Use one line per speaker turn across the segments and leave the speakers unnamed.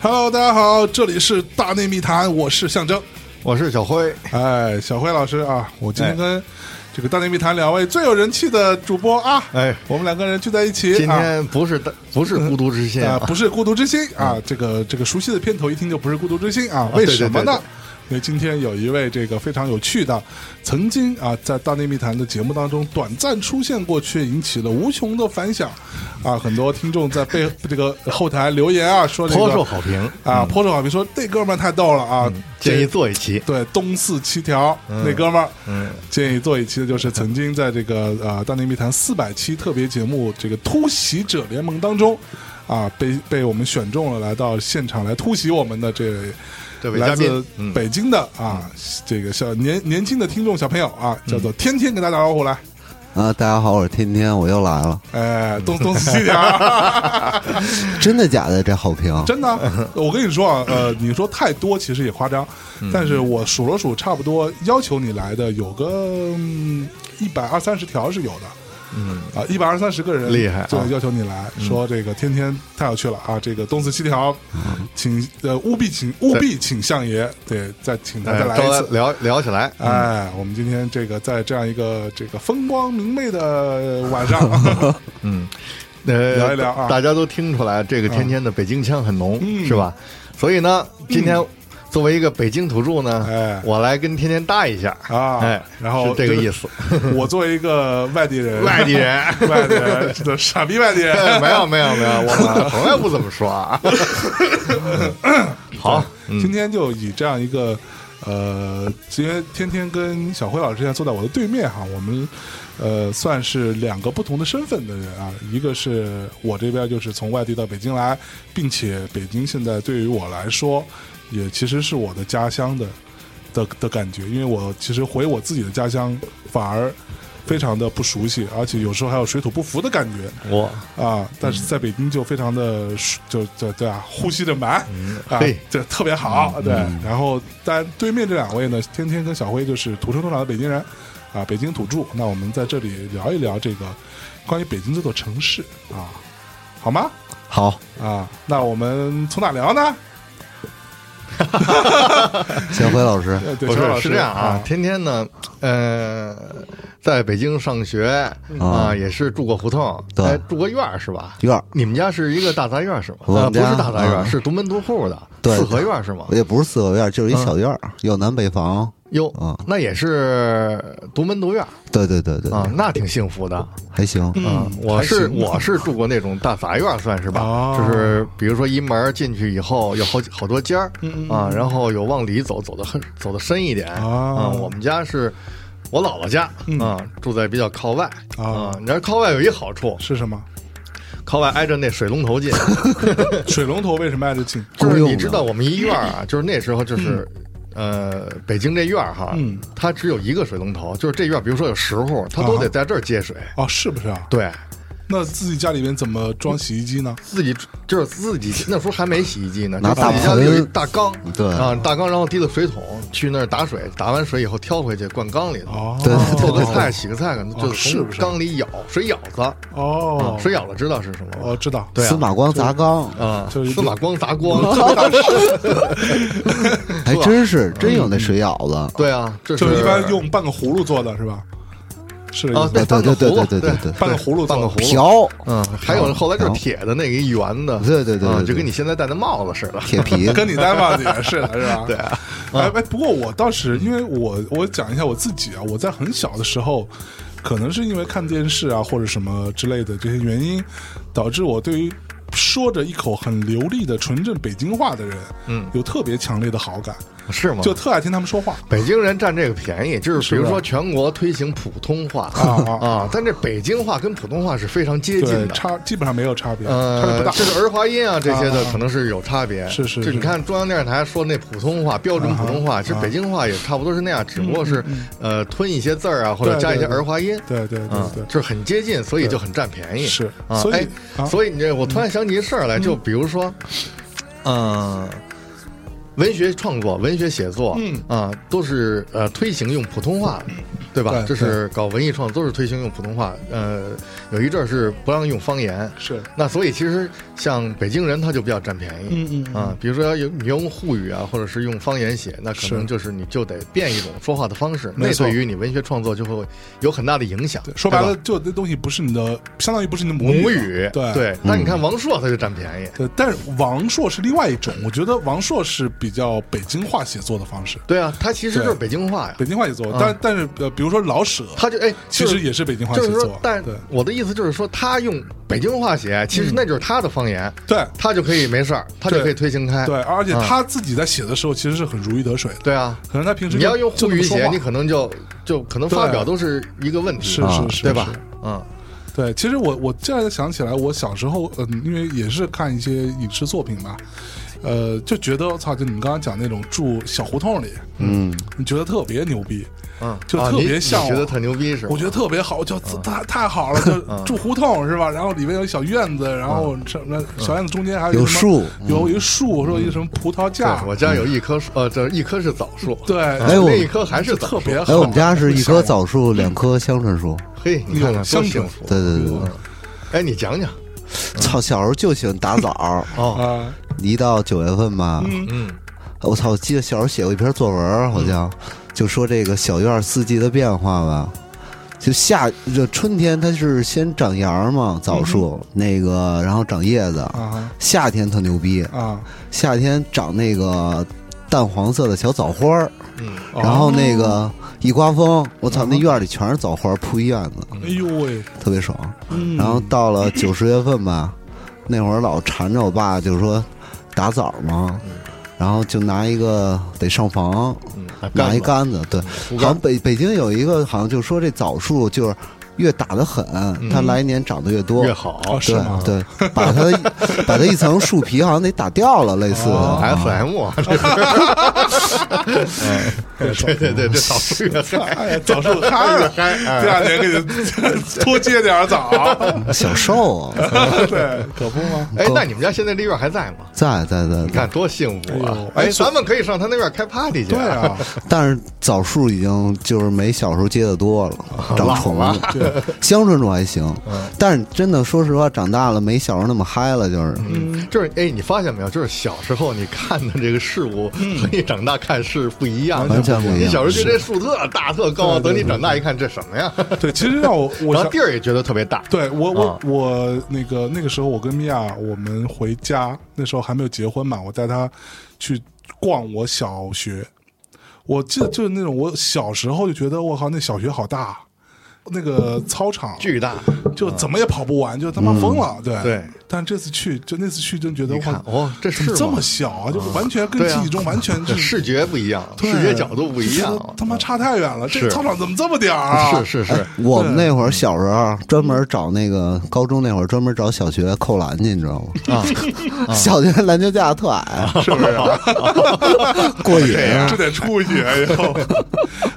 Hello，大家好，这里是大内密谈，我是象征。
我是小辉，
哎，小辉老师啊，我今天
哎
跟这个大内密谈两位最有人气的主播啊，
哎
我们两个人聚在一起，
今
啊
天不是大不是孤独之心啊，
啊、不是孤独之心啊，这个这个熟悉的片头一听就不是孤独之心啊，为
哦对对
什么
对
呢
对？
因为今天有一位这个非常有趣的，曾经啊在《大内密谈》的节目当中短暂出现过，却引起了无穷的反响，啊，很多听众 在背这个后台留言啊，说这个
颇受好评，嗯
啊颇受好评，说这哥们儿太逗了啊，
建
这
议做一期。
对东四七条、那哥们儿，
嗯
建议做一期的就是曾经在这个呃《大内密谈》四百期特别节目《这个突袭者联盟》当中啊，被被我们选中了，来到现场来突袭我们的这位
这位
来
嘉
自
宾，嗯，嗯
北京的啊、这个小年年轻的听众小朋友啊，叫做天天，跟大家打招呼来。
啊，大家好，我是天天，我又来了，
哎，东东四 七条，
真的假的？这好评，
真的啊，我跟你说啊，呃，你说太多其实也夸张，
嗯
但是我数了数，差不多要求你来的有个嗯一百二三十条是有的。嗯啊，一百二三十个人
厉害啊
就要求你来、说这个天天太有趣了啊！这个东四七条，
嗯
请呃务必请务必请相爷，对，再请他
哎嗯
再来一次。
聊聊起来，
哎，我们今天这个在这样一个这个风光明媚的 晚上，
呃
聊一聊啊
大家都听出来这个天天的北京腔很浓，
嗯
是吧？所以呢，今天作为一个北京土著
哎
呢，我来跟天天搭一下
啊
哎，
然后
是这个
就是
意思，
我作为一个 外地人，
外地人。
外地人，这傻逼外地 人，
哎没有没有没有，我们从来不这么说 啊。好，
嗯
嗯
今天就以这样一个呃，因为天天跟小辉老师现在坐在我的对面哈，我们呃算是两个不同的身份的人啊，一个是我这边就是从外地到北京来，并且北京现在对于我来说也其实是我的家乡的的的感觉，因为我其实回我自己的家乡反而。非常的不熟悉，而且有时候还有水土不服的感觉。
我
啊，但
嗯
是在北京就非常的就就对啊，呼吸着霾、啊
嗯嘿，嗯
这特别好，对。然后，但对面这两位呢，天天跟小辉就是土生土长的北京人啊，北京土著。那我们在这里聊一聊这个关于北京这座城市啊，好吗？
好，
啊，那我们从哪聊呢？
小辉老师，
呃对
不
小老
是
师
是这样啊，天天呢，呃，在北京上学啊，也是住过胡同，
对
哎住过院儿是吧？
院儿
你们家是一个大杂院儿是吗？
我们
呃不是
家
大杂院儿，
嗯
是独门独户的
对
四合院儿是吗？
也不是四合院，就是一小院儿，有南北房。
哟
嗯，
那也是独门独院儿
对对对对，
啊，那挺幸福的。
还行。
嗯
啊，我是我是住过那种大杂院，算是吧
哦，
就是比如说一门进去以后有好几好多间儿
嗯
啊，然后有往里走，走的很走的深一点啊。
哦嗯
我们家是我姥姥家啊，住在比较靠外
哦
啊。你知道靠外有一好处，
是 什么？
靠外挨着那水龙头 近，
水龙头为什么挨着近？
就是
公用
你
的
知道我们医院啊，就是那时候就是。呃，北京这院儿哈，
嗯
它只有一个水龙头，就是这院儿，比如说有十户，它都
啊
得在这儿接水。
哦，是不是啊？
对，
那自己家里面怎么装洗衣机呢？
自己就是自己那时候还没洗衣机呢，就
拿
自己家
大盆
里有一大缸，
对
啊，大缸，然后提了水桶去那儿打水，打完水以后挑回去灌缸里头，
哦，
对对
做个菜洗个菜，可能
哦
就是从
不是
缸里舀水舀子，
哦
啊，水舀子知道是什么
我
吗？
知道，
对啊
司马啊光砸缸，
啊，
就是一
司马光砸 锅，
还真是真有那水舀子。
对啊，这
就是一般用半个葫芦做的是吧？是这意
啊，
思
对
吧。
半个
对
葫芦
对对对对对
半个葫芦
半个
做
葫芦
瓢
嗯，还有后来就是
瓢
铁的那个一圆的，
对对对
啊
对对
就跟你现在戴的帽子似的，
铁皮，
跟你戴帽子也是的，是 吧？
对啊
哎哎，不过我倒是因为我我讲一下我自己啊，我在很小的时候，可能是因为看电视啊或者什么之类的这些原因，导致我对于说着一口很流利的纯正北京话的人，
嗯
有特别强烈的好感。
是吗？
就特爱听他们说话。
北京人占这个便宜，就是比
是
如
吧
说全国推行普通话
啊啊
啊，但这北京话跟普通话是非常接近
对，
的。
差基本上没有差别，差别
呃
不，大。
这个儿化音啊，这些的
啊
可能是有差别。
是是啊
就是你看中央电视台说那普通话，标准普通话，其实北京话也差不多是那样，只不过是呃吞一些字儿啊，或者
嗯对
加一些
对对
儿化音。
对对对
啊
对，
就是很接近，所以就很占便宜。
是
啊，
所以
哎
啊
所以你这我突然想起一事儿来，就比如说，嗯，文学创作、文学写作，
嗯
啊，都是呃推行用普通话，对吧？
对
这是搞文艺创作都是推行用普通话。呃，有一阵儿是不让用方言，
是，
那所以其实像北京人他就比较占便宜。
嗯嗯嗯
啊，比如说有你用沪语啊，或者是用方言写，那可能
是
就是你就得变一种说话的方式，
没
那
错
对于你文学创作就会有很大的影响。
说白
对吧
了，就那东西不是你的，相当于不是你的母
母
语
语
了，，对
对。但你看王朔他就占便宜，
对，但是王朔是另外一种，我觉得王朔是比较北京话写作的方式，
对啊，他其实
对
就是北京话呀
北，京话写作。但但是呃，比如说老舍，
嗯他就哎，
其
就是
实也是北京话
就
写
是说
作，，
但
对
我的意思就是说，他用北京话写，其实那就是他的方言，
对
他就可以没事儿，他就可以推行开，
对，而且
嗯
他自己在写的时候其实是很如鱼得水的，
对啊，
可能他平时
你
就
要用沪
就这么
语
说
写，
话
你可能就就可能发
对
表都是一个问题，
是啊
啊
是是，
对吧
是？
嗯
对，其实我我这才想起来，我小时候，嗯，因为也是看一些影视作品吧，呃，就觉得操，就你们刚刚讲那种住小胡同里，
嗯，
你觉得特别牛逼，
嗯，
就
啊
特
你
别
你
向往
觉得特牛逼是吧？
我觉得特别好，就
嗯
太太好了，就住胡同是吧？然后里面有小院子，然后什么小院子中间还有
有
什么
树嗯
有一树，说一什么葡萄架
对，我家有一棵树，呃，这一棵是枣树，
啊对，
啊
哎我
另一棵还是枣
特
树，
别好。
哎，我们家是一棵枣树，两棵香椿树。
嘿，你看看
香
多
椿
幸福。
对对对
嗯
对，
哎，你讲讲
操，小时候就喜欢打枣，
哦，
啊，
一到九月份吧，
嗯，
我操，我记得小时候写过一篇作文，
嗯
好像就说这个小院四季的变化吧。就夏就春天，它是先长芽嘛，枣树、那个，然后长叶子。
嗯啊
夏天特牛逼，
啊，
夏天长那个淡黄色的小枣花儿，
嗯，
哦
然后那个一刮风，我操，那院里全是枣花，铺一院子，
哎呦喂，
特别爽。
嗯
然后到了九十月份吧，那会儿老缠着我爸，就说打枣嘛，然后就拿一个得上房，
嗯，还
拿一
干
杆子，对，
竹
好像
竿
北北京有一个，好像就说这枣树就是越打得狠，它来年长得越多，
越好
哦是吗？
对对，把它把它一层树皮好像得打掉了，类似的。
，S M，这
啊
是，对对对，这枣树越嗨，
哎，枣树嗨
越
了，啊
嗨，
第
哎
二年给你多接点枣，
小瘦啊，
对，可不吗？
哎，那你们家现在这院还在吗？
在在在
你
在，
看多幸福
哎
啊
呦！哎
哎，
所以
咱们可以上他那院开 party 去。
对啊，
但是枣树已经就是没小时候结的 多了，长虫了。
对，
香椿树还行，
嗯
但是真的说实话，长大了没小时候那么嗨了，就是。
嗯，就是哎，你发现没有？就是小时候你看的这个事物和你长大看是不一样的，
完全不一样
你小时候觉得这树特大特高，等
对对对
你长大一看，这什么呀？
对，其实让我
然
我想
后地儿也觉得特别大。
对我我、
啊
我那个那个时候我跟米娅我们回家那时候还没有结婚嘛，我带她去逛我小学，我记得就是那种我小时候就觉得我靠那小学好大，那个操场
巨大，嗯
就怎么也跑不完，就他妈疯了，对
对。
但这次去就那次去就觉得
你
哇
看，哦，这
怎
是
么这
吗
么小啊，就完全跟
对啊
记忆中完全
这
是
视觉不一样，
对
视觉角度不一
就觉得
样，啊
他妈差太远了，这
是
操场怎么这么点儿啊？
是是是，
我们那会儿小时候专门找那个高中那会儿专门找小学扣篮去，你知道吗？啊， 小学篮球架特矮，啊
哎
是不
啊
是？过瘾。
哎这得出去，哎 呦，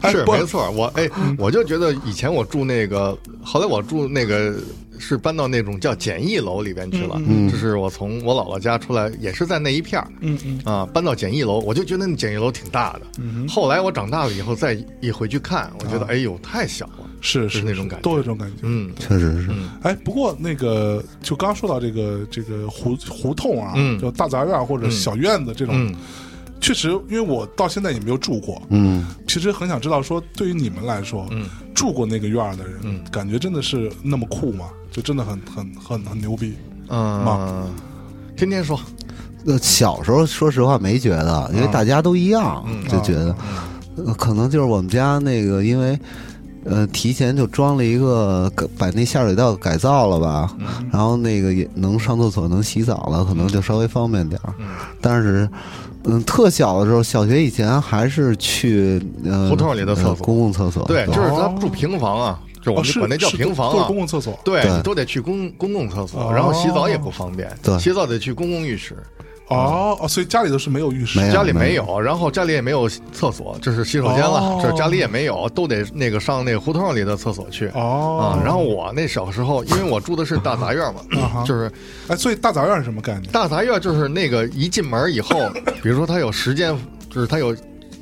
哎
是
不
没错。我哎，我就觉得以前我住那个，后来我住那个是搬到那种叫简易楼里边去了，就是我从我姥姥家出来，也是在那一片儿，嗯嗯啊，搬到简易楼，我就觉得那简易楼挺大的。
嗯
后来我长大了以后再一回去看，我
啊
觉得哎呦太小了，
是
就是是那种感觉
都有这种感觉。
嗯
确实是，
哎，不过那个就刚说到这个这个胡胡同啊，
嗯
就大杂院或者小院子这种，
嗯，
确实，因为我到现在也没有住过，
嗯，
其实很想知道说，对于你们来说，
嗯
住过那个院儿的人，
嗯
感觉真的是那么酷吗？就真的很很很很牛逼，
嗯，天天说，
那小时候说实话没觉得，
嗯
因为大家都一样，就觉得、呃可能就是我们家那个，因为呃，提前就装了一个改把那下水道改造了吧，
嗯
然后那个也能上厕所，能洗澡了，可能就稍微方便点儿。但是，嗯，特小的时候，小学以前还是去呃
胡同里的厕所
呃公共厕所，
对，就是他
哦
住平房啊，就我
哦，
们
是
管那叫
是
平房
都是
啊
公。共厕所。
对
对
你都得去公公共厕
哦
所，然后洗澡也不方便，
对
洗澡得去公共浴室，
哦哦，所以家里头哎是没有浴室，
没有
家里没有，然后家里也没有厕所，这是洗手间了，
哦
这家里也没有，都得那个上那个胡同里的厕所去。
哦
啊，然后我那小时候，因为我住的是大杂院
啊哈
嘛，就是
哎，所以大杂院是什么概念？
大杂院就是那个一进门以 后，比如说它有时间，就是它有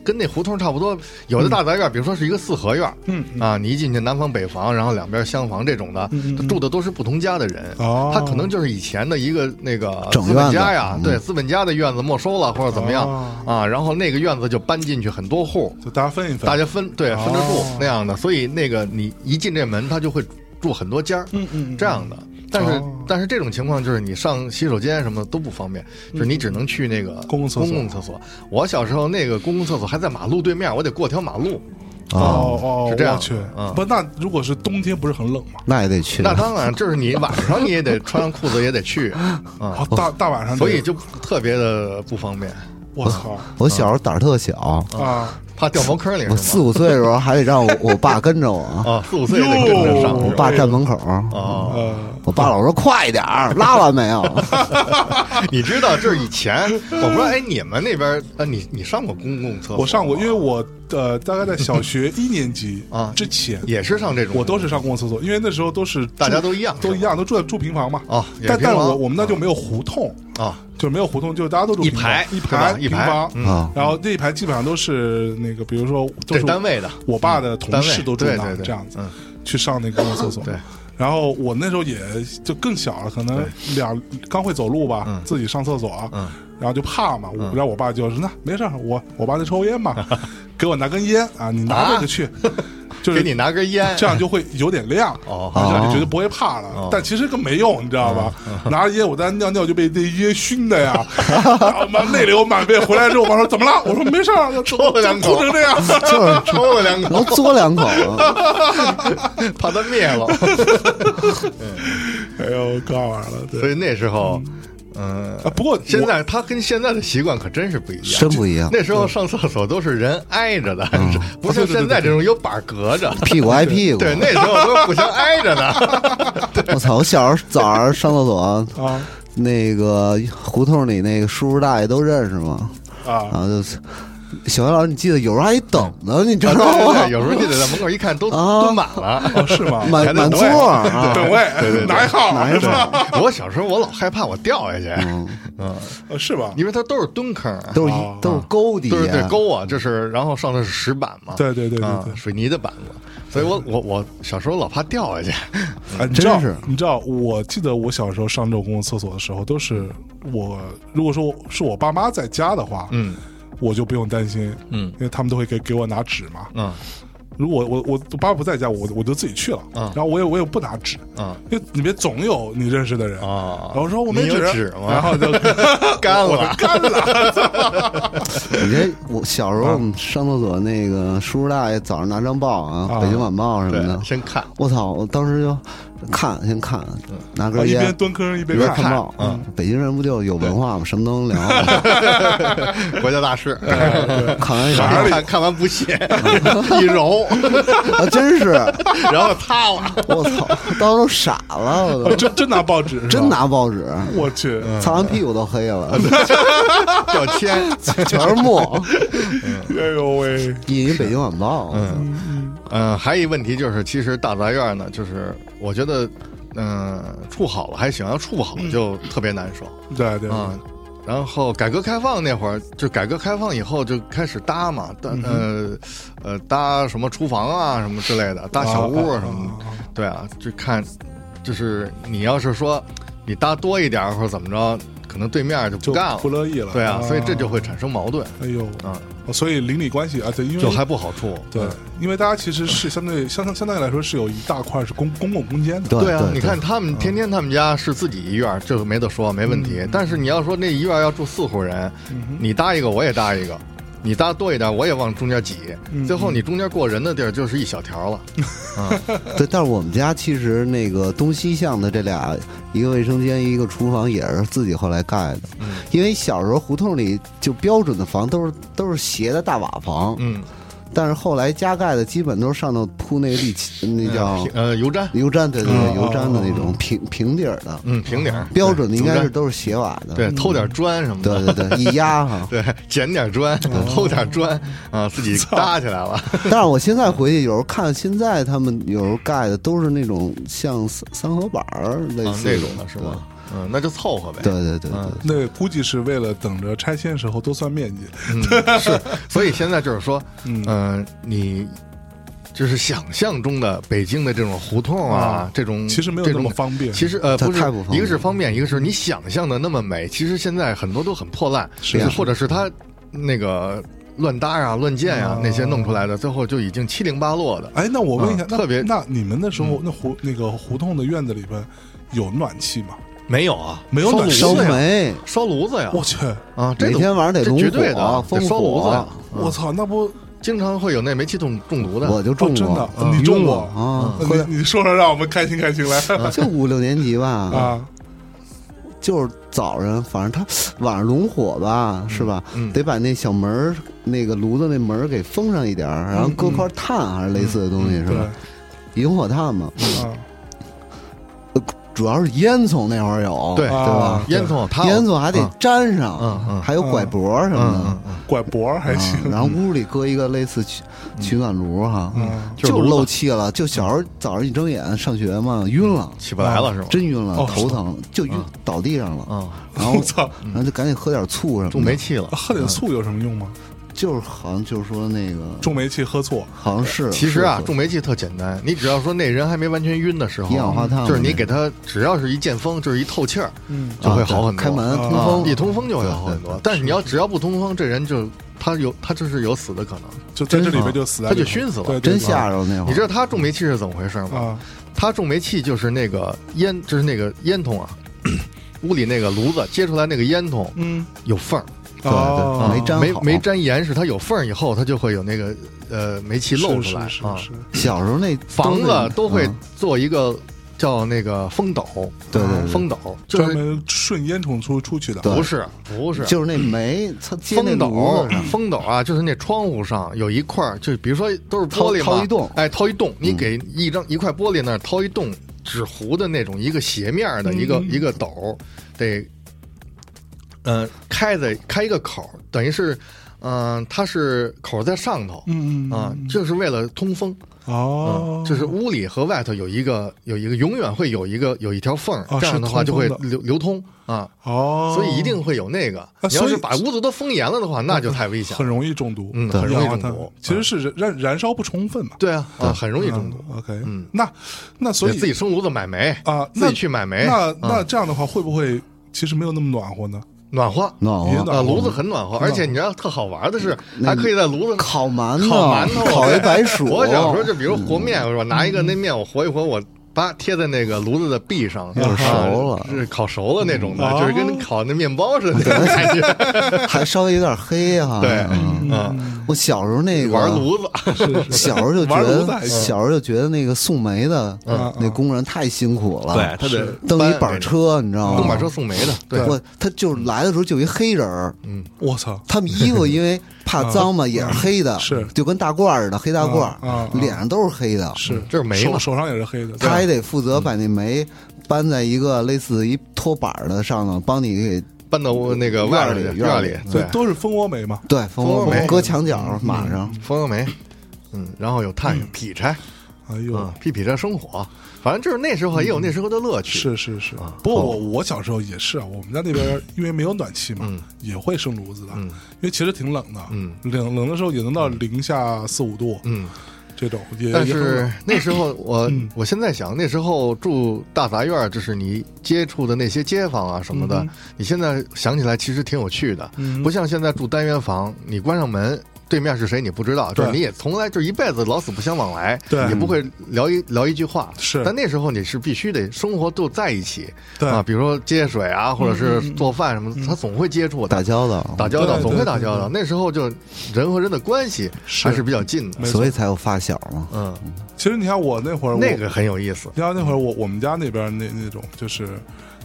跟那胡同差不多，有的大杂院，比如说是一个四合院，
嗯嗯
啊，你一进去南房北房，然后两边厢房这种的，住的都是不同家的人，
哦
他可能就是以前的一个那个
整
资本
院子嗯
家呀，对，资本家的院子没收了或者怎么样
哦
啊，然后那个院子就搬进去很多户，
就大家分一分，
大家分对分着住
哦
那样的，所以那个你一进这门，他就会住很多家儿，
嗯嗯嗯
这样的。但是、
哦
但是这种情况就是你上洗手间什么的都不方便，就是你只能去那个
嗯公共厕所
公共厕所。我小时候那个公共厕所还在马路对面，我得过条马路。
啊，
哦哦，
是这样
我去
嗯，
不，那如果是冬天，不是很冷吗？
那也得去。
那当然，就是你晚上你也得穿上裤子也得 去啊
啊，，大大晚上，
所以就特别的不方便，
我操
我小时候胆儿特小，
啊！
怕掉茅坑里
我
是
四
吗？
五岁的时候还得让我我爸跟着我，
啊，四五岁也得跟着 上哎
哟
是
我
吧
爸站门口，
啊。
呃，
我爸老说快点儿，拉完没有？
你知道，就是以前我不知道，哎，你们那边啊，你你上过公共厕所吗？
我上过，因为我呃，大概在 小学一年级
啊
之前，
也是上这种，
我都是上公共厕所，因为那时候都是
大家
住
都一样
都
是吧
一样，都住在住平房嘛。
哦也
但
平
但
房
我我们那就没有胡同，
啊，
就没有胡同，就大家都住
一
平
排
房一
对吧
排
一
平
排
房
嗯
啊，
然后这一排基本上都是那个，比如说都
这
是
单位的
我爸的同
单位
事都住
对
那
对
儿
对
这样子
嗯，
去上那个公共厕所。
对。
然后我那时候也就更小了，可能两刚会走路吧，自己上厕所，啊
嗯
然后就怕嘛，我然后我爸就说那没事儿，我我爸在抽 烟嘛，给我拿根烟啊，你拿这个去， 就是
给你拿根烟，
这样就会有点亮，
哦
这样就觉得不会怕了。但其实更没用，你知道吧？
嗯
拿着烟，我在那尿尿就被那烟熏 的呀，然后满泪流满面。回来之后，我妈说怎么了？我说没事 儿，就
抽了两口
哭成这样。
就是
抽了两口，
能嘬两口，
怕它灭了。
哎呦，干完了，
所
对。
以那时候，嗯
啊，，不过我
现在它跟现在的习惯可真是不一样。
真不一样，
那时候上厕所都是人挨着的，不像现在这种有板隔着。
屁股挨屁股。
对，那时候都是互相挨着的。
我操！我小时候早上上厕所，
啊
那个胡同里那个叔叔大爷都认识嘛，然
啊，
后就小学老师，你记得有时候还等呢，你知
对
道
对 对，
吗？
有时候你得在门口一看，都
啊
蹲满了。
哦是 吗？
还
满
得
满
等
座
位
儿啊，
等位，拿一号是吧？
我小时候我老害怕我掉下去，
呃是吧？
因为它都是蹲坑啊，
都是
哦
一都是沟底
都是对
下，
沟啊，这是然后上的是石板嘛，
对对对对
啊
对
水泥的板子，所以我我我小时候老怕掉下去，
啊，你知道
真是，
你知道，我记得我小时候上这种公共厕所的时候，都是我如果说是我爸妈在家的话，
嗯，
我就不用担心，
嗯
因为他们都会给给我拿纸嘛。
嗯
如果我我我爸不在家，我我就自己去了，
嗯
然后我也我也不拿纸，
嗯
因为里面总有你认识的人。
啊，
然后说我没
你有纸吗
然后就
干了，
干了。
你这我小时候我
啊
们上厕所那个叔叔大爷早上拿张报啊，
啊
《北京晚报》什么的
对，，先哦看，
我操！我当时就看先看，拿根
一
烟
边。蹲坑一
一
边
边
看
看报，
嗯
北京人不就有文化吗？什么都能聊。
国家大事，
看完以后，
哎哪里
看看完不 屑，一揉，
啊，真是，
然后擦了，
我操，当时都傻了，我
哦
都
真真拿报纸，是吧嗯
真！拿报纸，
我去，
擦完屁股都黑了，
掉铅，
全是墨。
哎呦喂，
引《北京晚报》，嗯，
嗯，还有一问题就是，其实大杂院呢，就是我觉得，嗯，处好了还行，要处不
嗯
好就特别难受。
对对，
啊、然后改革开放那会儿，就改革开放以后就开始搭嘛，搭
嗯
呃呃搭什么厨房啊什么之类的，搭小屋啊什么的，对啊，就看就是你要是说你搭多一点儿或者怎么着，可能对面就不
就
干了
不，乐意了。
对啊，所以这就会产生矛盾
哎呦，
啊，
所以邻里关系啊，对，因为
就还嗯不好处。
对，因为大家其实是相对相相相对来说是有一大块是公公共空间的，
对
对啊，
对嗯
你看他们天天他们家是自己一院儿，这
嗯
个没得说，没问题。但是你要说那一院儿要住四户人，你搭一个我也搭一个，你搭多一点，我也往中间挤，
嗯
最后你中间过人的地儿就是一小条了。
对，但是我们家其实那个东西向的这俩，一个卫生间，一个厨房，也是自己后来盖的。
嗯
因为小时候胡同里就标准的房都是都是斜的大瓦房，
嗯，
但是后来加盖的基本都是上头铺那个地漆，那叫
呃油毡，
油毡，对对对，
哦
油毡的那种平平底儿的，
嗯，平顶儿
哦标准的应该
竹
是
毡
都是斜瓦的。
对，偷点砖什么的。
对对 对，哦一压哈。
对，捡点砖，偷点砖啊，自己搭起来了。
但是我现在回去，有时候看现在他们有时候盖的都是那种像三三合板儿类
啊
似，
那种的是吗？嗯，那就凑合呗。
对？对对对对
嗯。
那估计是为了等着拆迁时候多算面积。
嗯，是。所以现在就是说，
嗯
嗯，你就是想象中的北京的这种胡同啊
啊，
这种
其实没有
这
那
种
么方便。
其实呃，
它
不是
太不方，便
一个是方便，一个是你想象的那么美，其实现在很多都很破烂，
是
就
啊
或者是它那个乱搭呀、乱建呀
啊
那些弄出来的，最后就已经七零八落的。
哎，那我问一下，
嗯
那
特别嗯
那你们那时候那胡那个胡同的院子里边有暖气吗？
没有啊，
没有暖气
烧
烧
炉子呀，
煤，
烧炉子呀，
我去，
啊，这
每
个
天晚上得
这
拢
绝对的
火、啊
得
封
烧炉子呀
火，，
我操，那不
经常会有那煤气中中毒的。嗯
我就
哦
中
真
过
的，你中过？
啊，
那你你说说，让我们开心开心来
啊
就五六年级吧，
啊！
就是早上，反正他 晚上拢火吧，是吧？
嗯
得把那小门儿那个炉子那门儿给封上一点儿，然后搁块炭还是类似的
嗯
东西，是
对
吧？引火炭嘛，
啊
主要是烟囱那会儿有，
对
啊
吧？
烟囱，它
烟囱还得粘上，
嗯嗯
还有拐脖什么的。
嗯嗯
拐脖儿还
啊
行，
然后屋里搁一个类似取取暖炉哈，
嗯
就
就是炉子
漏气了。就小时候早上一睁眼上学嘛，晕了，
起不来了是吗？
真晕了，
哦
头疼，就
嗯
晕倒地上了。
啊，
然后
我操，
然后就赶紧喝点醋什
中
么
煤
的，
气了。
喝点醋有什么用吗？
就是好像就是说那个，
中煤气喝醋，
好像嗯是
其实啊，
是
中煤气特简单，你只要说那人还没完全晕的时候，
一氧化碳嘛
就是你给他只要是一见风，就是一透气儿，
嗯
就会好很多。
开门通
啊
风
一通风就会好很
对
多。但是你要只要不通风，这人就他有他就是有死的可能。
就在这里边就死在
他
里
就
边，
熏死了
对，
真吓着那会儿。
你知道他中煤气是怎么回事
哦
吗？
啊！
他中煤气就是那个烟，就是那个烟 筒啊，屋里那个炉子接出来那个烟筒
嗯，哦
有缝儿，
对
对没粘
啊没
好
没粘严实，它有缝儿以后，它就会有那个呃煤气漏出来
是是
啊。
是是
小时候那
房子都会
嗯
做一个叫那个风斗，
对对对
风斗就
专
是
门顺烟囱出出去的，
对
不是不是
就是那煤，它接那
风
炉
斗
子上，
风斗啊，就是那窗户上有一块儿，就比如说都是玻璃嘛，
掏掏一洞嗯
哎，掏一洞，你给一张一块玻璃那儿掏一洞，纸糊的那种一个斜面儿的一个、
嗯
一个斗，得，嗯，开在开一个口儿，等于是，嗯、它是口儿在上头。
嗯嗯
啊
嗯，
就是为了通风，
哦
嗯，，就是屋里和外头有一个有一个永远会有一个有一条缝儿，
哦
这样
是
的话就
通
会
风的
流流通啊，
哦，啊
所以一定会有那个。你要
所以啊
是把屋子都封严了的话，那就太危险了
很。容易中毒，
嗯
对
很容易
一氧化
中毒
碳其实是燃燃烧不充分嘛，
对啊，啊，很容易中毒。
嗯 OK，
嗯
那那所
得
以
自己生炉子买煤
啊
自
那
己去买煤，
那
啊
那这样的话会不会其实没有那么暖和呢？
暖和
暖
也
和
暖
啊，
和
炉子很暖和，而且你知道特好玩的是，还可以在炉子上
烤嗯馒头，
烤馒头，
烤一白薯。
我小时候就比如和面，我拿一个那面我和一和我。叭，贴在那个炉子的壁上，
要是
啊
熟了
是烤熟了那种的，
嗯
就是跟烤那面包似的那种感觉。
还稍微有点黑哈、
对
嗯，
嗯，
我小时候那个
玩炉子，
小时候就觉
玩炉子还
得，
行
小时候就觉得那个送煤的
嗯
那工人太辛苦了，
对，他得
蹬
搬
一板，车，你知道吗？
蹬板车，送煤的，对，
我他就来的时候就一黑人儿，
我操，
他们衣服 因为怕脏
啊
嘛，也是黑的，
是
就跟大褂儿似的，黑大褂
嗯嗯
儿，
嗯
脸上都是黑的，
是
这啊是煤嘛
手手上也是黑的，
他还
对
得负责把那煤搬在一个类似一拖板儿的上
嗯
头，帮你给
搬到我那个外边去
院
院
儿
里
里，
所
对
以，都是蜂窝煤嘛，
对蜂窝
蜂窝煤
煤搁墙角码上，
蜂窝煤，嗯，然后有炭，有劈柴，
哎呦，
啊，屁屁车生火，反正就是那时候也有那时候的乐趣。
是是是，
嗯
不过我我小时候也是啊，我们家那边因为没有暖气嘛，也会生炉子的，因为其实挺冷的，
嗯
冷冷的时候也能到零下四五度，
嗯，
这种也
但
也很
是
冷
那时候我
嗯
我现在想，那时候住大杂院儿，就是你接触的那些街坊啊什么
嗯
的，你现在想起来其实挺有趣的，不像现在住单元房，你关上门对面是谁你不知道，就是
对
你也从来就一辈子老死不相往来，
对
也不会聊一聊一句话。
是
但那时候你是必须得生活都在一起，
对嗯
啊，比如说接水啊，或者是做饭什么的，他总会接触的
打交道，
打交道，
对
总会
对
打
对
交道。那时候就人和人的关系
是
还是比较近的
没，错
所以才有发小嘛。
嗯，
其实你看我那会儿，我
那个很有意思。
你看那会儿我我们家那边儿那那种就是，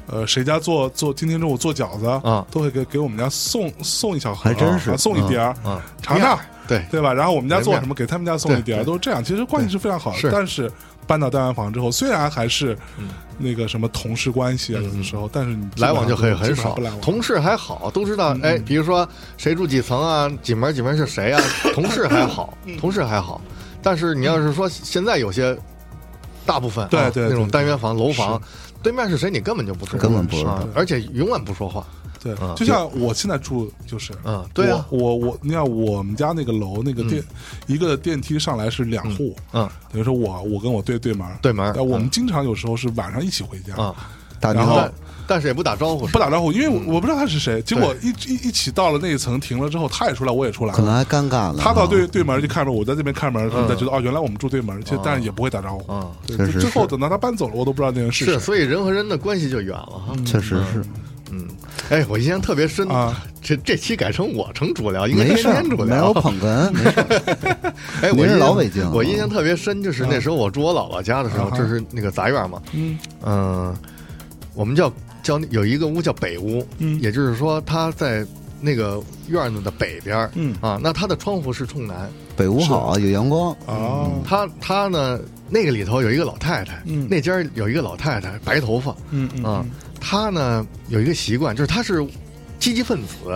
呃，谁家做做今天中午做饺子
啊
都会给给我们家送送一小盒，
还真是
啊送一碟儿
嗯嗯
尝尝，
对
对吧？然后我们家做
人面
什么给他们家送一碟儿，
对对
都是这样。其实关系是非常好的，
是嗯
但是搬到单元房之后，虽然还是那个什么同事关系啊，有的时候，但是你基本
来
上
往就很很
基本上
少
不来往，，嗯
同事还好，都知道。哎，比如说谁住几层啊，几门几门是谁 啊？同事还好，
嗯
同事还好。但是你要是说现在有些，大部分啊
对对对
那种
对
单元房、楼房，对面是谁你根本就不知道，
根本不知道
啊而且永远不说话。
对
嗯，
就像我现在住就是，
嗯对啊
我我我，你看我们家那个楼那个电，一个电梯上来是两户，
嗯，
等于说我我跟我对对门儿
对门儿
但我们
嗯
经常有时候是晚上一起回家，
啊，
打电
然后
话
但但是也不打招呼，
不打招呼，因为
嗯
我我不知道他是谁，结果一一一起到了那一层停了之后，他也出来，我也出来
可。能还尴尬呢。
他到对
哦
啊
对门儿就看着我在这边看门儿，他觉得哦，原来我们住对门儿，其实但是也不会打招呼。
嗯
对
确实
最后
是
等到他搬走了，我都不知道那人是
是，
谁。
所以人和人的关系就远了哈。
确实是
嗯，哎，我印象特别深
啊，
这这期改成我成主聊，应该
没
天
事儿
天主，
没
聊
有。捧哏，没事儿。
哎，
您
我
是
印象
老北京啊
我印象特别深，就是那时候我住我姥姥家的时候
啊，哈
就是那个杂院嘛，
嗯
嗯，我们叫叫有一个屋叫北屋，
嗯
也就是说它在那个院子的北边儿
嗯
啊，那它的窗户是冲南，
北屋好啊，有阳光，
哦
它它呢那个里头有一个老太太，
嗯
那家有一个老太太白头发
嗯嗯
啊
嗯，
她呢有一个习惯，就是她是积极分子，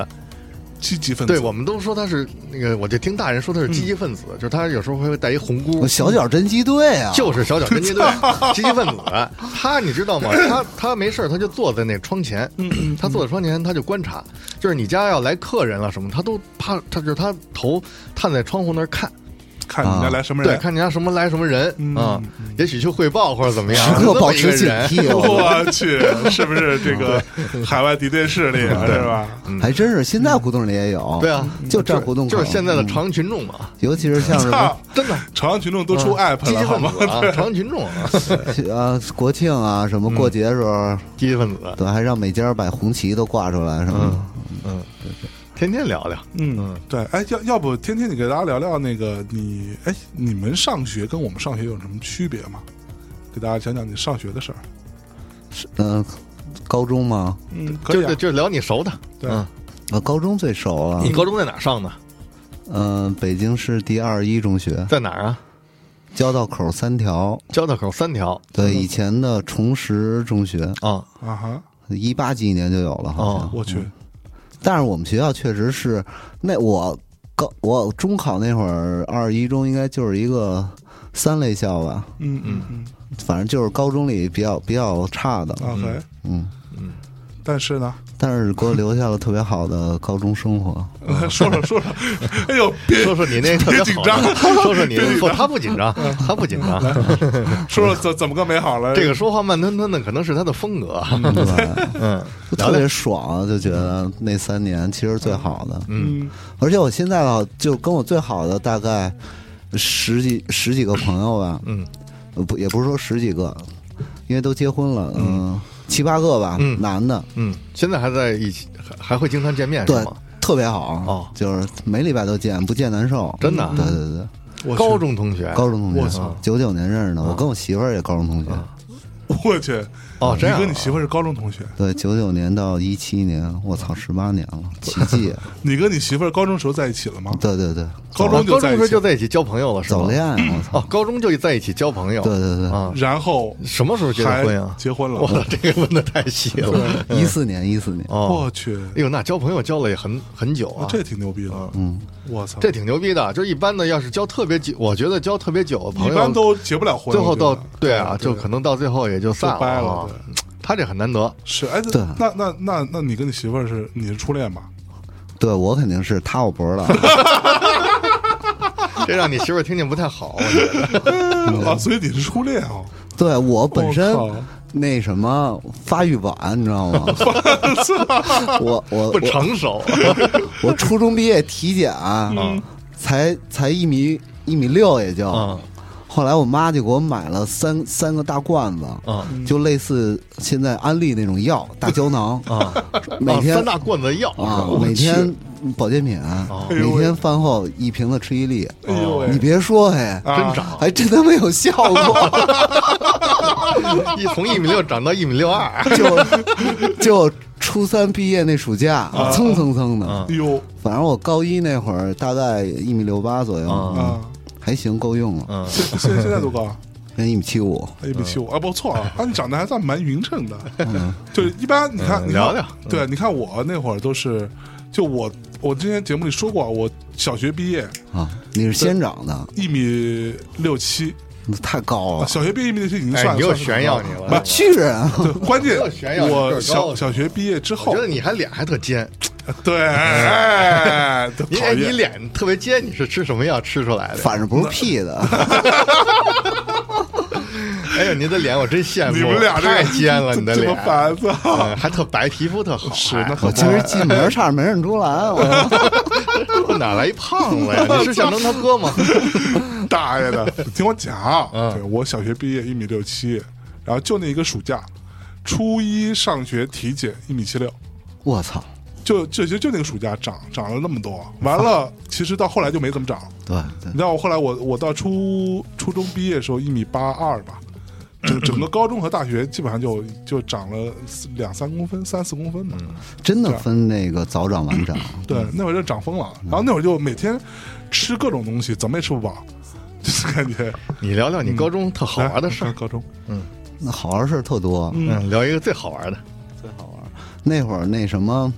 积极分子
对，我们都说他是那个，我就听大人说他是积极分
嗯
子，就是他有时候会带一红箍
我，小脚侦缉队啊，
就是小小侦 缉队积极分子。他你知道吗？他他没事儿他就坐在那窗前，
嗯
他坐在窗前他就观察，就是你家要来客人了什么，他都趴，他就是他头探在窗户那儿看，
看你们家
啊
来什么
对，
人，
看你家什么来什么人
嗯
啊，也许去汇报或者怎么样，
时
这
刻
么
保
一个
持警
人
惕。我
我去，是不是这
啊
个海外敌对势力是吧？
还真是，现在胡同里也有。
嗯对啊，
就嗯站胡同口，
就是现在的
嗯，
朝阳群众 嘛，
尤其是像什么
操，
真的
朝阳群众都出
啊
app
积极
了好
分
吗？
子啊，朝阳群众啊，
呃国庆啊，什么过
嗯
节的时候，
积极分子。
对，还让每家把红旗都挂出来什么的。
嗯，天天聊聊。
嗯，对，哎，要要不天天你给大家聊聊那个你，哎，你们上学跟我们上学有什么区别吗？给大家讲讲你上学的事儿。
嗯，高中嘛，
嗯，可
就
以啊
是。就是聊你熟的。
对
嗯，
我高中最熟了
你。高中在哪上的？
嗯，北京市第二一中学，
在哪儿啊？
交道口三条，
交道口三条
对，以前的崇实中学，
啊。
啊哈，
一八几年就有了，
哦
好像。
我去，
但是我们学校确实是，那我高我中考那会儿，二一中应该就是一个三类校吧，
嗯嗯嗯
反正就是高中里比较比较差的，
啊
，OK，
嗯。
但是呢，
但是给我留下了特别好的高中生活，
说说说说，哎呦，别
说说你那个特别
别紧
好
张
的，说说你那个不，他不紧张，
嗯
他不紧张。
说说怎怎么个美好了？
这个说话慢吞吞的，可能是他的风格。
对，
嗯，
就
聊
特
聊
别爽，就觉得那三年其实最好的，
嗯，
而且我现在啊，就跟我最好的大概十几十几个朋友吧，
嗯，
呃不也不是说十几个，因为都结婚了，嗯，七八个吧，
嗯
男的，
嗯，现在还在一起，还还会经常见面是
对
吗？，
特别好，
哦
就是每礼拜都见，不见难受，
真的啊
对对对，
我去
高，中同学，
高中
我
同学
操，
九九年认识
啊
的，我跟我媳妇儿也高中同学，
我去，
哦，
你
这样啊
跟你媳妇儿是高中同学，
对，九九年到一七年，我操，十八年了，奇迹，啊
你跟你媳妇儿高中时候在一起了吗？
对对对，
高
啊
中
高
就
中
在
时
一
候
起
就，在一起交朋友了是
早
吗？
恋，啊我操，
哦，高中就在一起交朋友。
对对对
啊，
然后
什么时候结的婚呀
还？结婚了
我操，这个问的太细了。
一四年一四年，
哦
我，去，
哎呦，那交朋友交了也很很久
啊
啊，
这挺牛逼的，
嗯，
我操，
这挺牛逼的。就是一般的，要是交特别久，我觉得交特别久的朋
一
友，
般都结不了婚，
最后到
我觉得
对啊，就可能到最后也就散
掰了
啊
对。
他这很难 得，
是哎，
对
那那那那那你跟你媳妇儿是你是初恋吧？
对我肯定是他，我不知道。
这让你媳妇儿听见不太好。我觉得
啊，所以你是初恋啊？
对我本身
我靠
那什么发育晚，你知道吗？我我
不
呃我
成熟，
我初中毕业体检，啊才才一米一米六也就。
啊
后来我妈就给我买了三三个大罐子，
啊
就类似现在安利那种药大胶囊，
啊！
每天
啊三大罐子药
啊，每天保健品，啊
哎呦
每
喂
天饭后一瓶子吃一粒。
哎呦
你
喂，
别说，嘿，
啊
真长，
还真他妈有效 果。
一从一米六长到一米六 二，
就就初三毕业那暑
啊
假，蹭蹭蹭的
啊。
哎呦
反正我高一那会儿大概一米六八左右，
啊
啊！
还行，够用了，
嗯，
现现现在多高啊？
跟一米七五。
一米七五啊，不错啊！啊，你长得还算蛮匀称的， 就是一般你看，
嗯
你看
聊聊
对，你看我那会儿都是，就我我之前节目里说过，啊我小学毕业
啊，你是先长的，
一米六七，
那太高
啊
了，
小学毕业一米六七已经
哦哎，
算
你又
算是
炫
很高
耀
了
你
我
了。
去啊！
对， 关键
又炫耀你
我
个儿
小
高
小学毕业之后
我觉，得你还脸还特尖，
对，哎都
嗯你
讨
你
厌。
脸特别尖，你是吃什么药吃出来的？
反正不是 P 的，
哎呦，你的脸我真羡慕，
你们俩这个
太尖了，你的
这么
脸，
烦躁，
嗯还特白，皮肤特好，
是
哎
那可
我今儿进门差点没认出来。 我
我哪来一胖子呀？你是象征他哥吗？
大爷的，听我讲啊，
嗯
对我小学毕业一米六七，然后就那一个暑假，初一上学体检一米七六，
我操！
就就就就那个暑假长长了那么多，完了， 其实到后来就没怎么长。
对对
你，知道我后来我我到初初中毕业的时候一米八二吧， 整整个高中和大学基本上就就长了两三公分、三四公分吧。
嗯
真
啊
的分那个早长 晚长。
对，那会儿就长疯
嗯
了，然后那会儿就每天吃各种东西，怎么也吃不饱，就是感觉
你聊聊你高中特好玩的事
来
儿，
高中
那好玩事儿特多，
嗯，聊一个最好玩的，
那会儿那什么，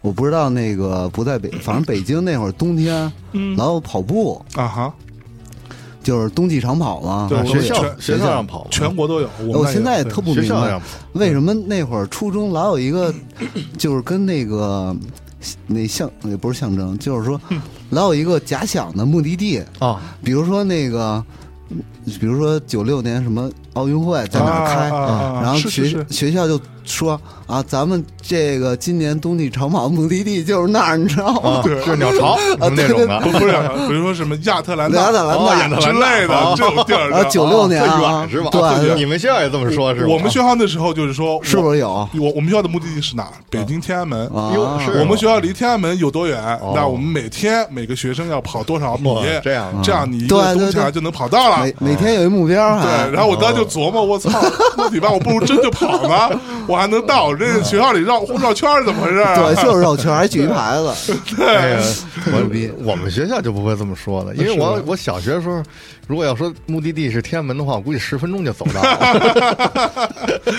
我不知道那个不在北，反正北京那会儿冬天，老有跑步，
啊哈，
就是冬季长跑嘛。
对我
啊学
们
校
全
学校让跑吗，
全国都有。我
我
们
现在也
对
特不
学
明
校
白
让跑
为什么那会儿初中老有一个，就是跟那个那象也不是象征，就是说老有一个假想的目的地，
啊，
比如说那个，嗯比如说九六年什么奥运会在哪儿开，
啊啊啊啊
然后
是
学
是是
学校就说啊，咱们这个今年冬季长跑目的地就是那儿，你知道吗？
啊，就是鸟巢什么那种的，
不不是两个，比如说什么 亚特兰
亚
大
特兰
哦亚
大
特
之类的
哦
这种地儿
啊，九六年啊，
远是吧？
对，
你们学校也这么说，是吧？
我们学校那时候啊就是啊说，
是不
我
是有啊？
我我们学校的目的地是哪？北京天安门。
哟是
我们学校离天安门有多远？
哦
那我们每天每个学生要跑多少米
哇？这样啊
这样你一
对
个
对
冬
对
天就能跑到了
每。每天有一目标
对，
还
然后我当时就琢磨，我 操，那你妈我不如真就跑呢，我还能到这学校里绕绕圈儿，怎么回事啊？
对，就是绕圈儿，还举一牌子，
哎呀
特牛逼。
我们学校就不会这么说的，因为我我小学的时候，如果要说目的地是天安门的话，我估计十分钟就走到了。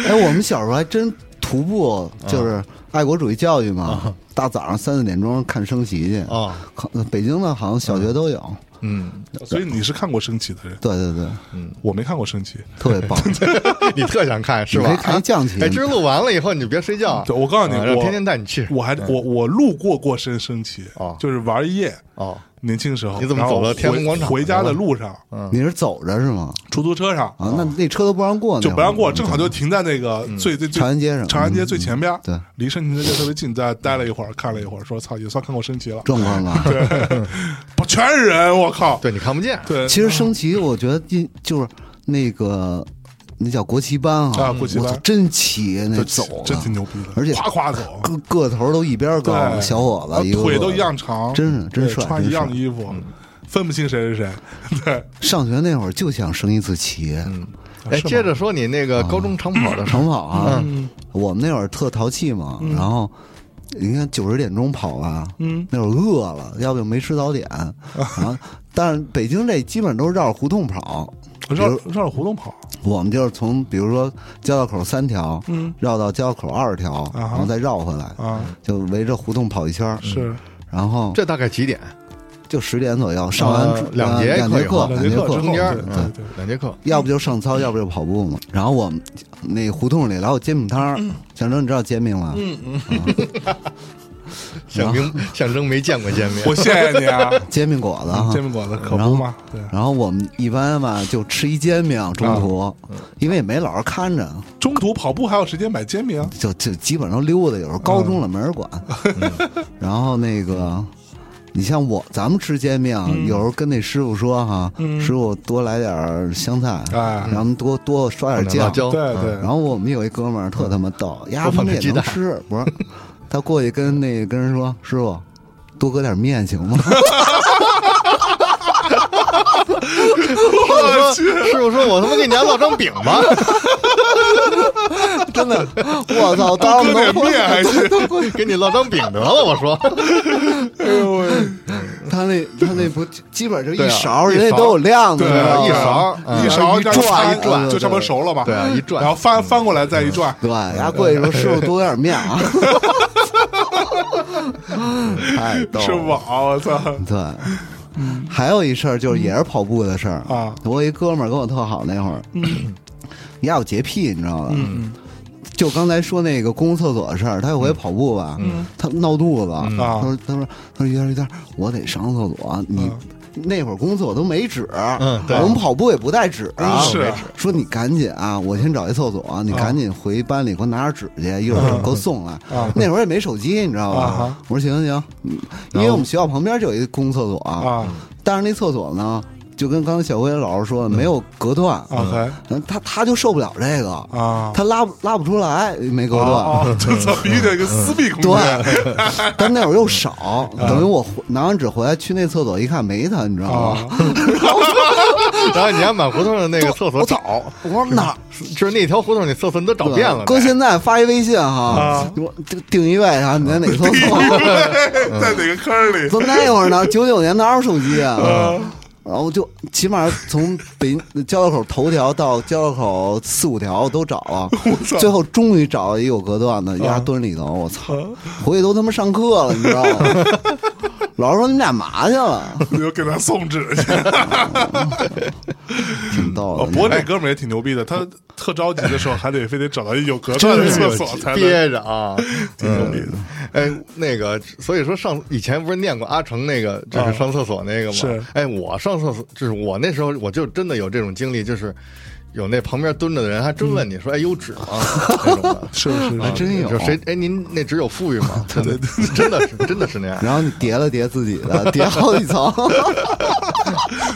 哎，我们小时候还真徒步，就是
啊
爱国主义教育嘛，大早上三四点钟看升旗去
啊，
好北京的好像小学都有，
嗯，
所以你是看过升旗的人，
对对对，
我没看过升旗。
特别 棒。
你特想看是
你可
吧
以？看一降旗
哎，今儿录完了以后你就别睡觉啊，
对我告诉你
啊让
我
天天带你去。
我还
嗯
我我路过过升升旗
哦，
啊
就是玩一夜。
哦，
年轻时候，
你怎么
然后
走到天安门
回
广场
回家
去了
的路上，
你是走着是吗？
出租车上
嗯啊，那那车都不让过，
就不让过，
那
正
会
好
儿
就停在那个最最最
嗯长安街上
长安街最前边儿，
嗯对
离升旗台就特别近，在待了一会儿，看了一会儿，说操，也算看过升旗了，
壮 观吧？
不全是人，我靠，
对你看不见，
对，
其实升旗，我觉得印就是那个那叫国旗班
啊国旗班
我操真旗那
这
走
真挺
的，
牛逼的，
而且
夸夸 走，
个个头都一边高，
对，
小伙
然后
子一个
腿
个
都
的
一。样长，
真是真
对
帅
穿
真
一样
帅嗯
的衣服，分不清谁是谁，对，
上学那会儿就想升一次旗，
哎，
是吗
接着说你那个高中长跑的事儿
长跑啊，
嗯
我们那会儿特淘气嘛，然后。你看九十点钟跑吧，嗯，那会儿饿了，要不就没吃 早点，然后，但是北京这基本都是绕着胡同跑，
绕绕着胡同跑，
我们就是从比如说交道口三条，嗯，绕到交道口二十条，
哈
然后再绕回来，
啊，
就围着胡同跑一圈儿，
是
然后
这大概几点？
就十点左右上完
呃
主
两节
呃两
课
节
以后
课，
两节
节
课之
中
后，
间儿
对
嗯
对对。
两节课。
要不就上操，要不就跑步嘛。然后我们那胡同里老有煎饼摊
嗯
儿，象征你知道煎饼吗？
象征象征没见过见面
我，谢谢你啊，
煎饼果子哈
煎。饼果子可不嘛，对，
然后我们一般吧就吃一煎饼，中
啊
途因为也没老师看着，
中途跑步还有时间买煎饼，
嗯
就就基本上溜达，有时候高中了没人管。然后那个你像我，咱们吃煎饼，啊
嗯
有时候跟那师傅说哈，
嗯
师傅多来点儿香菜，
啊
哎
然后多多刷点
辣
酱。
椒，
对
嗯
对，
然后我们有一哥们儿特他妈逗，呀，
多
他
放
们
点
也
鸡
能
蛋
吃，不是？他过去跟那跟人说，师傅，多搁点面行吗？
我说师傅说，我他妈给你家烙张饼 吧，
真的，我操，当时
搁点面还是
给你烙张饼得了。我 说，
哎呦喂，
他那他那不基本就
对
一
啊
勺儿，
一
人家都
勺啊
有量的，
对
你
一
知道吗
勺嗯
一勺
一
加
转
叉
一转
就差不多熟了吧？
对啊一转
然后翻翻过来再一转，
对，然后过去说师傅多点面啊，太逗
哎吃不
了。
饱，我操！
对，还有一事儿就是也是跑步的事儿
啊
我一哥们儿跟我特好那会儿，你有洁癖，你知道吧？就刚才说那个公共厕所的事儿，他有回跑步吧，他闹肚子，他说他说他说于谦于谦，我得上厕所，你。那会儿公共厕所都没纸，
嗯对
我们跑步也不带纸啊。
嗯是
说你赶紧啊，我先找一厕所，你赶紧回班里给我拿点纸去，一会儿给我送来。
啊
那会儿也没手机，你知道吧？
啊哈
我说行行行，嗯因为我们学校旁边就有一公共厕所
啊
啊，但是那厕所呢，就跟刚才小辉老师说的，没有隔断，
，OK
嗯他他就受不了这个，
啊，
他拉不拉不出来，没隔断。
哦，这操，必须得有一个私密空间，
对， 但那会儿又少，
嗯
等于我回拿完纸回来去那厕所一看没他，你知道
啊
吗？
然后你还满胡同的那个厕所找，
我说哪儿
就是那条胡同里厕所你都找遍了。
哥现在发一微信哈
啊，
我定定一位啊，你在哪厕所？
对， 在哪个坑里？
从那会儿呢，九九年哪有手机啊？
嗯
然后就起码从北交道口头条到交道口四五条我都找啊，最后终于找到一有隔断
嗯
的，丫蹲里头，我操，回去都他妈上课了，你知道吗？老师说你们俩嘛去了，
你就给他送纸去。
挺逗
哦，
的。
不过那哥们儿也挺牛逼的，他特着急的时候还得非得找到一有隔断
真
的
是
厕
有
所才能。
憋着啊，挺牛逼的。 哎，那个，所以说上以前不是念过阿成那个，就是上厕所那个吗？
是
哎，我上厕所就是我那时候我就真的有这种经历，就是有那旁边蹲着的人还真问你说：“哎，有纸吗？”那种的。
是是是
啊
真有
就谁？哎，您那纸有富裕吗？对对对， 真的是真的是那样。
然后你叠了叠自己的，叠好几层，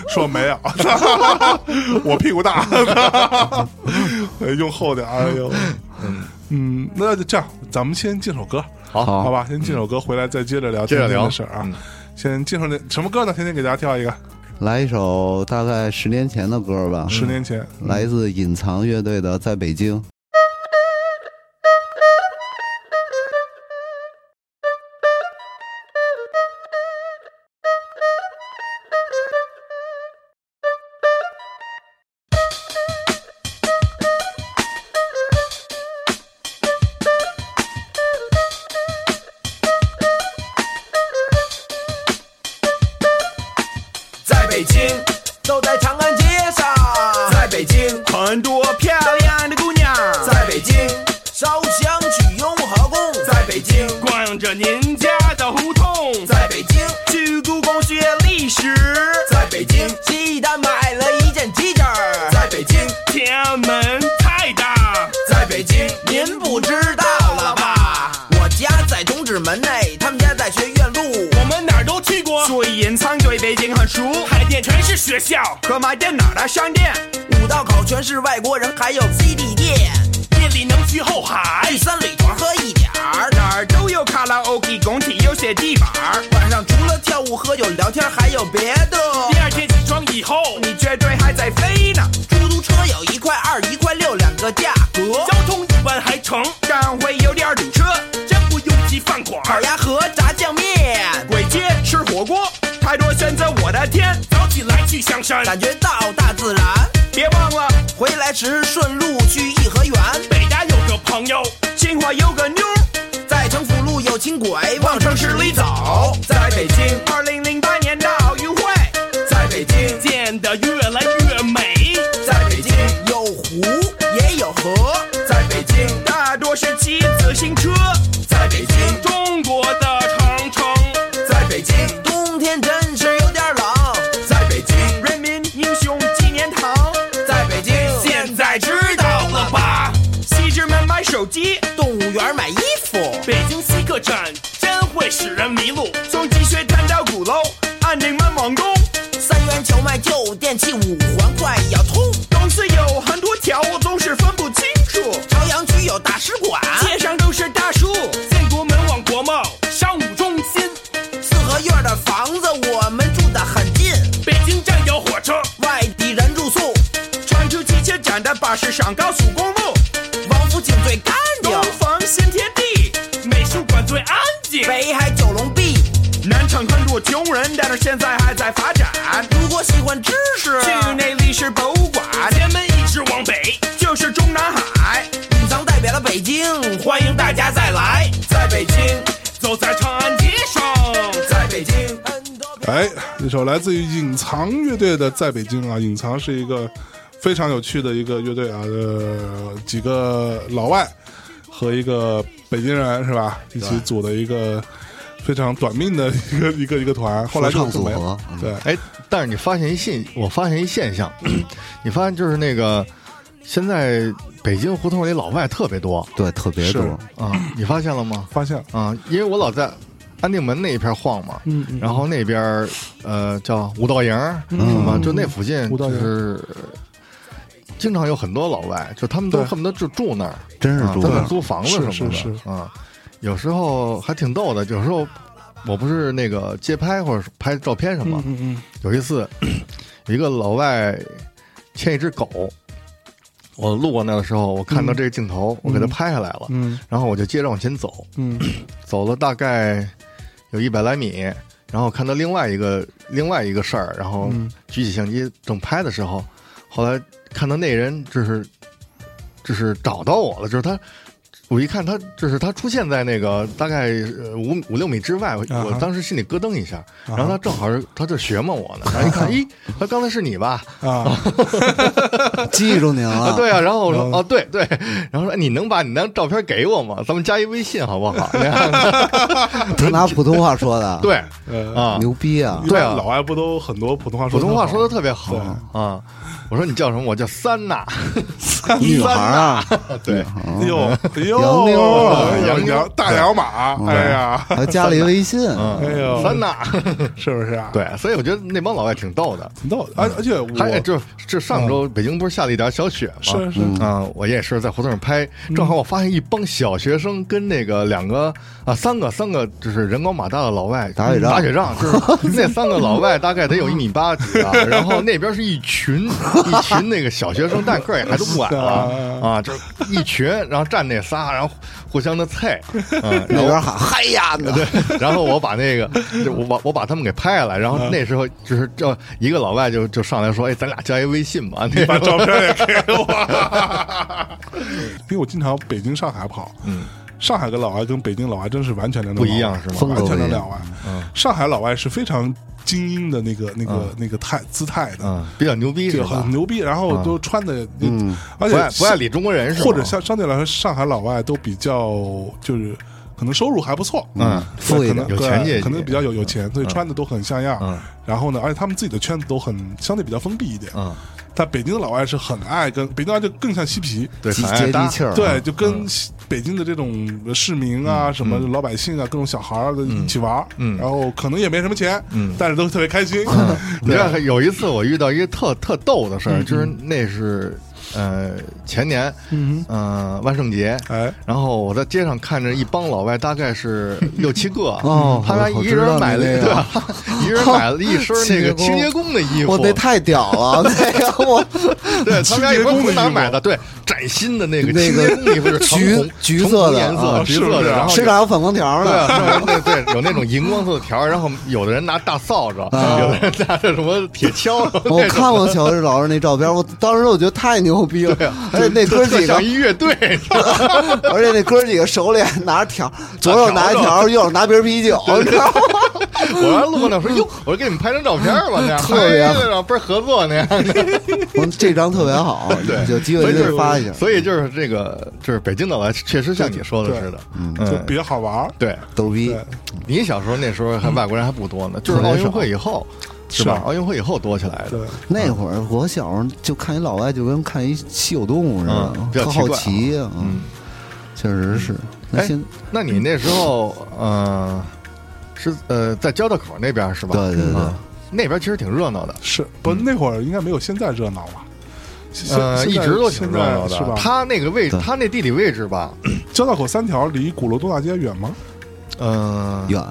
说没有，我屁股大， 呃用厚点儿。哎呦，嗯那就这样，咱们先进首歌，
好嗯
好吧，先进首歌，回来再接着聊
接着
今天
聊嗯
的事儿啊。先介绍那什么歌呢？天天给大家跳一个，
来一首大概十年前的歌吧，
嗯
十年前
来自隐藏乐队的《在北京》。
在北京，
走在长安街上，
在北京，
很多漂亮的姑娘
在北京，
烧香去雍和宫，
在北京，
逛着您家的胡同，
在北京，
去故宫学历史，
在北京，
西单买了一件 T 恤儿，
在北京，
天安门太大，
在北京，
您不知道了吧？
我家在东直门内，他们家在学院路。
我们哪儿都去过，所以隐藏对北京很熟，海淀全是学校，和马甸哪儿的商店，
五道口全是外国人，还有 CD 店，
夜里能去后海
去。三里屯喝一点儿。
哪儿都有卡拉 OK，工体有写地板儿。
晚上除了跳舞、喝酒、聊天，还有别的。
第二天起床以后，你绝对还在飞呢。
出租车有一块二、一块六两个价格，
交通一般还成，但会有点堵车，真不拥挤饭馆
烤
儿。
鸭和炸酱面，
鬼街吃火锅，太多选择，我的天！早起来去香山，
感觉到大自然。
别忘了
回来时顺路去颐和园，
北大有个朋友，清华有个妞儿，
在城府路有轻轨，往
往城
城
市
市
里
里
走
走。。
在北京，二零零八年的奥运会，
在北京，
建得越来越美。
在北京有湖也有河，在北京，
大多是骑自行车，
在北京，
中国的长城，
在北京，冬天真是有点冷。在北京，
人民英雄纪念堂。
在北京，
现在知道了吧？西直门买手机，
动物园买衣服。
北京西客站真会使人迷路，从积雪站到鼓楼，站的巴士上高速公路，
王府井最干净
东，方新天地，美术馆最安静，
北海九龙壁。
南昌很多穷人，但是现在还在发展。
如果喜欢知识，
去那历史博物馆，咱们一直往北，就是中南海。
隐藏代表了北京，欢迎大家再来，在北京，
走在长安街上，
在北京。
哎，一首来自于隐藏乐队的《在北京》啊，隐藏是一个非常有趣的一个乐队啊，呃，几个老外和一个北京人是吧，一起组的一个非常短命的一个一个一个团，后来就
说唱
就没
组合
了对，
哎，但是你发现一现，我发现一现象，你发现就是那个现在北京胡同里老外特别多
对，特别多
是。
啊，你发现了吗？
发现了
啊，因为我老在安定门那一片晃嘛，
嗯嗯
然后那边儿呃叫五道营儿，什么就那附近
五道
就
营
是经常有很多老外，就他们都
对
恨不得就住那儿，
真是
啊
住
在那
那
儿
儿
租房子
是
什么的
是是
啊。有时候还挺逗的，有时候我不是那个街拍或者是拍照片什么，
嗯嗯
有一次， 有一个老外牵一只狗，我路过那的时候，我看到这个镜头，我给他拍下来了，
嗯
然后我就接着往前走，
嗯
走了大概有一百来米，然后看到另外一个另外一个事儿，然后
嗯
举起相机正拍的时候，后来看到那人就是就是找到我了，就是他。我一看他，就是他出现在那个大概呃五五六米之外，我
啊哈啊
我当时心里咯噔一下，然
哈
后他正好是他这学嘛我 呢，然后一看，咦，他刚才是你吧？
嗯啊，
记住您
啊，
了。
对啊，然后我说
嗯
哦，对对，然后说你能把你那张照片给我吗？咱们加一微信好不好？ 那样的
他拿普通话说的，
对
呃，
啊，
牛逼啊
一！
对
般
啊
老外不都很多普通话
普
说
通话说的
的
特别好啊。我说你叫什么？我叫三娜。
女孩儿啊，
对，
哟哎呦
洋妞啊
洋妞大洋马，哎呀，
还加了一微信，
嗯
哎呦，
三娜。
是不是啊？，
对，所以我觉得那帮老外挺逗的。
挺逗的，哎而而且
还
我嗯
就就上周北京不是下了一点小雪吗？
是是
啊，我也是在胡同上拍，正好我发现一帮小学生跟那个两个啊三个三个就是人高马大的老外
打雪仗
打雪仗，就是那三个老外大概得有一米八几啊，然后那边是一群一群那个小学生，但个儿也还都不矮了
是
啊，就是一群，然后站那仨，然后互相的菜，嗯，
那边喊嗨呀呢，
对， 然后我把那个，就我把我把他们给拍下来，然后
嗯
那时候就是这一个老外就就上来说，哎，咱俩加一微信吧，那
把
个
照片也给我，因为我经常北京、上海跑。嗯，上海的老外跟北京老外真是完全两种
不一样嗯是吗
风格
完
不
全
一
两
样
两外。上海老外是非常精英的那个、那个、那个态姿态的
嗯，，比较牛逼
这
是
个
吧
很？牛逼，然后都穿的，嗯，而
不爱
且
不爱理中国人是吧？
或者相相对来说，上海老外都比较就是可能收入还不错，
嗯
对
富一
可
点
能
有
对
钱阶级
可能比较有有钱，所以穿的都很像样。
嗯
然后呢，而且他们自己的圈子都很相对比较封闭一点。
嗯，
但北京的老外是很爱跟北京老外就更像嬉皮，
对，
接
很爱
接
搭
地气儿，
啊对，，就
嗯
跟西北京的这种市民啊、什么老百姓啊、各种小孩儿的一起玩儿，
嗯
然后可能也没什么钱，
嗯
但是都特别开心。
你知道有一次我遇到一个特特逗的事
嗯
儿，就是那是呃前年，嗯呃万圣节，
哎，
然后我在街上看着一帮老外，大概 是六七个，
哦
他们
我
一
知道
人买了
你那
一
个
对吧， 一人买了一身那个
清
清
洁
洁
工
工的衣服，
我那太 屌了，那个我
对他们家也不
清洁工
是
的
从哪
衣
儿
服
买的，对，崭新的那个
那
清
个
洁工的衣服是橙
橘
红
橘
橙
色
红
的
颜色
啊
橘
是不
色
是
的，
啊
然后
身上有反光条
对
呢，
啊，对对对，有那种荧光色的条儿，然后有的人拿大扫帚，有的人拿着什么铁锹，
啊 我看过乔治老师那照片，我当时我觉得太牛逼了，而且那啊哥
啊特
几
特
个
像，一乐队， 是吧
而且那哥几个手里还拿着条，左手拿一条，右手拿瓶啤酒，你知道吗？
我还路过那儿说哟，我说给你们拍张照片吧，那样
特别好
拍然后倍儿合作那样的，
我们这张特别好，
对，
有机会
所
一
以就
定
是
发一下，
所以就是这个，就是北京的老外确实像你说的
对
似的，
就
嗯，
比较好玩儿。
对，
逗逼
对，
你小时候那时候还外国人还不多呢，就是奥运会以后。是吧
是？
奥运会以后多起来的
对，
那会儿我小时候就看一老外，就跟看一稀有动物似的
嗯，比较
特
奇怪
好
啊
奇呀。嗯，确实是。那
哎
现，
那你那时候，呃，是呃，在交道口那边是吧？
对对对
啊那边其实挺热闹的，
是不那会儿应该没有现在热闹吧？现
呃，一
现在
直都挺
现
热
在
闹
是吧
的。？他那个位置，
对
他那地理位置吧，
交道口三条离鼓楼东大街远吗？
嗯，
远，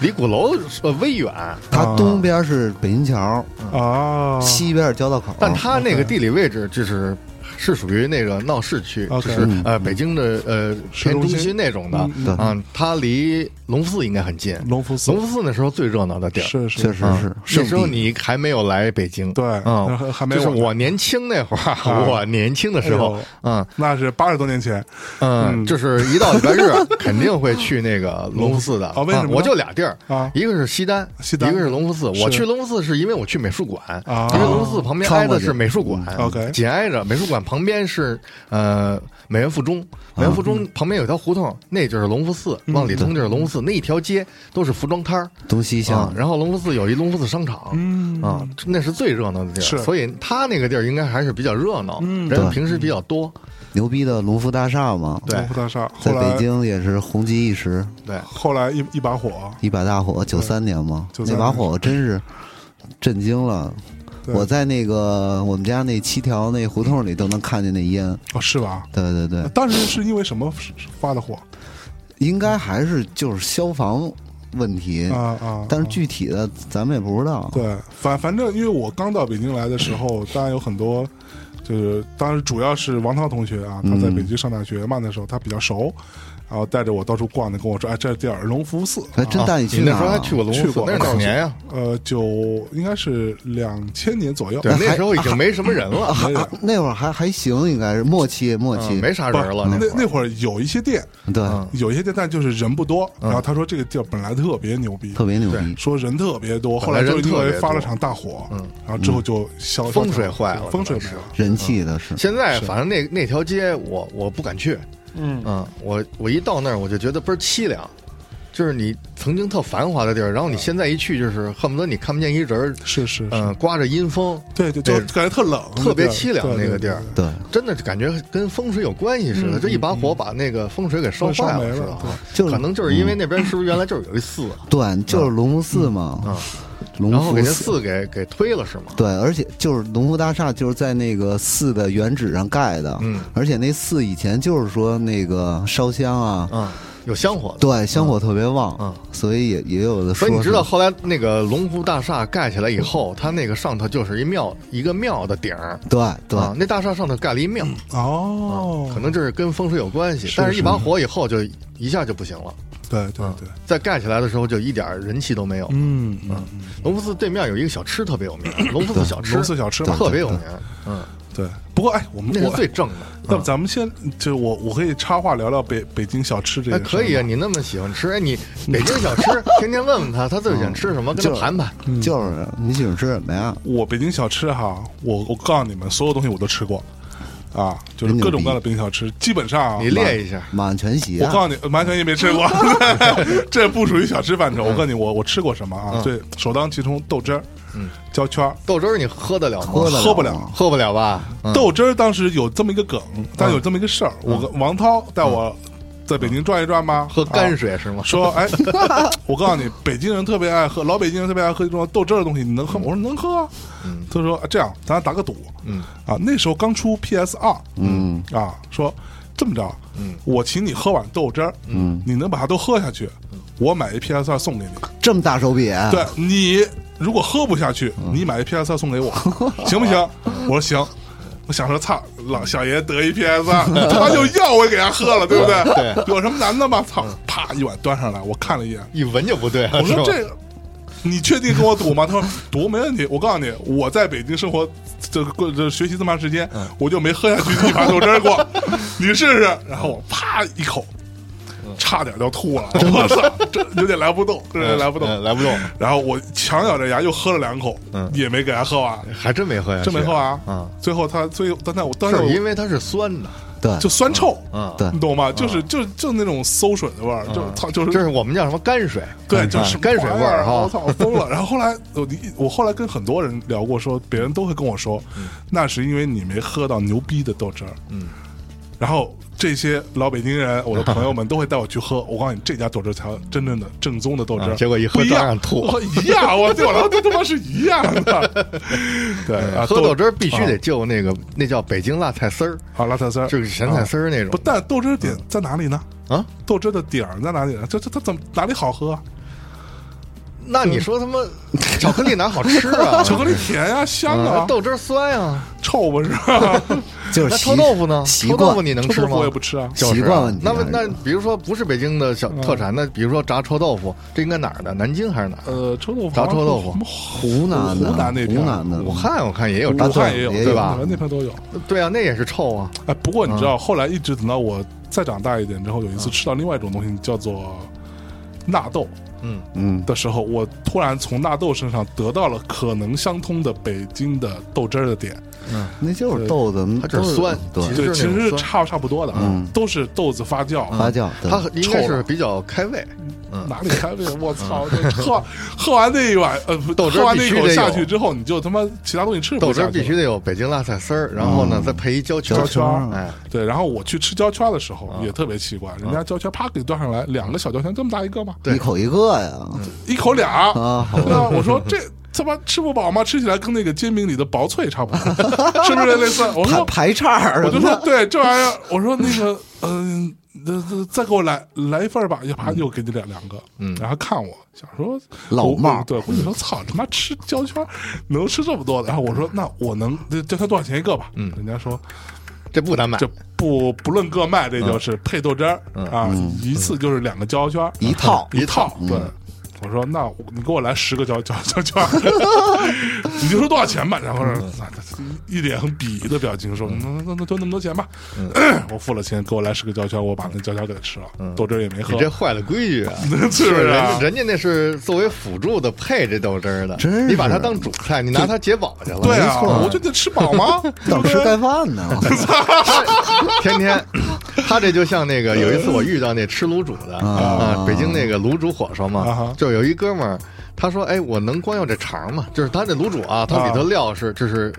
离鼓楼呃微远，
它东边是北新桥，
嗯
啊，
西边是交道口，
哦
但他那个地理位置就是是属于那个闹市区，就
OK 嗯
是呃北京的呃
市
偏
中
中
心
心那种的
嗯
啊，它离隆福寺应该很近。
隆福寺
隆福寺那时候最热闹的地儿，
是
确
是
实
啊
是
那
圣
时候
地。
你还没有来北京，
对那还
嗯，
还没啊
就是
我呢
我年轻那会儿， 我年轻的时
哎
候，嗯
那是八十多年前，
嗯，就是一到礼拜日啊 肯定会去那个隆福寺的。
哦为什么
啊
呢
我就俩地儿
啊
一个是西单，
西单
一个是隆福寺。
是
我去隆福寺是因为我去美术馆，
啊
因为隆福寺旁边
穿
挨
过
的
去
是美术馆
嗯，OK
紧挨着美术馆旁边是呃美院附中，
啊
美院附中旁边有条胡同，那就是隆福寺，
嗯
往里通就是隆福寺，那一条街都是服装摊儿。
东西
啊
向，
然后隆福寺有一隆福寺商场，
嗯
啊，那是最热闹的地
是嗯
儿，所以他那个地儿应该还是比较热闹，人
对
平时比较多，
牛逼的隆福大厦嘛，
对
龙福大厦，后
在
来
北京也是红极一时，
对，
后来一一把火，
一把大火，九三年嘛，
93
那把火我真是震惊了。
对
我在那个我们家那七条那胡同里都能看见那烟，
哦是吧？
对对
嗯
对，
当时是因为什么发的火
应该还是就是消防问题，
嗯
啊啊？
但是
啊
具体的咱们也不知道。
对，反反正因为我刚到北京来的时候，当然有很多，就是当时主要是王涛同学啊，他在北
嗯
京上大学嘛，那时候他比较熟，然后带着我到处逛的，跟我说，哎，这地儿隆福寺，
哎，真带你去
那
哪
时候
儿
还
啊？
去过隆
去
福寺
过，
那是哪年呀？
呃，九应该是两千年左右，啊
对，那时候已经没什么人 了，
没人
啊那会儿还还行，应该是默契默
嗯
契，
没啥
不
人了
那
那会儿
那会儿有一些店，
对，
嗯
有一些店，但就是人不多。然后他说这个地儿本来特别牛逼，
特别牛逼
对。
说人特别多，后
本来
来就
人
因
特
为
别
发
多
了
嗯
场大火，然后之后就消
风水坏了
风水
可能
没
是
了。
人气的是，
现在反正那那条街我我不敢去，嗯我我一到那儿我就觉得倍儿凄凉。就是你曾经特繁华的地儿，然后你现在一去，就是恨不得你看不见一人儿，
是是是，
嗯、刮着阴风，
对对，就
对
感觉特冷，
特别
那地
凄
儿
凉
对对
那个地
对
儿。
对，
真的感觉跟风水有关系似的，这一把火把那个风水给烧坏
烧没了
似的啊，
就是
可能就是因为那边是不是原来就是有一寺，
对，就是隆福寺嘛，
嗯
隆
然后
福
给那
寺。
寺给给推了是吗？
对，而且就是农夫大厦就是在那个寺的原址上盖的，
嗯
而且那寺以前就是说那个烧香啊，
嗯，有香火的。
对，香火特别旺，
嗯
所以也也有的说
所
是，
以你知道后来那个龙湖大厦盖起来以后，它那个上头就是一庙，一个庙的顶儿。
对对、
啊，那大厦上头盖了一庙，
嗯哦，
可能这是跟风水有关系。但是一把火以后就一下就不行了，
对对对，
再盖起来的时候就一点儿人气都没有。啊
嗯嗯，
龙福寺对面有一个小吃特别有名，龙福寺小吃，
龙寺小吃嘛
特别有名。嗯，
对。不过哎，我们
那
我
是最嗯正的。
那咱们先就我我可以插话聊聊北北京小吃这
哎，
个事儿
可
吗。
以啊，你那么喜欢吃，哎，你北京小吃，天天问问他，他最喜欢吃什么，跟
就
他
是
盘盘。
嗯
就是你喜欢吃什么呀？
我北京小吃哈，我我告诉你们，所有东西我都吃过，啊，就是各种各样的北京小吃，基本上啊
你列一下，
满全席、
我
啊，
告诉你，完全也没吃 过，这不属于小吃范畴。我告诉你，我我吃过什么
嗯
啊？对，首当其冲豆汁儿，嗯，焦圈儿，
豆汁儿你喝得了啊吗？
喝得
喝不
了
了
吗
喝不了吧？嗯
豆汁儿当时有这么一个梗，但有这么一个事儿，我跟王涛带我在北京转一转嘛，
喝
啊
泔水是吗？
说，哎，我告诉你，北京人特别爱喝，老北京人特别爱喝这种豆汁儿的东西，你能喝吗？我说能喝啊。他说啊这样，咱打个赌。
嗯
啊，那时候刚出 PS 二，嗯啊，说这么着，嗯，我请你喝碗豆汁儿，嗯，你能把它都喝下去，我买一 PS 二送给你。
这么大手笔，啊
啊
对你如果喝不下去，你买一 PS 二 送给我，行不行？我说行。我想说，操，老小爷得一 PS 二， 他就要我给他喝了，对不对？有什么难的吗？操，啪一碗端上来，我看了一眼，
一闻就不对啊。
我说
是吧
这个，你确定跟我赌吗？他说赌没问题。我告诉你，我在北京生活这过这学习这么长时间，
嗯
我就没喝下去一盘豆汁儿过。 你试试。然后我啪一口，
嗯
差点就吐了。我操，这有点来不动，这有点来不
嗯
动。
来不动，
然后我强咬着牙又喝了两口，也没给他喝完，
嗯还真没喝呀，
真没喝完。
嗯，
最后他最后，但那我当时
是因
我
为它是酸的，
对，
就酸臭，
嗯，
对
你懂吗？就是就就那种馊水的味儿，就操，就是
这是我们叫什么泔水？
对，
嗯
就是哎
啊泔水味儿哈。
我操，我疯了。然后后来我我后来跟很多人聊过说，别人都会跟我说，
嗯
那是因为你没喝到牛逼的豆汁儿。嗯，然后这些老北京人，我的朋 友们都会带我去喝。我告诉你，这家豆汁儿才真正的正宗的豆汁儿。
啊结果一喝
不一
照
样
样 吐
我一样，我对我来说都他妈是一样的。 对，啊
喝豆汁儿必须得就那个，那叫北京辣菜丝儿，
啊，辣菜丝儿，
就是咸菜丝儿嗯那种。
不，但豆汁儿点在哪里呢？
啊，
豆汁儿的点儿在哪里呢？这这它怎么哪里好喝啊？
那你说他妈巧克力哪好吃啊？
巧克力甜呀、香
啊
啊，，
豆汁儿酸啊。
臭吧是 吧？
就是
那
习
臭豆腐呢？
习
臭豆腐
惯
你能
臭
吃
豆
吗
腐？我也不吃嗯啊，
就是啊
习惯问题
那么
还是
那比如说不是北京的小特产，那比如说炸臭豆腐，这应该哪儿的？南京还是哪儿？
呃，臭豆腐，
炸臭豆腐
什么
湖
湖
南的，
湖南那边，嗯
湖南的，
武汉我看也有
武
炸
汉
臭，
也有
也有
对
吧
吧？那边都有。
对啊，那也是臭啊。
哎，不过你知道，后来一直等到我再长大一点之后，有一次吃到另外一种东西叫做纳豆
嗯，
嗯，
的时候，我突然从纳豆身上得到了可能相通的北京的豆汁儿的点，
那就是豆子，
它就是
豆
酸
对
其，实
对，
就是
其
那种
实是
酸嗯
差差不多的啊，都是豆子发酵。
发酵，对
它应该
臭
是
了
比较开胃。嗯，
哪里开胃？我 操！这喝喝完那一碗，呃，不
豆汁儿
喝完那
必
一
须
口
得
下
有
去之后，你就他妈其他东西吃 不
豆汁
下
儿
去
必须
了。
得有北京辣菜丝儿，然后呢再配一焦圈
焦
儿。
圈
儿
儿，对，然后我去吃焦圈儿的时
啊
候也特别奇怪，人家焦圈儿啪给端上来两个小焦圈，这么大一个吗？
一口一个呀，
一口俩
啊好吧
那我说这他妈吃不饱吗？吃起来跟那个煎饼里的薄脆差不多， 是不是类似？我
排
说，
排叉儿啊
我
什
就
么
说
的，
对这玩意儿，我说那个，嗯、呃，再给我来来一份儿吧，又啪又给你两两个，嗯，然后看我想说
老
我
帽儿
对，我就说操他妈吃胶圈儿能吃这么多的，然后我说那我能这胶圈多少钱一个吧？嗯，人家说
这不难买
这。不不论各卖，这就是配豆汁儿、啊，一次就是两个胶圈儿，嗯
一套
一套，对。我说那我你给我来十个胶胶胶圈儿， 你就说多少钱吧。然后说那一脸很鄙夷的表情说，那那那就那么多钱吧。 我付了钱，给我来十个胶圈儿，我把那胶圈儿给他吃了，豆汁儿也没喝
你。这坏了规矩啊！
是不是啊
人人家那是作为辅助的配这豆汁儿的，
真是
你把它当主菜，你拿它解饱去了。
对啊，
没错
我就得吃饱吗？
等吃盖饭 呢，
天天，他这就像那个有一次我遇到那吃卤煮的啊，北京那个卤煮火烧
啊
嘛
哈，
就有一哥们儿，他说：“哎，我能光要这肠吗？就是他这卤煮啊，它里头料是就是，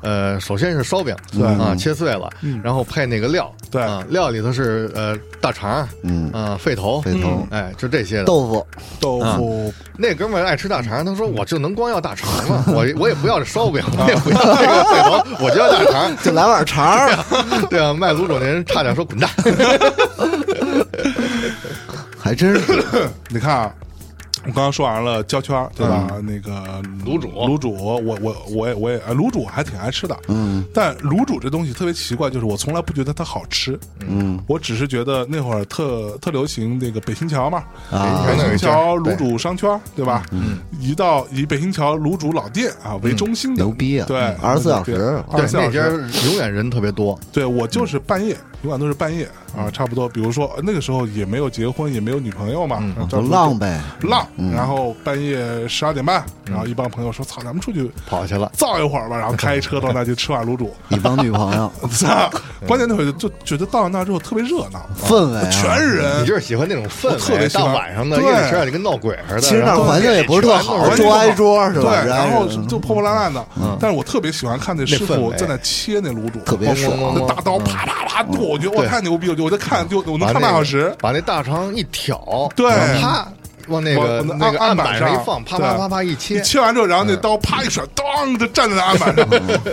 呃，首先是烧饼啊，切碎了，然后配那个料，
对
啊料里头是呃大肠，
嗯
啊肺头，
肥头
哎，就这些的。
豆腐
豆腐
那哥们儿爱吃大肠，他说我就能光要大肠吗？我我也不要这烧饼，我也不要这个肺头，我就要大肠。”
就来碗肠 儿，
对啊，卖卤煮那人差点说滚蛋。
还真 是
你看啊，我刚刚说完了焦圈儿，对吧？那个
卤煮
卤煮，我我我也我也呃卤煮还挺爱吃的，嗯。但卤煮这东西特别奇怪，就是我从来不觉得它好吃，嗯。我只是觉得那会儿特特流行那个北新桥嘛，
啊
北新桥
对
卤煮商圈儿，对吧？嗯。一到以北新桥卤煮老店啊为中心的，
牛逼啊！
对，
二十四小时，
二
对
十，四
那
小
家
时。
永远人特别多。
对我就是半夜，永远都是半夜啊，差不多。比如说那个时候也没有结婚，也没有女朋友嘛，啊
就浪呗，
浪，
嗯
然后半夜十二点半，然后一帮朋友说：“操，咱们出去
跑去了
造一会儿吧。”然后开一车到那去吃碗卤 煮。
一帮女朋
啊
友
操，关键那会儿就觉得到了那之后特别热闹，
氛围
全
啊，
是人
你。就是喜欢那种氛围，
呃我特别喜
到
欢
晚上的
对
夜里十二点跟闹鬼似的。
其实那
然后
环境也不是特好，
全
桌挨桌是
对，
吧？
然后
人嗯
就破破烂烂的，但是我特别喜欢看那师
那氛
傅
围
在那切那卤煮，
特别嗯爽
咣咣咣咣啊那大刀啪啪啪剁，我觉得我
对
太牛逼了，我就看就我能
把
看
那
半
个
小时。
把那大肠一挑，
对
然后啪往那个
往那
那个
案
案
板
板上
上
一放，啪啪
对
啪啪一
你
切，
切完之后，然后
嗯
那刀啪一甩，当就站在那案板上，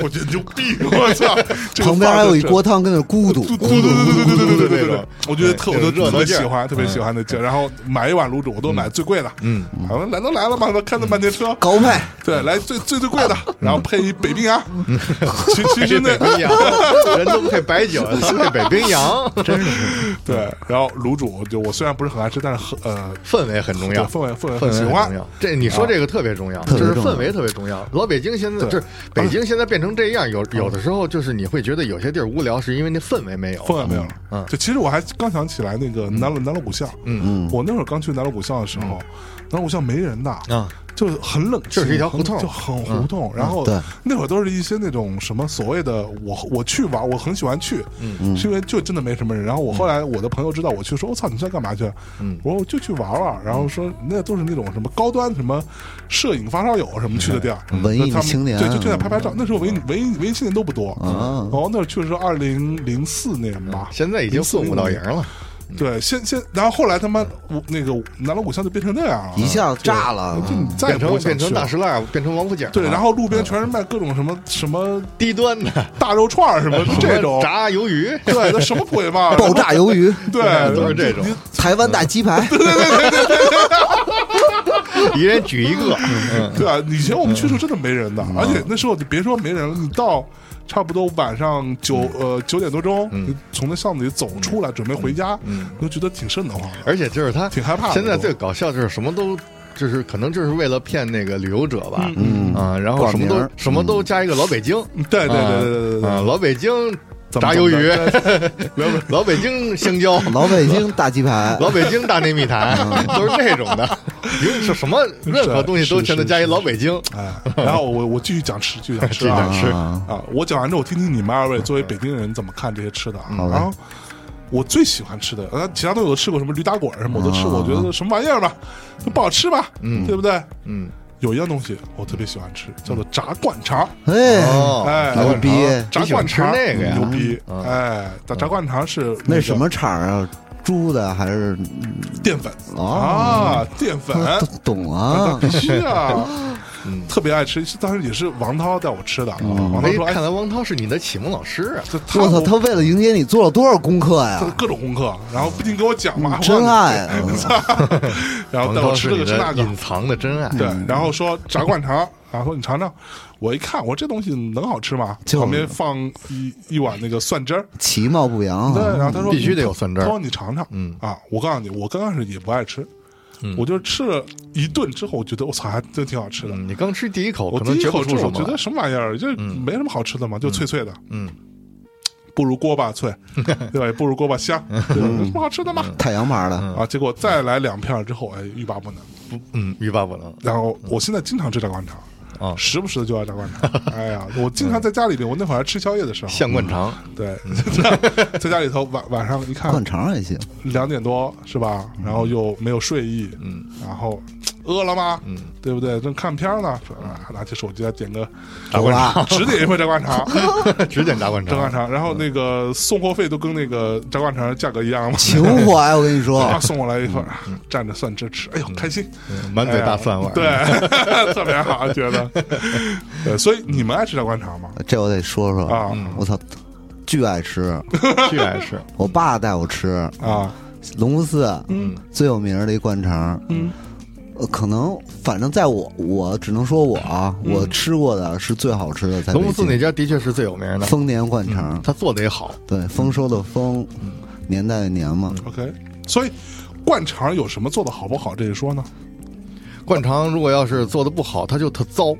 我觉得牛逼！我 操，这个
旁
范
边
儿
还有一
真
锅汤跟那咕嘟
嘟嘟
咕
嘟嘟
嘟，
嘟嘟
那
嘟嘟嘟
种
嘟，我觉得特
对
我
那
都
种热闹
特别
劲儿嗯
喜欢，特别喜欢那劲儿。然后买一碗卤煮，我都买最贵的。嗯，好像来都来了嘛，看那半天车，
嗯
高配
对，来最最最贵的，然后配一北冰洋。 其其实那
嗯 北冰 洋，人都配白酒，他配北冰洋，真是
对，然后卤煮就我虽然不是很爱吃，但是很呃
氛围很重要
对。氛围氛围
氛
很
围
喜
很
欢啊
重。要，这你说这个特别重要，
特
就
别
是
重要
氛围特别重要。老北京现在就是北京现在变成这样，有有的时候就是你会觉得有些地儿无聊，是因为那氛围没有。
氛围没有
嗯
了，就其实我还刚想起来那个南锣南锣鼓巷，嗯嗯，我那会儿刚去南锣鼓巷的时候，南锣鼓巷没人的
嗯啊，
就是很冷
就
清，
是一条胡同嗯
很就很胡同。然后
对
那会儿都是一些那种什么所谓的我我去玩，我很喜欢去，嗯，是因为就真的没什么人。然后我后来我的朋友知道我去，说我操，你这干嘛去？嗯，我说我就去玩玩。然后说那都是那种什么高端什么摄影发烧友什么去的地儿，
嗯
嗯
文艺
那他们
青年嗯
对，就就在拍拍照。那时候文艺文艺文艺青年都不多，
啊
然后那去的时候二零零四年吧，
嗯现在已经
04
混不到嗯营
年。
了。
对，先先，然后后来他妈我那个南锣鼓巷就变成那样了，
一下子炸了，
就你再也
变成
不会想
变成
去
大
了。
石烂，变成王府井了。啊嗯
对，然后路边全是卖各种什么什么
低端的
大肉串儿什么这种，
炸鱿鱼，
对，那什么鬼嘛？
爆炸 鱿鱼，
对，
都是这种
你
台湾大鸡排，
一人举一个，嗯，
对啊，以前我们去的时候真的没人的，而且那时候你别说没人了，你到差不多晚上九
嗯
呃九点多钟，你从那巷子里走出来，准备回家，
嗯
都觉得挺瘆得慌的。
而且就是他
挺害怕的
现在
都
最搞笑就是什么都。就是可能就是为了骗那个旅游者吧，嗯啊，然后
挂
什么
名
都
儿
什么都加一个老北京，
对对对对对对
啊，
对，
老北京
怎么
炸鱿鱼，
老北
老北京香蕉，
老北嗯京大鸡排，
老北京大内密谈，都是这种的，是什 么
啊
任何东西都全都加一老北京，
哎，然后我我继续讲吃，继续讲 吃
继续讲
啊
吃
啊
啊！我讲完之后，我听听你们二位作为北京人怎么看这些吃的啊。
嘞
然后我最喜欢吃的，呃，其他东西我都吃过，什么驴打滚儿什么我都吃过，我觉得什么玩意儿吧，就不好吃吧，嗯，对不对？
嗯，
有一样东西我特别喜欢吃，叫做炸灌肠。
哎，
哦，
哎，
牛逼！
炸灌肠
你喜欢吃那个呀
牛逼！哎，炸炸灌肠是
那什么肠啊？猪的还是
淀粉
哦
啊？淀 粉
啊懂
那
啊？
必须啊！ 特别爱吃，当时也是王涛带我吃的。王涛
哎
说：“哎
看，来汪涛是你的启蒙老师啊，
这他
我操，他为了迎接你做了多少功课
他
呀？
各种功课，然后不仅给我讲嘛，
真爱啊！
然后
汪
带
涛
哦我吃
是
这个
你
吃那
的
个，
隐藏的真爱，啊
对，然后说炸灌肠，然后说你尝尝，我一看，我这东西能好吃吗？
就
旁边放一一碗那个蒜汁儿，嗯
其貌不扬
对，
啊，
然后他说
必须得有蒜汁儿
他说你尝尝，嗯啊，我告诉你，我刚开始也不爱吃，我就吃了一顿之后，我觉得我操，还真挺好吃的。
嗯，你刚吃第一口
我
可
第
能
一
觉不
口
出
吃，我
什么
觉得
来，
什么玩嗯意儿，就没什么好吃的嘛，就脆脆的，
嗯，
不如锅巴 脆，对吧？也不如锅巴 香，对吧？有什么好吃的嘛？
太阳牌的，
啊，结果再来两片儿之后，哎，欲罢不能。
嗯，欲罢不能
然后我现在经常吃炸灌肠，
啊
时不时的就要炸灌肠。哎呀，我经常在家里边，我那会儿还吃宵夜的时候，嗯
像灌 肠，
对，在家里头晚晚上一看
灌肠也行。
两点多是吧？然后又没有睡意，嗯，然后饿了吗？嗯，对不对？正看片儿呢，说啊拿起手机来点个
炸灌肠，
只点一份炸灌肠，
只点炸灌
炸灌
肠，
肠，然后那个送货费都跟那个炸灌肠价格一样嘛。
情 怀，我跟你说，
啊，送过来一份，啊蘸着蒜汁吃，哎呦，开心！
满嘴大蒜味儿，
哎对， 特别好，觉得。对，所以你们爱吃炸灌肠吗？
这我得说说
啊，
我操，巨 爱吃！
巨爱嗯吃，
我爸带我吃
嗯
啊，
龙福寺，
嗯，
最有名的一灌肠，
嗯
呃，可能反正在我我只能说我啊，
嗯
我吃过的是最好吃的，在
龙福寺
北
那
京
家的确是最有名的，
丰年灌
嗯
肠，
他做的也好，
对，丰收的丰，年代的年嘛，
，OK。所以灌肠有什么做的好不好这一说呢？
灌肠如果要是做的不好，它就特糟，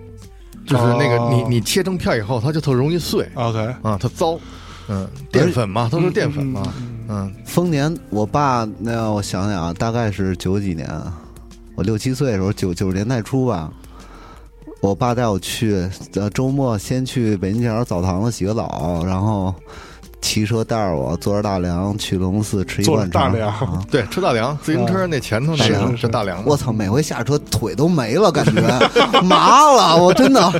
就是那个
哦
你你切成片儿以后，它就特容易碎
OK，
啊，它糟，嗯，淀粉嘛，都是淀粉嘛，嗯，
丰年，我爸那我想想啊，大概是九几年，啊我六七岁的时候，九九十年代初吧。我爸带我去，呃，周末先去北京桥澡堂子洗个澡，然后骑车带着我坐着大梁去龙寺吃一
做
灌
着大
肠。
梁
啊
对，吃大梁，自行车那前头那
是
个
是
是大梁的，
我操！每回下车腿都没了，感 觉麻了，我真的。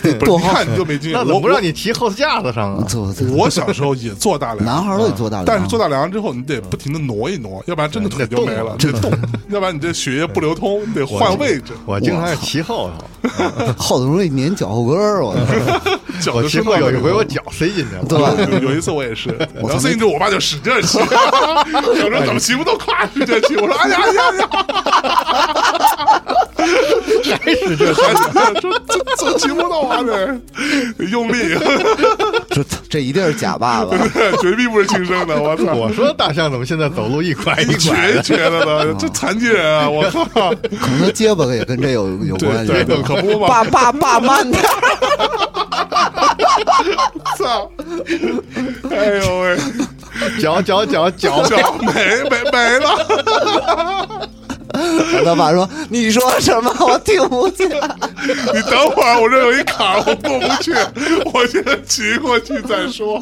不是，
多
你
好！
看你就没劲。
那怎
我
么不让你骑后架子上啊？
坐坐
我小时候也做 大梁，
男孩儿都得
啊
坐大梁，
但是做大梁之后，你得不停的挪一挪，要不然真的腿就没了，得动， 要不然你这血液不流通，得换位置，
我经常是骑后头，
后头容易粘脚后跟儿，我
脚
我
就
骑
伸
后
到
有一
里
回
头
我脚塞进去了，
对吧？
有有一次我也是，然后孙英志我爸就使劲儿骑， 小时候怎么骑不动，咵使劲儿骑，我说哎呀哎呀哎呀，
还使
哎
劲
还是说这这骑不动啊，得 用力，
这这一定是假爸爸。
绝壁不是亲生的，我操！
我说大象怎么现在走路一拐一拐
瘸
的？
瘸的呢，这残疾人啊！我靠，
可能结巴也跟这 有有关
对
系。
对对，可不嘛！
爸爸爸慢 点儿，
操！哎呦喂，
脚脚脚脚，
脚没没没了，
他爸说：“你说什么？我听不见。
你等会儿，我这有一坎儿，我过不去，我先骑过去再说。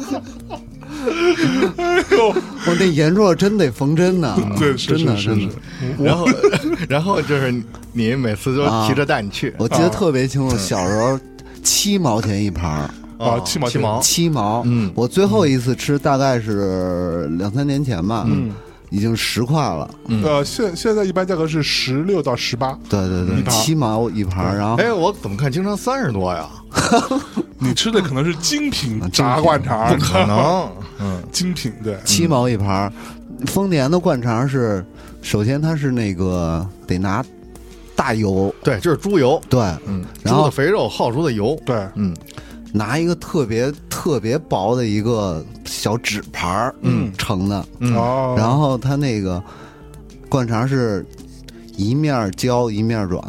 哎呦！”
我那眼珠真得缝针呢，
对，是
嗯真的
是
真
是
的
是。，
嗯然 后然后就是你每次都骑着带你去，
啊我记得特别清楚，小时候七毛钱一盘儿。
啊
啊，
七毛
七毛
七毛，嗯，我最后一次吃大概是两三年前吧，嗯，已经十块了，
呃，现现在一般价格是十六到十八，
对对对，
盘
七毛一盘儿，然后
哎，我怎么看经常三十多 呀？
你吃的可能是精品
啊
炸灌肠，啊
不可能，嗯，
精品对，
七毛一盘儿，丰年的灌肠是，首先它是那个得拿大油，
对，就是猪油，
对，
嗯，
然
猪
后
的肥肉，耗猪的油，
对，
嗯，
拿一个特别特别薄的一个小纸盘儿，嗯，盛的，
哦，
然后它那个灌肠是一面焦一面软，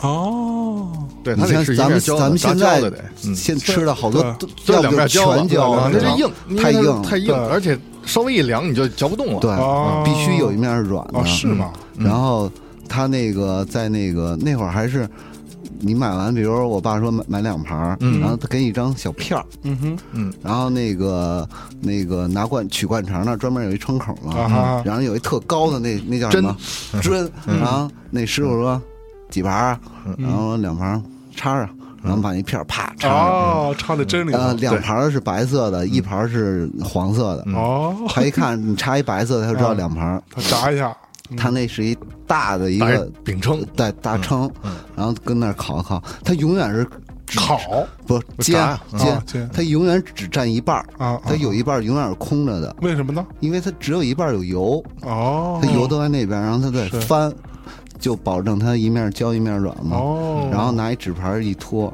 哦，
对，它
你
得
像
是一
咱
面
们
焦的，
咱们
炸
现
焦
在
的得，嗯，
现吃的好多
对
都
这啊
要
两
不
面
就
焦的
全焦
啊
了，
那
你知道
这
吗
硬，因为
太
它
硬了
太硬，
对
而且稍微一凉你就嚼不动了，
对，嗯
哦
必须有一面是软的，嗯
哦，是吗？
然后他那个在那个那会儿还是你买完，比如说我爸说买买两盘儿，
嗯
然后他给你一张小票，嗯
哼，
嗯，
然后那个那个拿灌取灌肠那儿专门有一窗口嘛，
啊哈嗯
然后有一特高的那那叫什么针，然后那师傅说几盘儿啊，然后我说两盘儿插上，然后把那片儿啪插上，
嗯哦，插在针里头
呃，两嗯盘儿是白色
嗯
的，一盘儿是黄色的。
哦，
他一看你插一白色的，他就
嗯
知道两盘儿。
他炸一下，啊
他那是一大的一
打
个
一饼铛，
大大称，
嗯
然后跟那儿烤烤，它永远是
烤
不煎
炸
啊煎
煎，它永远只占一半儿
啊啊
它有一半儿永远是空着的，
为什么呢？
因为它只有一半儿有油，
哦，
它油都在那边，然后它再
是
翻，就保证它一面焦一面软嘛。
哦，
嗯然后拿一纸盘儿一托，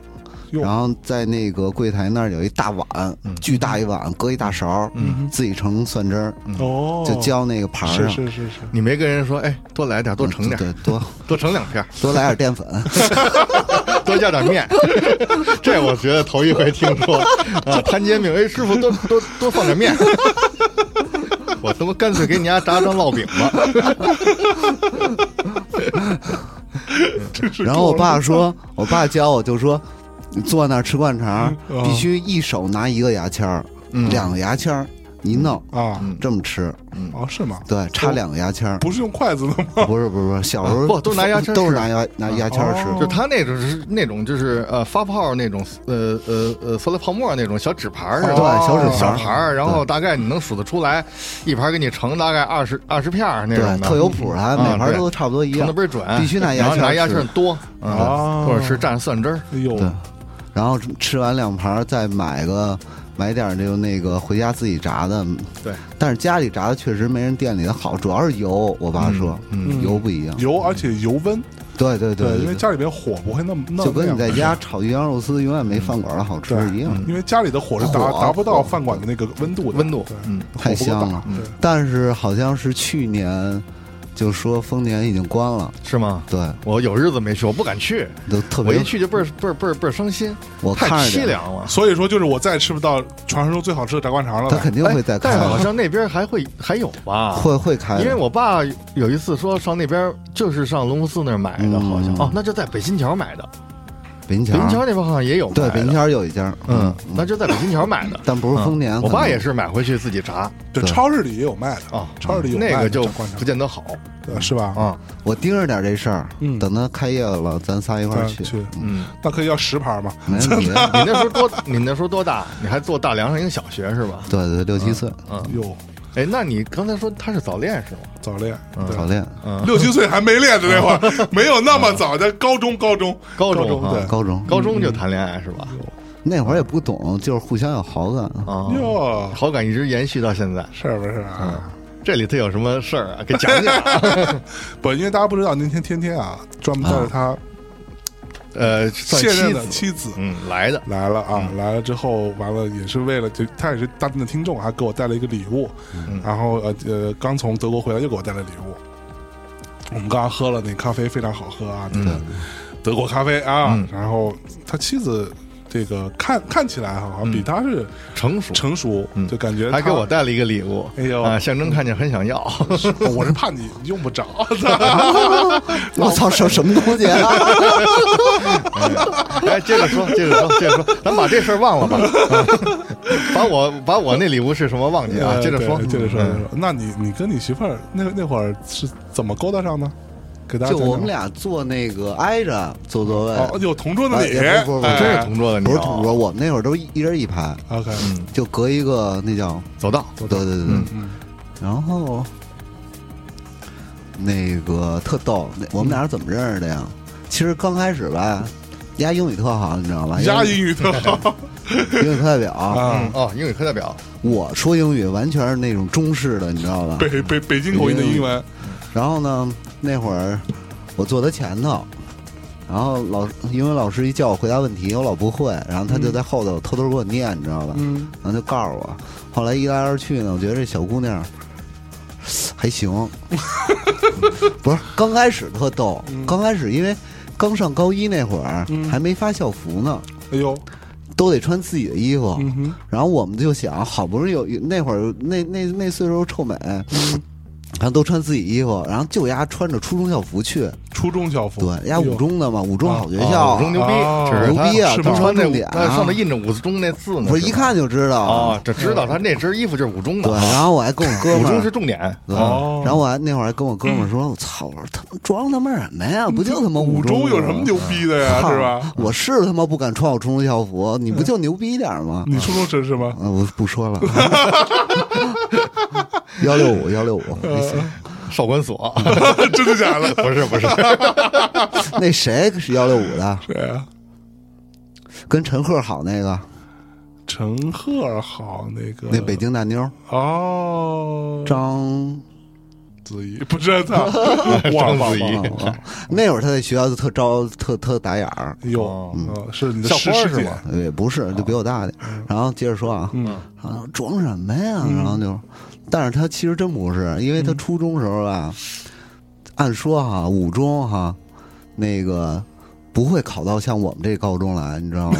哟嗯
然后在那个柜台那儿有一大碗，巨大一碗，搁一大勺儿，自己盛蒜汁儿，
哦，
就浇那个盘
嗯是
儿上，
是是是，
你没跟人说，哎，多来点，多盛点，
对，多
多盛两片儿，
多来点淀粉。
多加点面， 这我觉得头一回听说啊，摊煎饼，哎，师傅多多多放点面， 我他妈干脆给你家炸张烙饼吧，
然后我爸说，我爸教我就说，你坐那儿吃灌肠
嗯，
必须一手拿一个牙签儿，
嗯
两个牙签儿一弄，
啊，
这么吃。
哦，是吗？
嗯对，插两个牙签儿，
不是用筷子的吗？
不是不是不是，小时候
不都是拿牙签儿
都是
吃
拿牙拿牙签儿
哦
吃
就。他那种是那种就是呃发泡那种呃呃呃塑料泡沫那种小纸盘儿是吧？
哦对小纸
小
盘儿
盘儿，然后大概你能数得出来，一盘儿给你盛大概二十二十片儿那
对
种，的，
特有谱儿，他
嗯
每盘儿
对
都差不多一
盛
样
的倍。儿准，
必须拿牙
然后
签儿
拿牙
吃
签儿剁，
哦
嗯，或者是蘸蒜汁儿，
哎呦，
对，然后吃完两盘儿再买个买点儿就那个回家自己炸的。
对，
但是家里炸的确实没人店里的好，主要是油。我
嗯
爸说，油不一样。
油，而且油温，
对对对
对，因
对
为家里边火不会那么那
就跟你
那
在
样嗯
家炒鱼香肉丝永远没饭馆的好吃一样，
因为家里的火是达
火
达不到饭馆的那个温度的
啊温度
对
嗯
火
太
不够
香
大
了
对。
但是好像是去年就说丰年已经关了，
是吗？
对，
我有日子没去，我不敢去，
都特
我
别
一。去就倍儿倍儿倍儿倍儿伤心，
我
太
看着
凄
点
凉了。
所以说，就是我再也吃不到传说中最好吃的炸灌肠了
他
吧。
肯定会再
哎
开
但是好
的，
像那边还会还有吧？
会会开的。
因为我爸有一次说上那边就是上龙福寺那儿买的，好像、
嗯
哦，那就在北新桥买的，
北京
北新桥
桥
那边好像也有
对
卖的
北京，桥有一家，
嗯，那就在北新桥买的。嗯
但不是丰年。
我爸也
是，
是买回去自己炸
对，
对
超市里也有卖的
啊，
超市里有卖
那
的
个就
炸灌肠
不见得好
对是吧？
啊，
我盯着点这事儿
嗯，
等他开业了，咱仨一块儿
嗯
去，
去，
嗯。
那可以要十盘嘛？
没问题。
你那时候 多，你那时候多大？你还坐大梁上一个小学是吧？
对对，六七岁，
嗯，
哟，
哎，那你刚才说他是早恋是吗？
早恋，
嗯
对
早恋，
六七岁还没练的那会儿， 没有那么早，在高中，高中，
高中
中，
啊
对，
高中嗯
高中就谈恋爱是吧？
那会儿也不懂，就是互相有好感。
啊，
哟，
好感一直延续到现在。
是不是啊？
这里头有什么事儿啊？给讲讲啊。
不，因为大家不知道，那天天天啊，专门带着他
嗯呃，算
现任
妻
的
子，
妻子
嗯，来的，
来了啊，来了之后，完了也是为了，就他也是大众的听众，还给我带了一个礼物，
嗯
然后呃呃，刚从德国回来又给我带了礼物。我们刚刚喝了那咖啡，非常好喝啊，那
嗯
个德国咖啡啊。然后他妻子这个看看起来好像比他是
成熟，
成熟，就感觉
嗯还给
他
我带了一个礼物，
哎呦
啊，象征看见很想要，
我是怕你用不着，
我操，什什么东西啊？
哎，接着说，接着说，接着说，咱把这事儿忘了 吧，啊把我把我那礼物是什么忘记 啊？接着说，
哎对接着说，接着
嗯
说。那你你跟你媳妇儿那那会儿是怎么勾搭上呢？给大家
就
讲讲
我们俩坐那个挨着坐座位，
哦，有同桌的你，
哎不不不
哎
啊真是同桌的，你啊嗯
不
知
是
道
同
吗
桌，我们那会儿都一一人一排，
OK，
就隔一个那叫
走道，
对对对对，
嗯
然后那个特逗，那我们俩是怎么认识的呀？其实刚开始吧，丫英语特好，你知道吧？
压
英
英语特好
英语课代表，
啊
嗯，，哦，英语课代表，
我说英语完全是那种中式的，你知道吧？
北北北京口音的英文，
然后呢，那会儿我坐他前头，然后老因为老师一叫我回答问题，我老不会，然后他就在后头偷偷给我念，你知道吧？
嗯，
然后就告诉我。后来一来二去呢，我觉得这小姑娘还行，不是刚开始特逗，刚开始因为刚上高一那会儿、还没发校服呢，
哎呦，
都得穿自己的衣服。
嗯哼，
然后我们就想，好不容易有有那会儿那那那岁数臭美，
嗯
然后都穿自己衣服，然后就丫穿着初中校服去，
初中校服，
对，哎丫五中的嘛，五中好学校，
啊五中牛逼
哦，
只是他
牛逼啊
是吧
他
穿那
重点啊
那上面印着五中那字呢，
不是一看就知道
哦
啊，这知道他那身衣服就是五中的
对，
啊，
然后我还跟我哥
五
们
中是
儿。
重点，
对啊
哦
然后我还那会儿还跟我哥们儿说：“我操，我说他妈装他妈什么呀？不就他妈
哎嗯五
中
中
吗
有什么牛逼的呀，
操
是吧？嗯
我是他妈不敢穿我初中校服，你不就牛逼点儿吗？
你初中真是吗？
啊，我不说了，幺六五幺六五，
少管 所，
真的 假的？
不是不是，
那谁是幺六五的？
谁啊？
跟陈赫好那个，
陈赫好那个
那北京大妞儿
哦，
张
子怡不是他，忘了
章子怡
忘了忘了
哦那会儿他在学校就特招特特打眼儿，
哎呦，
哦
嗯是你的
校
师
花
师
是
姐
吗？
也不是就比我大点儿，然后接着说啊，
嗯
然后装什么呀？然后就，但是他其实真不是，因为他初中时候吧，按说哈五中哈那个。不会考到像我们这高中来，你知道吗？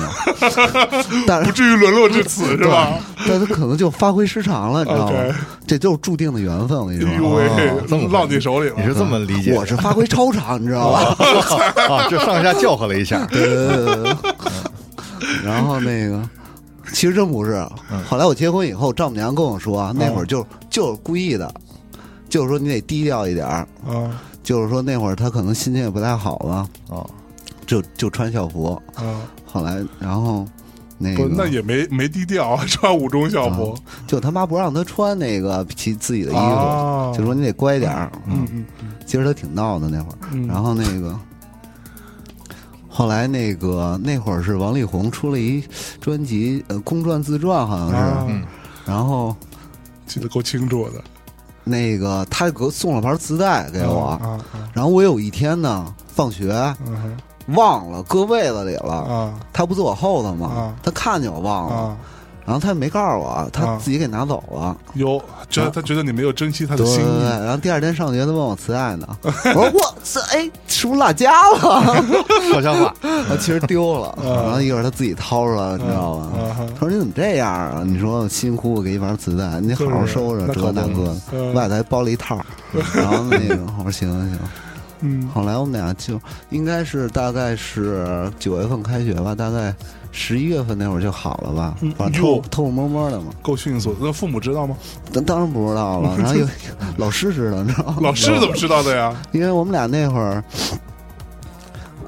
但
不
是
至于沦落至此是吧？
但他可能就发挥失常了，你知道吗
OK？
这就是注定的缘分，我跟你
哎呦
说。啊
哦这么回事
喂，落你手里了
你。是这么理解的？
我是发挥超常，你知道
哦
吧？
啊，这上下叫和了一下，
呃， 然后那个，其实真不是。
嗯
后来我结婚以后，丈母娘跟我说，啊那会儿就就是故意的，就是说你得低调一点儿，
啊
就是说那会儿她可能心情也不太好了，
哦
啊，
就就穿校服。
啊，
后来，然后那
不
个，
那也没没低调，穿五中校服
就他妈不让她穿那个其自己的衣服，
啊
哎就说你得乖点儿。嗯
嗯
其实他挺闹的那会儿，
嗯
然后那个，后来那个那会儿是王力宏出了一专辑，呃，公转自传好像是，
啊，
嗯
然后
记得够清楚的。
那个他给我送了盘磁带给我，
啊啊
然后我有一天呢，放学
嗯
忘了搁位子里了，
啊
他不坐我后头吗？
啊
他看见我忘了，
啊！
然后他也没告诉我，他
啊
自己给拿走了。
有，觉
啊
得他觉得你没有珍惜他的
对
心
对对，
意，
然后第二天上学，他问我 磁带呢，我说我这哎是不是落家了？
悄悄话，
啊，其实丢 了，然后一会儿他自己掏出来了，你知道吧？
嗯嗯
他说：“你怎么这样啊？”你说：“我辛苦我给一盘磁带，你得好好收着，
对
这那
那可不
个
嗯
外头还包了一套儿。然后那个， 我说：“行行行。”
嗯
后来我们俩就应该是大概是九月份开学吧，大概十一月份那会儿就好了吧，反正偷
嗯哟
偷摸摸的嘛，
够迅速。那父母知道吗？
当当然不知道 了。然后有老师知道，你知道
啊
吗？
老师怎么知道的呀？
因为我们俩那会儿，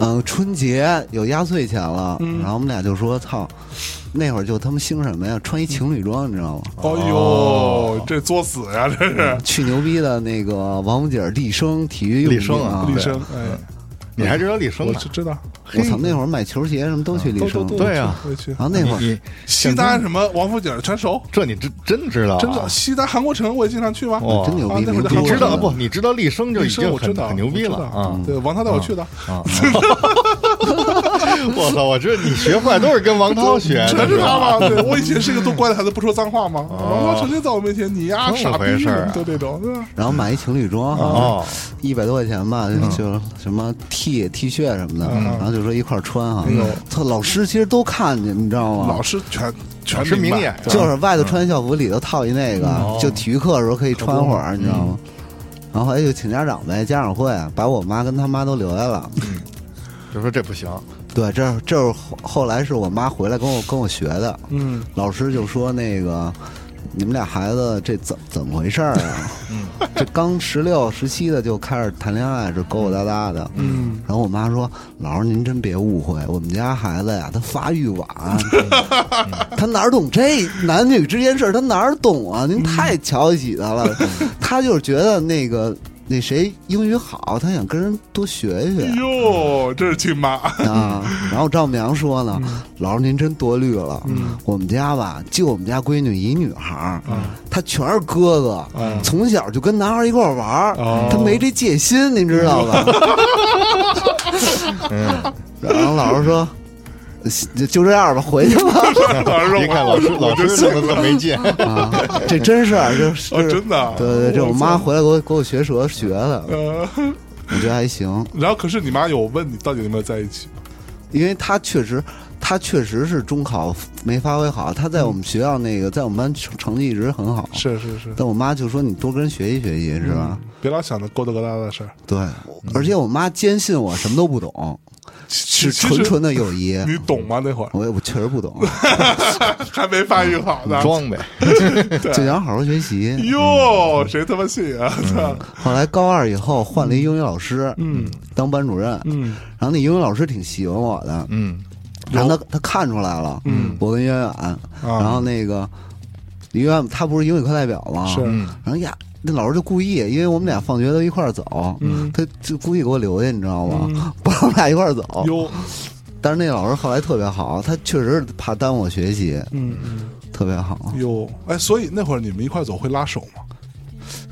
嗯、春节有压岁钱了，
嗯
然后我们俩就说：“操，那会儿就他妈兴什么呀？穿一情侣装，你知道吗？
哦呦，这作死呀，这
嗯
是
去牛逼的那个王府井立生体育用
立生
品
啊
立
对
生，哎，
你还知道李生
我
呢
是？知道，
我操，那会儿买球鞋什么都去立
都
生，
都都
对啊
我去
然后那会
你
儿
你
西单什么王府井全熟，
这你真真知道啊？
真的西单韩国城我也经常去吗？
哇
真牛逼，
啊那会儿
明
就
珠
你知
我
道
知
不？你知道立生就
立
已
生
经
我知
很
道
很牛逼
我
了
知道
啊！
对，王涛带我去的，
啊！ 我操！我知道你学坏都是跟王涛学 的，
全是他
吧？
嘛。对我以前是一个多乖的孩子，不说脏话吗？王涛成天在我面前，你呀
这么
傻
回
逼
事儿啊，
就这种，对吧
然后买一情侣装，
哦，嗯
一百多块钱吧，就什么 T T 恤什么的，然后就说一块儿穿
哎
哈。操，老师其实都看见，你知道吗？
老师全全
是明
白
眼，啊
就是外头穿校服，里头套一那个，就体育课的时候可以穿会儿，你知道吗？然后后来就请家长呗，家长会把我妈跟他妈都留下了。
就说这不行，
对，这这是后后来是我妈回来跟我跟我学的，
嗯，
老师就说那个你们俩孩子这怎怎么回事儿 啊？这刚十六十七的就开始谈恋爱，这勾勾搭搭的。嗯，然后我妈说：“老师您真别误会，我们家孩子呀，他发育晚，他哪儿懂这男女之间事儿？他哪儿懂啊？您太瞧得起他了，他就是觉得那个。”那谁英语好，他想跟人多学学。
哟，哎这是亲妈，
啊，
嗯
然后丈母娘说呢，老师您真多虑了，
嗯
我们家吧，就我们家闺女一女孩儿，她全是哥哥，
嗯
从小就跟男孩儿一块儿玩儿，
哦
她没这戒心，您知道吧？
嗯
然后老师说。就就这样吧，回去 吧。
别看老师老师弄得这么没劲，
啊，这真是，这是、
哦真的啊
对对对，这我妈回来给我给我学舌学的，
呃，
我觉得还行，
然后可是你妈有问你到底有没有在一起吗？
因为她确实，她确实是中考没发挥好，她在我们学校那个，在我们班成成绩一直很好，
是嗯是是，
但我妈就说你多跟人学习学习，是吧？
别老想着勾搭勾搭的事儿，
对，而且我妈坚信我什么都不懂，
其
是
嗯其
纯
实
纯的友谊。
你懂吗？那会儿
我也我确实不懂，啊
还没发育好呢，
嗯装呗。
就想好好学习。
哟，谁他妈信啊？操
后来高二以后换了一英语老师，
嗯，
当班主任，
嗯，
然后那英语老师挺喜欢我的，
嗯，
然后他他看出来了，嗯，我跟袁远，
嗯啊
然后那个李远他不是英语课代表吗？
是
嗯
然后呀，那老师就故意，因为我们俩放学都一块儿走，
嗯
他就故意给我留下，你知道吗？不让我们俩一块儿走。
哟，
但是那老师后来特别好，他确实是怕耽误我学习，
嗯嗯
特别好，
哟，哎，所以那会儿你们一块走会拉手吗？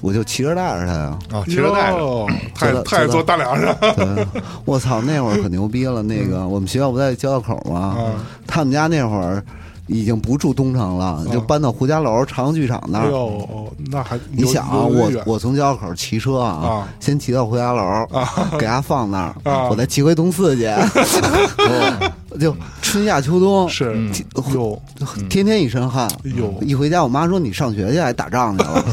我就骑着带着他呀。
啊，骑着带着，
哟
知
太
道
太
知道
坐大梁上，
对，我操，那会儿可牛逼了。那个
嗯
我们学校不在交道口吗？
啊
他们家那会儿已经不住东城
啊
了，就搬到胡家楼长阳剧场那
哎
儿。
呦，哦那还
啊你想啊，
有有
我
点远
我从交道口骑车啊，
啊
先骑到胡家楼， 给他放那儿，
啊
我再骑回东 四去，就春夏秋冬
是嗯
天
哟，
天天一身汗。
哎呦
一回家，我妈说你上学去还打仗 去了，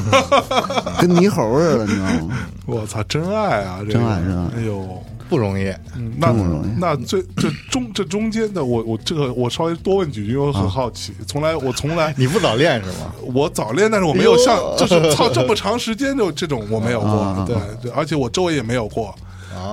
跟泥猴似的，你知道吗？
我操，真爱啊，这个
真爱真爱
哎呦。
不容易。
嗯那
不容易
那最这中这中间的我我这个我稍微多问几句，因为我
啊
很好奇，从来我从来
你不早恋是吗？
我早恋，但是我没有像就是操这么长时间就这种我没有
啊
过，对，对而且我周围也没有过。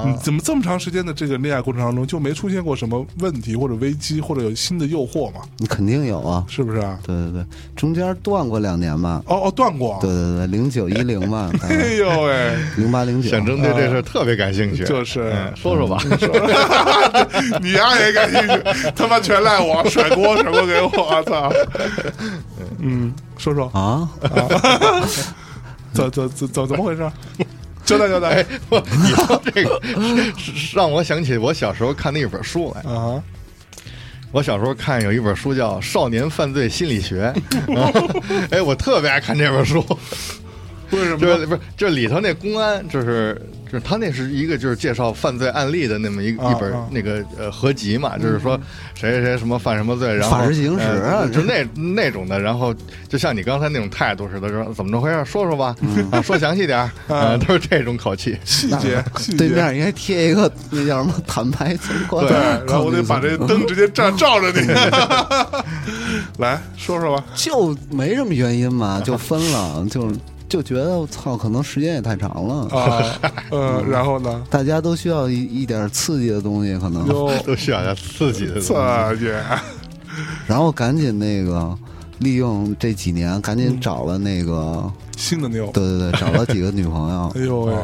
嗯，怎么这么长时间的这个恋爱过程当中就没出现过什么问题或者危机或者有新的诱惑嘛？
你肯定有啊。
是不是啊？
对对对，中间断过两年吧。
哦哦，断过。
对对对，零九一零吧，
哎呦喂，
零八零九。
沈征对这事儿特别感兴趣，
就是
嗯说说吧。
你丫也感兴趣？他妈全赖我，甩锅甩锅给我，操！嗯，说说
啊，
怎怎怎怎怎么回事？交代交代
哎，我你说这个是是让我想起我小时候看的一本书来。
啊！
我小时候看有一本书叫《少年犯罪心理学》， 哎，我特别爱看这本书。
为什
就是
么？
不是就里头那公安，就是就是他那是一个就是介绍犯罪案例的那么一
啊
一本
啊
那个呃合集嘛，就是说谁谁谁什么犯什么罪，然后
法制进行时啊
呃
这
就那那种的，然后就像你刚才那种态度似的，说怎么着回事，说说吧， 啊说详细点儿，嗯，都是这种口气。
细节细节。
对面应该贴一个那叫什么坦白从宽。
对， 然后我得把这灯直接照照着 你。来说说吧，
就没什么原 因嘛，就分了，就就觉得我操，可能时间也太长了，
啊，呃，然后呢？
大家都需要一一点刺激的东西，可能。
哟，
都需要哦刺激的东西，
操姐，
然后赶紧那个利用这几年，赶紧找了那个，
新的妞，
对对对，找了几个女朋友
嗯 哎。呦喂，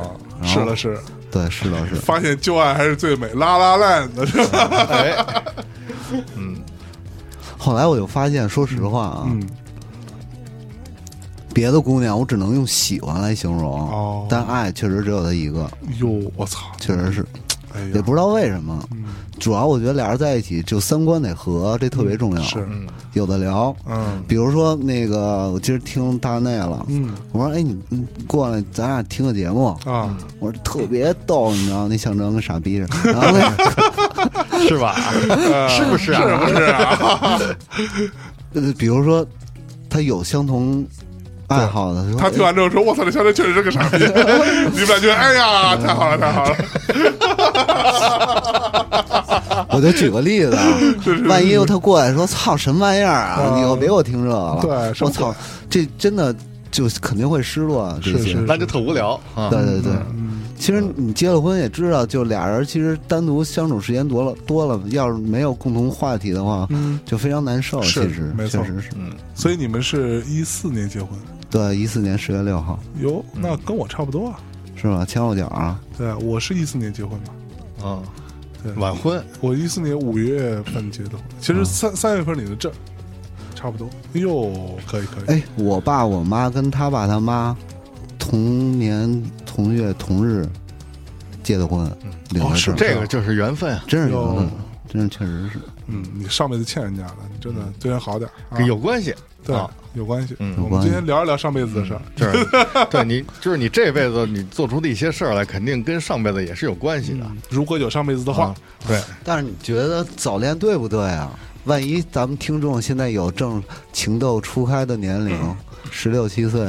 是了是，
对，是的是的。
发现旧爱还是最美，拉拉烂的是吧？
哎，
后来我就发现，说实话啊，
嗯，
别的姑娘我只能用喜欢来形容，
哦
但爱确实只有她一个，
哟，我操，
确实是。
哎
也
呀，
不知道为什么。
嗯
主要我觉得俩人在一起就三观得合，这特别重要。
是，
有的聊。
嗯，
比如说那个，我今儿听大内了，
嗯，
我说，哎，你你过来，咱俩听个节目。
啊，
我说特别逗，你知道，那象征跟傻逼似 的。然后那
是吧？是不是 啊？
是啊，
呃比如说他有相同爱好的，说
他听完之后说：“我操，这小姐确实是个傻逼。” 你们俩就哎呀，太好了，太好了，
我就举个例子， 啊，万一他过来说：“操，什么玩意儿啊！
嗯
你以后别给我听这个了。”
对什么
我操，这真的就肯定会失落啊这些。
是
那就特无聊啊。
对对对，
嗯
其实你结了婚也知道，就俩人其实单独相处时间多了多了，要是没有共同话题的话，就非常难受。
嗯是
其实
没错
确实是。
所以你们是一四年结婚，
对，一四年十月六号
哟，那跟我差不多啊。
是吧？前后脚啊，
对，我是一四年结婚嘛，
嗯
对，
晚婚
我一四年五月份结的婚，其实三三月份领的证，差不多。哎呦，可以可以，
哎，我爸我妈跟他爸他妈同年同月同日结的婚，
嗯
领
哦
的证，
这个就是缘分啊，
真是有
哟
的，真是确实是
嗯，你上辈子欠人家的，你真的对人好点儿啊，
有关系。
对
啊，
有关系。
嗯
我们今天聊一聊上辈子的事儿，
就是对你，就是你这辈子你做出的一些事儿来，肯定跟上辈子也是有关系的。
如果有上辈子的话
啊，对，
但是你觉得早恋对不对啊？万一咱们听众现在有正情窦初开的年龄，十六七岁，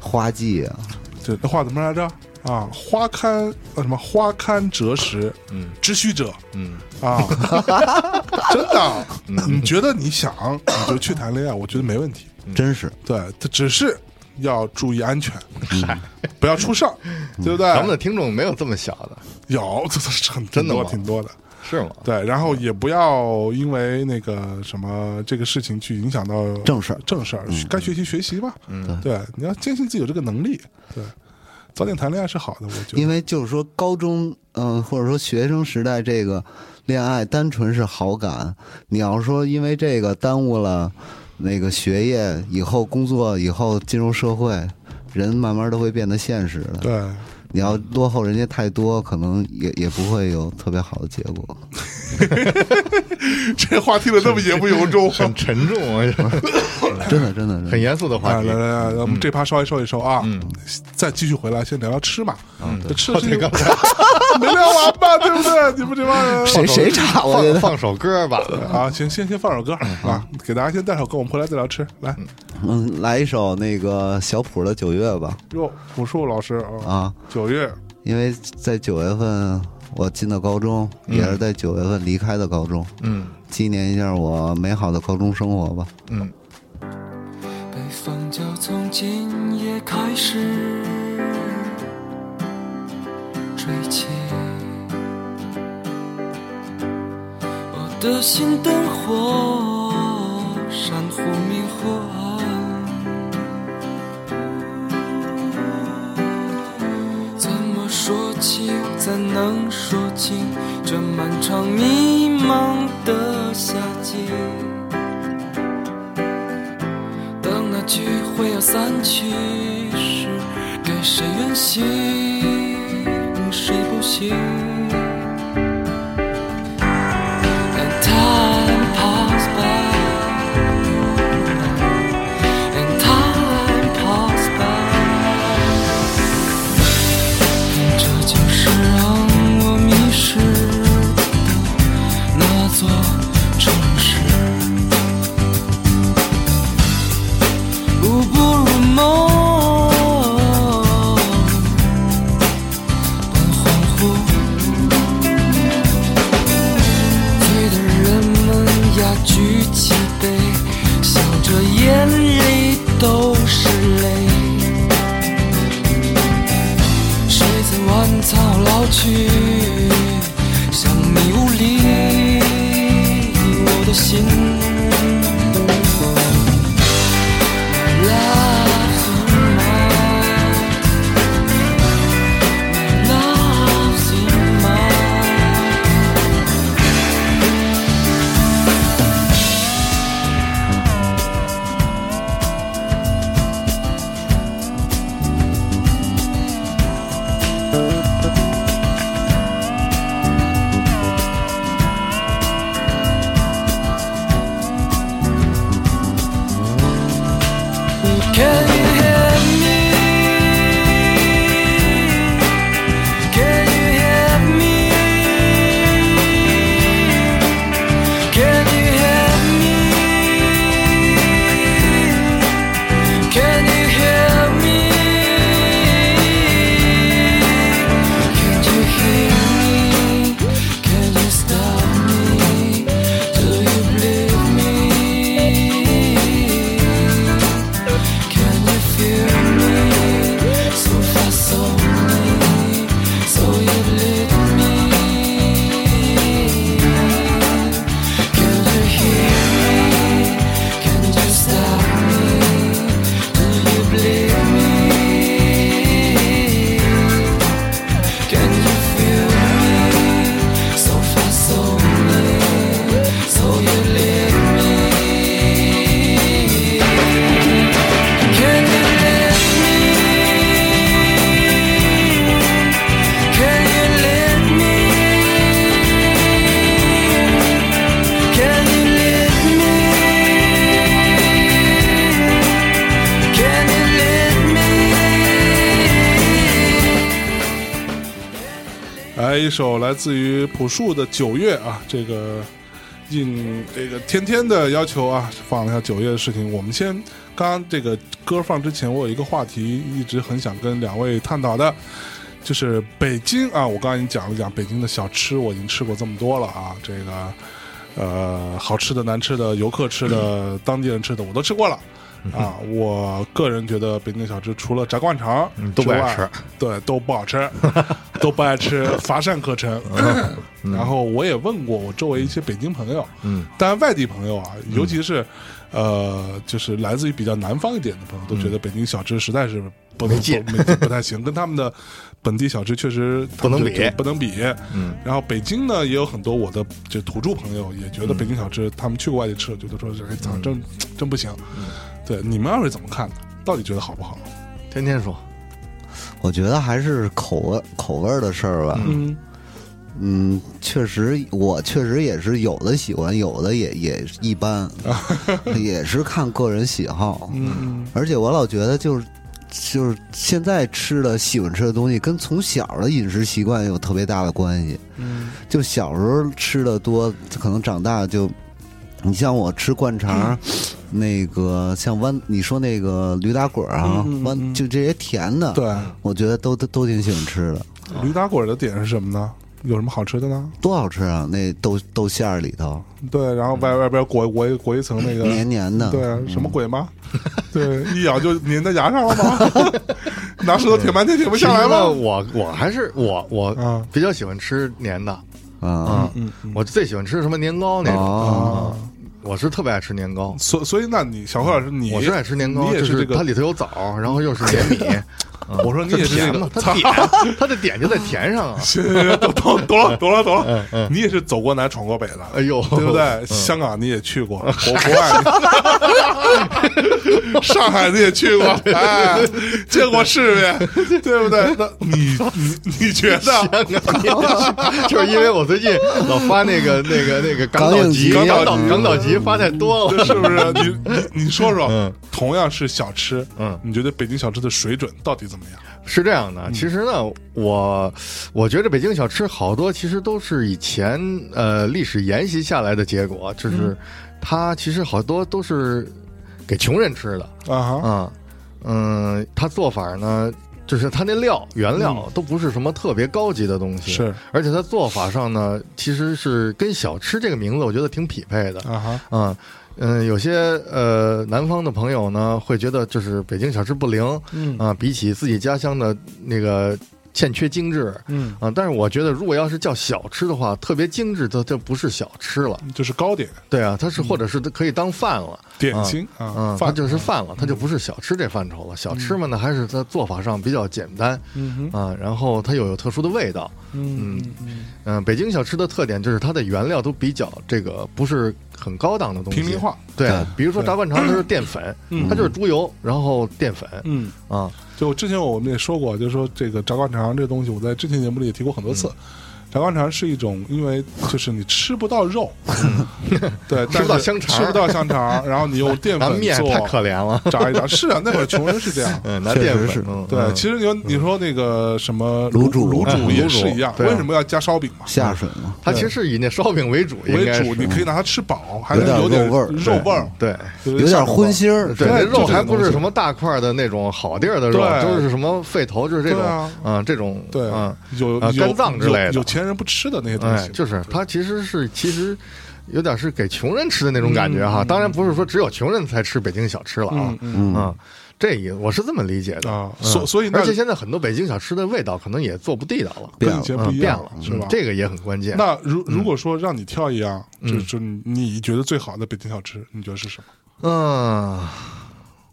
花季啊，
这那话怎么来着？啊，花堪呃什么花堪折时，
嗯
知虚者
嗯，
啊， 真的，啊你觉得你想你就去谈恋爱，我觉得没问题。
真是
对，这只是要注意 安全，不要出事儿， 对不对？
咱们的听众没有这么小的，
有，这这是很
真的
挺多
吗嗯
挺多的。
是吗？
对，然后也不要因为那个什么这个事情去影响到
正事儿嗯
正事儿，该学习学习吧。嗯，对，你要坚信自己有这个能力，对，早点谈恋爱是好的，我觉得。
因为就是说高中，嗯、或者说学生时代这个恋爱单纯是好感，你要说因为这个耽误了那个学业，以后工作，以后进入社会，人慢慢都会变得现实的。
对，
你要落后人家太多，可能也也不会有特别好的结果。
这话听得这么言不由衷。
很沉重啊，
真的，真的，真的
很严肃的话
来
题
来。来，来我们这趴稍微收一收啊，再继续回来，先聊聊吃嘛。这吃是
刚
没聊完吧？对不对？你们这帮人
谁谁差？我觉
放
得
放首歌 吧，
啊，行，先先放首歌啊，给大家先带首歌，我们回来再聊吃。来，
嗯，来一首那个小谱的《九月》吧，
哟，朴树老师啊，
啊，
九月，
因为在九月份我进的高中，也是在九月份离开的高中，
嗯
纪念一下我美好的高中生活吧。
嗯，
北风就从今夜开始吹起，我的心灯火闪忽明忽暗，怎么说清，怎能说清这漫长迷茫的夏季？当那聚会要散去时，给谁远行，谁不行？And time passed by, and time passed by，这就是让我迷失的那座城市。如不如梦，半恍惚。醉的人们呀，举起杯，笑着眼里都是泪。谁在晚草老去，像迷雾里我的心。Love in mind, love in mind.
啊，一首来自于朴树的《九月》啊，这个应这个天天的要求啊，放了一下九月的事情。我们先，刚刚这个歌放之前，我有一个话题一直很想跟两位探讨的，就是北京啊，我刚才已经讲了讲北京的小吃，我已经吃过这么多了啊，这个呃好吃的、难吃的、游客吃的、当地人吃的，我都吃过了。
嗯
啊，我个人觉得北京的小吃除了炸灌肠
嗯都不爱
之外
吃，
对，都不好吃，都不爱吃，乏善 可陈。然后我也问过我周围一些北京朋友，
嗯，
当然外地朋友啊，尤其是呃，就是来自于比较南方一点的朋友，都觉得北京小吃实在是不能
没劲
不不不太行，跟他们的本地小吃确实
不能比
就就不能比。
嗯，
然后北京呢，也有很多我的就土著朋友也觉得北京小吃，他们去过外地吃，觉得说这哎操，
嗯
真真不行。对，你们二位怎么看的？到底觉得好不好？
天天说，
我觉得还是口味口味儿的事儿吧。
嗯
嗯，确实，我确实也是有的喜欢，有的也也一 般，也是看个人喜好。
嗯
而且我老觉得就是。就是现在吃的喜欢吃的东西，跟从小的饮食习惯有特别大的关系。
嗯
就小时候吃的多，可能长大就，你像我吃灌肠，
嗯
那个像豌，你说那个驴打滚儿啊，
嗯嗯
豌、
嗯
就这些甜的，
对，
嗯
我觉得都都都挺喜欢吃的，
驴打滚的点是什么呢？有什么好吃的呢？
多好吃啊！那豆豆馅儿里头
对，然后外
嗯
外边裹裹一裹一层那个
黏黏
嗯
的，
对，什么鬼吗？对，一咬就粘在牙上了吗？拿石头舔半天舔不下来
其实呢
吗？
我我还是我我
嗯
比较喜欢吃黏的
啊，
啊，我最喜欢吃什么年糕那种，
哦，
我是特别爱吃年糕。
所所以，那你小何老师，你
我是爱吃年糕，
你也
就是
这
它
个，
里头有枣，然后又 是黏米。嗯
我说你
这
也是这
甜
个
嘛，，它
操，。
点，它的点就在甜上啊
行行行，懂懂懂了懂了懂了，你也是走过南闯过北的，
嗯哎呦，
对不对？香港你也去过，国国外你， 上海你也去过，哎，见过世面，对不对？那你你你觉得
啊就是因为我最近老发那个那个那个 港岛集
港
港
影集
岛港岛集发太 多了。
是不是？你你你说说
嗯，
同样是小吃，
嗯
你觉得北京小吃的水准到底怎么样？
是这样的，其实呢，我我觉得北京小吃好多其实都是以前呃历史沿袭下来的结果，就是它其实好多都是给穷人吃的
啊哈，
啊，嗯，它做法呢。就是它那料原料都不是什么特别高级的东西，
嗯是，
而且它做法上呢，其实是跟小吃这个名字我觉得挺匹配的，
啊哈，
啊，嗯，有些呃南方的朋友呢，会觉得就是北京小吃不灵，
嗯
啊，比起自己家乡的那个欠缺精致，
嗯，
啊，但是我觉得如果要是叫小吃的话，特别精致的就不是小吃了，
就是糕点、
对啊，它是或者是可以当饭了，
嗯点心啊
嗯，，它
饭
就是饭了，它就不是小吃这范畴了。小吃嘛呢，还是它做法上比较简单，
嗯
啊，然后它又有特殊的味道，嗯嗯、北京小吃的特点就是它的原料都比较这个不是很高档的东西，
平民化，
对
对，
比如说炸灌肠，它是淀粉，它就是猪油，然后淀粉
嗯，
啊，
就之前我们也说过，就是说这个炸灌肠这东西，我在之前节目里也提过很多
嗯
次。炸灌肠是一种，因为就是你吃不到肉， 对，但
嗯吃不到
是
香肠
吃不到香肠，然后你用淀
拿
粉
面
做
太可怜了，
炸一炸。是啊，那会儿穷人是这样。
嗯，拿
确实
淀粉
是
嗯
对，
嗯
其实你说你说那个什么
卤煮
卤
嗯
煮也是
卤煮
一样，
对啊
为什么要加烧饼嘛？
下水嘛，
它其实是以那烧饼为主，应
为
该
主，
是
你可以拿它吃饱，还能
有
点
点
肉
肉味儿
味儿，
对。
有
有点荤
腥。
腥儿，
对，
嗯对
那
就这
肉
个
还不
东
是
西
什么大块的那种好地儿的肉
对，
都是什么肺头，就是这种
对啊，
嗯，这种，
对
嗯，，
有
啊
有
肝脏之类的
有有钱人不吃的那些东
哎
西，，
就是它其实是其实有点是给穷人吃的那种感觉哈。当然不是说只有穷人才吃北京小吃了啊
嗯，嗯
嗯
嗯，这也我是这么理解的
啊，
嗯
所所以那
而且现在很多北京小吃的味道可能也做不地道了，
变
跟以
了
前
嗯
不一
变
样
了，
是吧
嗯？这个也很关键。
那如如果说让你挑一样，
嗯
就就你觉得最好的北京小吃，你觉得是什么？
嗯，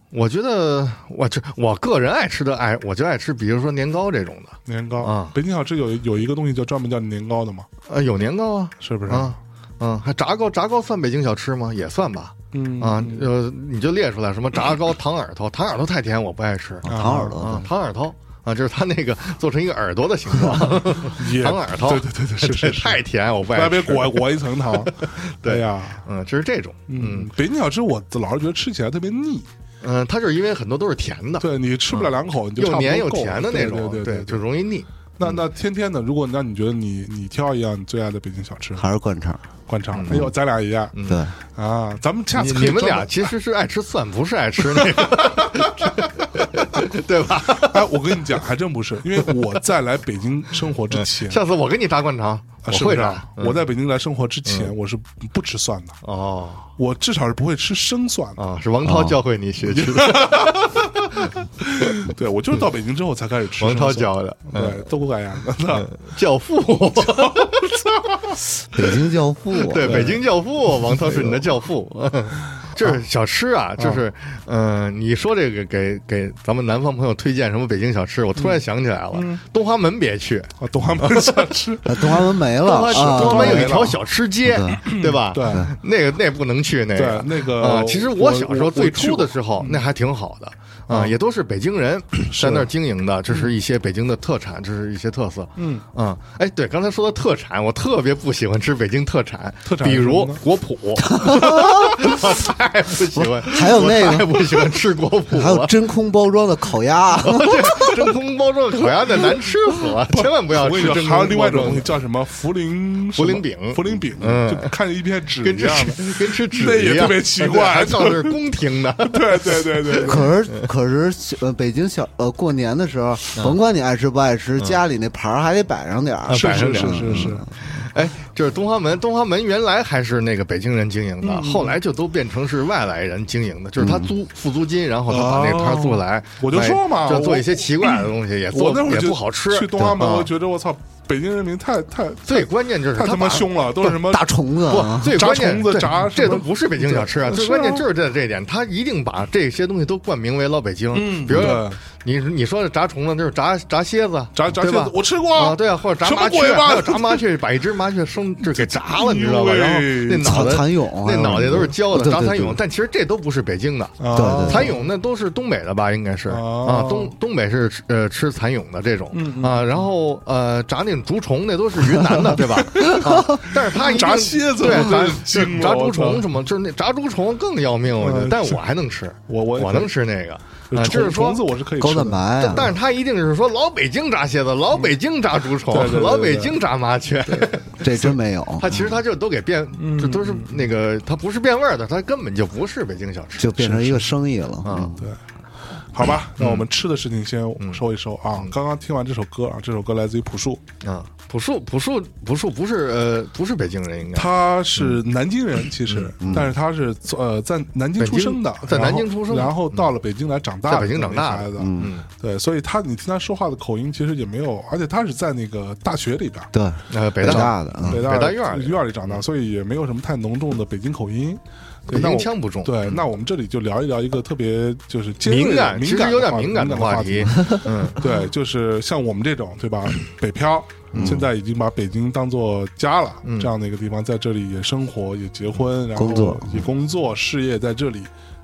我觉得我这我个人爱吃的爱，我就爱吃，比如说年糕这种的，
年糕
啊
北京小吃有有一个东西叫专门叫年糕的嘛，
呃，有年糕啊，
是不是？
啊。嗯，还炸糕，炸糕算北京小吃吗？也算吧。
嗯
啊，呃，你就列出来什么炸 糕、糖耳朵，糖耳朵太甜，我不爱吃。
啊
糖耳朵
啊，糖耳朵啊，就是它那个做成一个耳朵的形状，
也
糖耳朵。
对对 对对， 是是是，
太甜，我不
外
爱
边
吃。
裹裹一 层糖，对呀。
嗯，就是这种。嗯
嗯，北京小吃我老是觉得吃起来特别腻，
嗯、它就是因为很多都是甜的。
对你吃不了两口，你就
又
差不多
黏又
够了
甜的那种，
对对
就容易腻。
那那天天呢？如果那你觉得你你挑一样你最爱的北京小吃，
还是灌肠。
灌肠，哎呦，咱俩一样
对，
啊！咱们下
嗯你
次可以
你们
专
俩
门
其实是爱吃蒜，不是爱吃那 个，对吧？
哎，我跟你讲，还真不是，因为我在来北京生活之 前，
下次我给你炸灌肠，
啊
我
是不
会
是
炸
啊？。我在北京来生活之前，我是不吃蒜的，
哦
我至少是不会吃生蒜的。
啊，是王涛教会你学吃 的，
对，我就是到北京之后才开始吃
王嗯
生蒜。
涛教的，
对，都不改样的。
教父，
北京教父，
对，北京教父，王涛是你的教 父。就是小吃哎啊，就是，嗯、你说这个给给咱们南方朋友推荐什么北京小吃，我突然想起来了，东华门别去，
啊，东华门小 吃，
啊东华门没了
东华
啊，
东华门有一
对
条小吃街， 对吧？
对
那个那不能去那个
对那个
啊。其实我小时候
我
最
我去
初
过嗯
的时候，那还挺好的。啊，也都是北京 人在那儿经营的，这
嗯
是一些北京的特产，这是一些特色。嗯啊，哎，对，刚才说到特产，我特别不喜欢吃北京特产，
特产
比
是什么
如
呢
果脯，我太不喜欢，
还有那
我
个
太不喜欢吃果脯了，
还有真空包装的烤鸭，
这真空包装的烤鸭那难吃死了，千万不要
我跟
吃
你
真
说，
空
还有另外一
包
种
装
东
的
西叫什么茯苓什
茯
么
苓饼
茯苓饼，
嗯
就看着一片纸
跟
一
吃
样的。
跟吃纸
那也
一样
特别 奇怪
还告诉 是宫廷的，
对对对对对，
可是可是呃，北京小呃过年的时
啊
候，甭管你爱吃不爱吃，家里那盘儿还得摆上点儿
嗯啊。
是
摆上
是
点
是
儿
是是，
哎，就是东华门，东华门原来还是那个北京人经营的，
嗯
后来就都变成是外来人经营的，就是他租付租金，然后他把那个摊儿租来，
哦我就说嘛
哎就做
我
一些奇怪的东西，也做
我那会儿
也
就
不好吃。
去东华门，
对
我
啊
觉得我操，北京人民太太
最关键就是
太他妈
把
凶了，都是什么
大虫子
不
啊，，
最
炸
关键
虫子
对
炸什
这都
么
不是北京小吃啊！
对
最
是
关键
啊
就是在这一点，他一定把这些东西都冠名为老北京。嗯比如
对
你你说的炸虫子，就是炸炸蝎子，
炸炸
对吧
蝎子我吃过
啊，对啊，或者炸
什么
麻雀，
鬼吧
还有炸麻雀，把一只麻雀生 就给炸了，你知道吧？
哎呦喂
然后那脑袋
蚕蚕蛹啊
那脑袋都是焦的，
对对
炸蚕蛹
对，
但其实这都不是北京的。
啊
对对
蚕蛹那都是东北的吧，应该是啊
哦，嗯
东东北是吃呃吃蚕蛹的这种啊，然后呃炸那种竹虫那都是云南的对 吧？啊但是它一定
炸蝎子
对
我真
炸
是惊了
炸
我
竹
操
虫什么，就是那炸竹虫更要命，我觉得，
嗯
但
是
我还能吃，
我我
我能吃那个啊，
虫
就是说
虫子我是可以
高
吃的
蛋白啊，
但是他一定是说老北京炸蝎子，老北京炸竹虫，
对对对
老北京炸麻雀。
这真没有，
他其实他就都给变，
嗯
这都是那个，他不是变味儿的，他根本就不是北京小吃
就。变成一个生意了。
啊
嗯
好吧，
嗯
那我们吃的事情先收一收啊。刚刚听完这首歌啊，这首歌来自于朴树，
啊，朴树，朴树，朴树不是呃，不是北京人，应该
他是南京人，其实，但是他是呃在南京出生的
嗯北京，在
然后
南京出生嗯
然后到了北京来长大的，
在北京长大的
的，嗯，对，所以他你听他说话的口音其实也没有，而且他是在那个大学里边，
对，
呃北
北
大
大的啊，
北
北大
大
院儿里嗯
院儿里长大，所以也没有什么太浓重的北京口音。对
北
那
京
我
腔不重
对，那我们这里就聊一聊一个特别就是尖锐的
敏感，其
敏
实
感
有
的
点敏感
的
话
题
题。。嗯，
对，就是像我们这种，对吧？ 北漂，
嗯
现在已经把北京当做家了，这样的一个地方，在这里也生活，也结婚，然后
工作
也工作，事业在这里，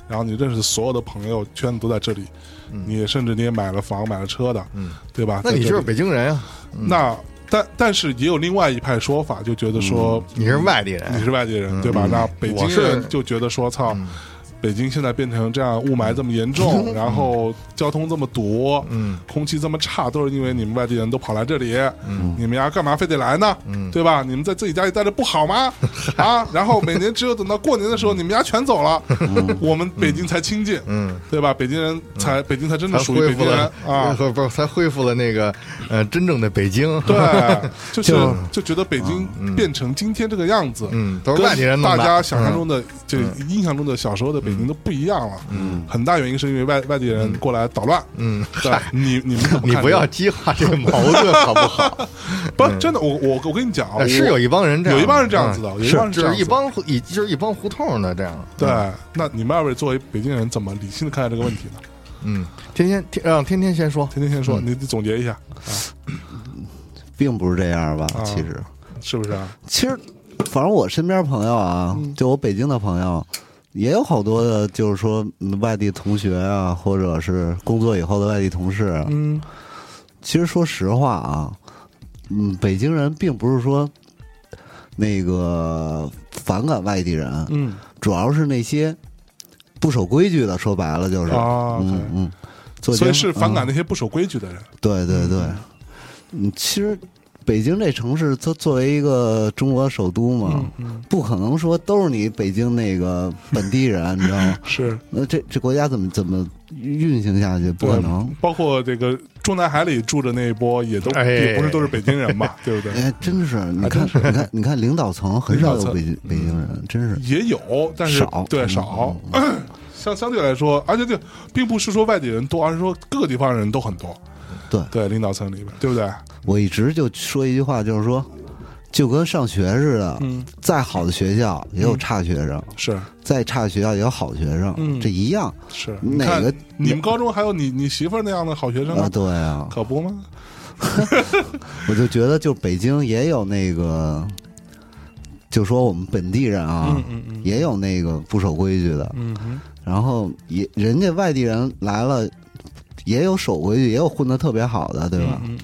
然后你认识的所有的朋友圈子都在这里，你也甚至你也买了房，买了车的，嗯，对吧？
嗯那你
在
就
这
是
里
北京人啊，
那但但是也有另外一派说法，就觉得说
嗯你是外地
你
人，
是外地人，对吧？那北京
嗯我是嗯
人就觉得说，操，北京现在变成这样，雾霾这么 严重，然后交通这么堵，
嗯，
空气这么差，都是因为你们外地人都跑来这里，嗯，你们呀干嘛非得来呢？嗯，对吧？你们在自己家里待着不 好吗？啊，然后每年只有等到过年的时候，你们家全走了，我们北京才清静，
嗯，
对吧？北京人才，北京才真
才
的属于
恢
北
复
京人
了呃
啊。
不不是才恢复了那个呃真正的北京。
对， 就是就觉得北京变成今天这个样子，
啊嗯都是外地人弄
大
的嗯
家想象中的、就印象中的小时候的北京都不一样了。嗯，很大原因是因为外外地人过来捣乱。嗯，对，你你们怎么看
嗯你不要激化这个矛盾好不好？
不真的，我我我跟你讲啊，我
呃是有一帮人这样，
有一帮人这样子的
嗯
有一帮人
是
这
就
样
是
子
一帮胡一就是一帮胡同的这样。嗯
对，那你们二位作为北京人，怎么理性的看待这个问题呢？
嗯，天天天让天天先说，
天天先
嗯
说，你你总结一下，
并不是这样吧？
啊
其实，
是不是啊？
其实，反正我身边朋友啊，
嗯
就我北京的朋友，啊也有好多的，就是说嗯外地同学啊，或者是工作以后的外地同事。嗯，其实说实话啊，嗯，北京人并不是说那个反感外地人，
嗯
主要是那些不守规矩的，说白了就是，
啊，OK
嗯嗯，做
所以
节
是
目
反感
嗯
那些不守规矩的人。
对对对，嗯，其实北京这城市，它作为一个中国首都嘛，不可能说都是你北京那个本地人，你知道 吗？
是
那这这国家怎么怎么运行下去？不可能。
包括这个中南海里住的那一波，也都、
哎
也不是都是北京人嘛，对不对？
哎，真是，你看，你看，你看，领导层嗯很少有北京北京人，真是
也有，但是
少
对
嗯
少。 相相对来说，而且这并不是说外地人多，而是说各个地方的人都很多。
对
对，领导层里边，对不对？
我一直就说一句话，就是说，就跟上学似的，再好的学校也有差学生，
是
再差学校也有好学生，这一样
是，
哪
你看
个
你们高中还有你你媳妇儿那样的好学生
啊。
吗？
对啊，
可不吗？
我就觉得，就北京也有那个，就说我们本地人啊，也有那个不守规矩的，然后也人家外地人来了，也有守规矩，也有混的特别好的，对吧？嗯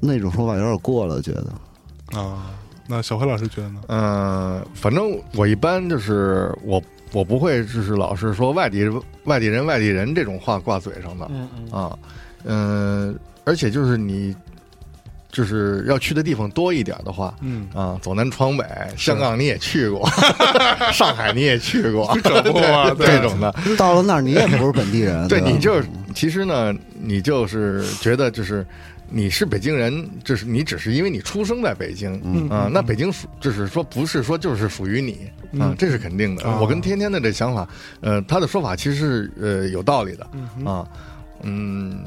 那种说法有点过了，觉得
啊，那小辉老师觉得呢？
嗯，反正我一般就是我我不会就是老是说外地外地人外地人这种话挂嘴上的，嗯嗯啊，嗯，而且就是你就是要去的地方多一点的话，嗯啊，走南闯北，香港你也去过， 上海你也去 过，
可不嘛
对
对
这种的，
到了那儿你也不是本地人，
对，
吧
你就是其实呢，你就是觉得就是你是北京人，就是你只是因为你出生在北京，嗯啊、那北京属就是说不是说就是属于你啊、这是肯定的。
啊
我跟天天的这想法，呃，他的说法其实是呃有道理的啊，嗯。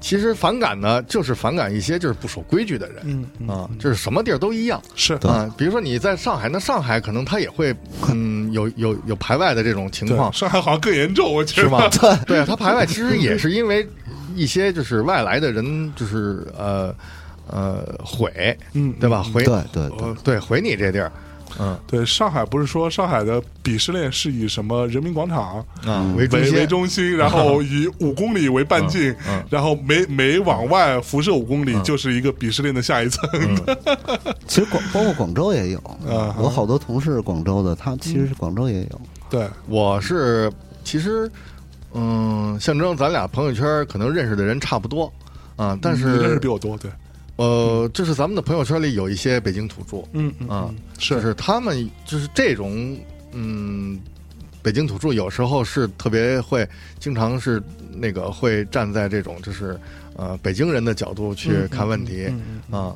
其实反感呢，就是反感一些就是不守规矩的人，啊，就是什么地儿都一样，
是
啊，比如说你在上海，那上海可能他也会，嗯，有有有排外的这种情
对
况，
上海好像更严重，我觉
是
得。
吗？ 对，对啊他排外其实也是因为一些就是外来的人，就是呃呃毁，嗯，对吧？毁，
对对对
呃对，毁你这地儿，嗯
对，上海不是说上海的鄙视链是以什么人民广场
啊，为中
为
心，
为中心，然 后以五公里为半径，
嗯嗯
然后每每往外辐射五公里就是一个鄙视链的下一层。
嗯
其实广包括广州也有，
啊
我好多同事是广州的，他其实是广州也有，
对，
我是其实嗯，象征咱俩朋友圈可能认识的人差不多啊，但
你认识
是
比我多，对，
呃，就是咱们的朋友圈里有一些北京土著，
嗯嗯
啊，
是
就是他们就是这种嗯，北京土著有时候是特别会，经常是那个会站在这种就是呃北京人的角度
嗯
去看问题、啊。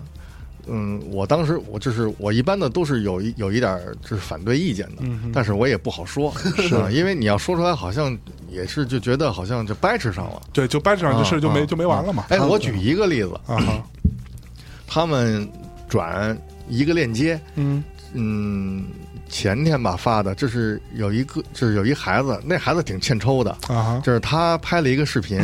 嗯，我当时我就是我一般的都是有一有一点儿就是反对意见的，
嗯
但是我也不好 说，是、啊、因为你要说出来好像也是就觉得好像就掰扯上了，
对，就班上这事
啊
就没、
啊
就没完了嘛。
哎，我举一个例子，
啊哈，
他们转一个链接，
嗯
嗯，前天吧发的，就是有一个，就是有一孩子，那孩子挺欠抽的，
啊嗯哈，
就是他拍了一个视频，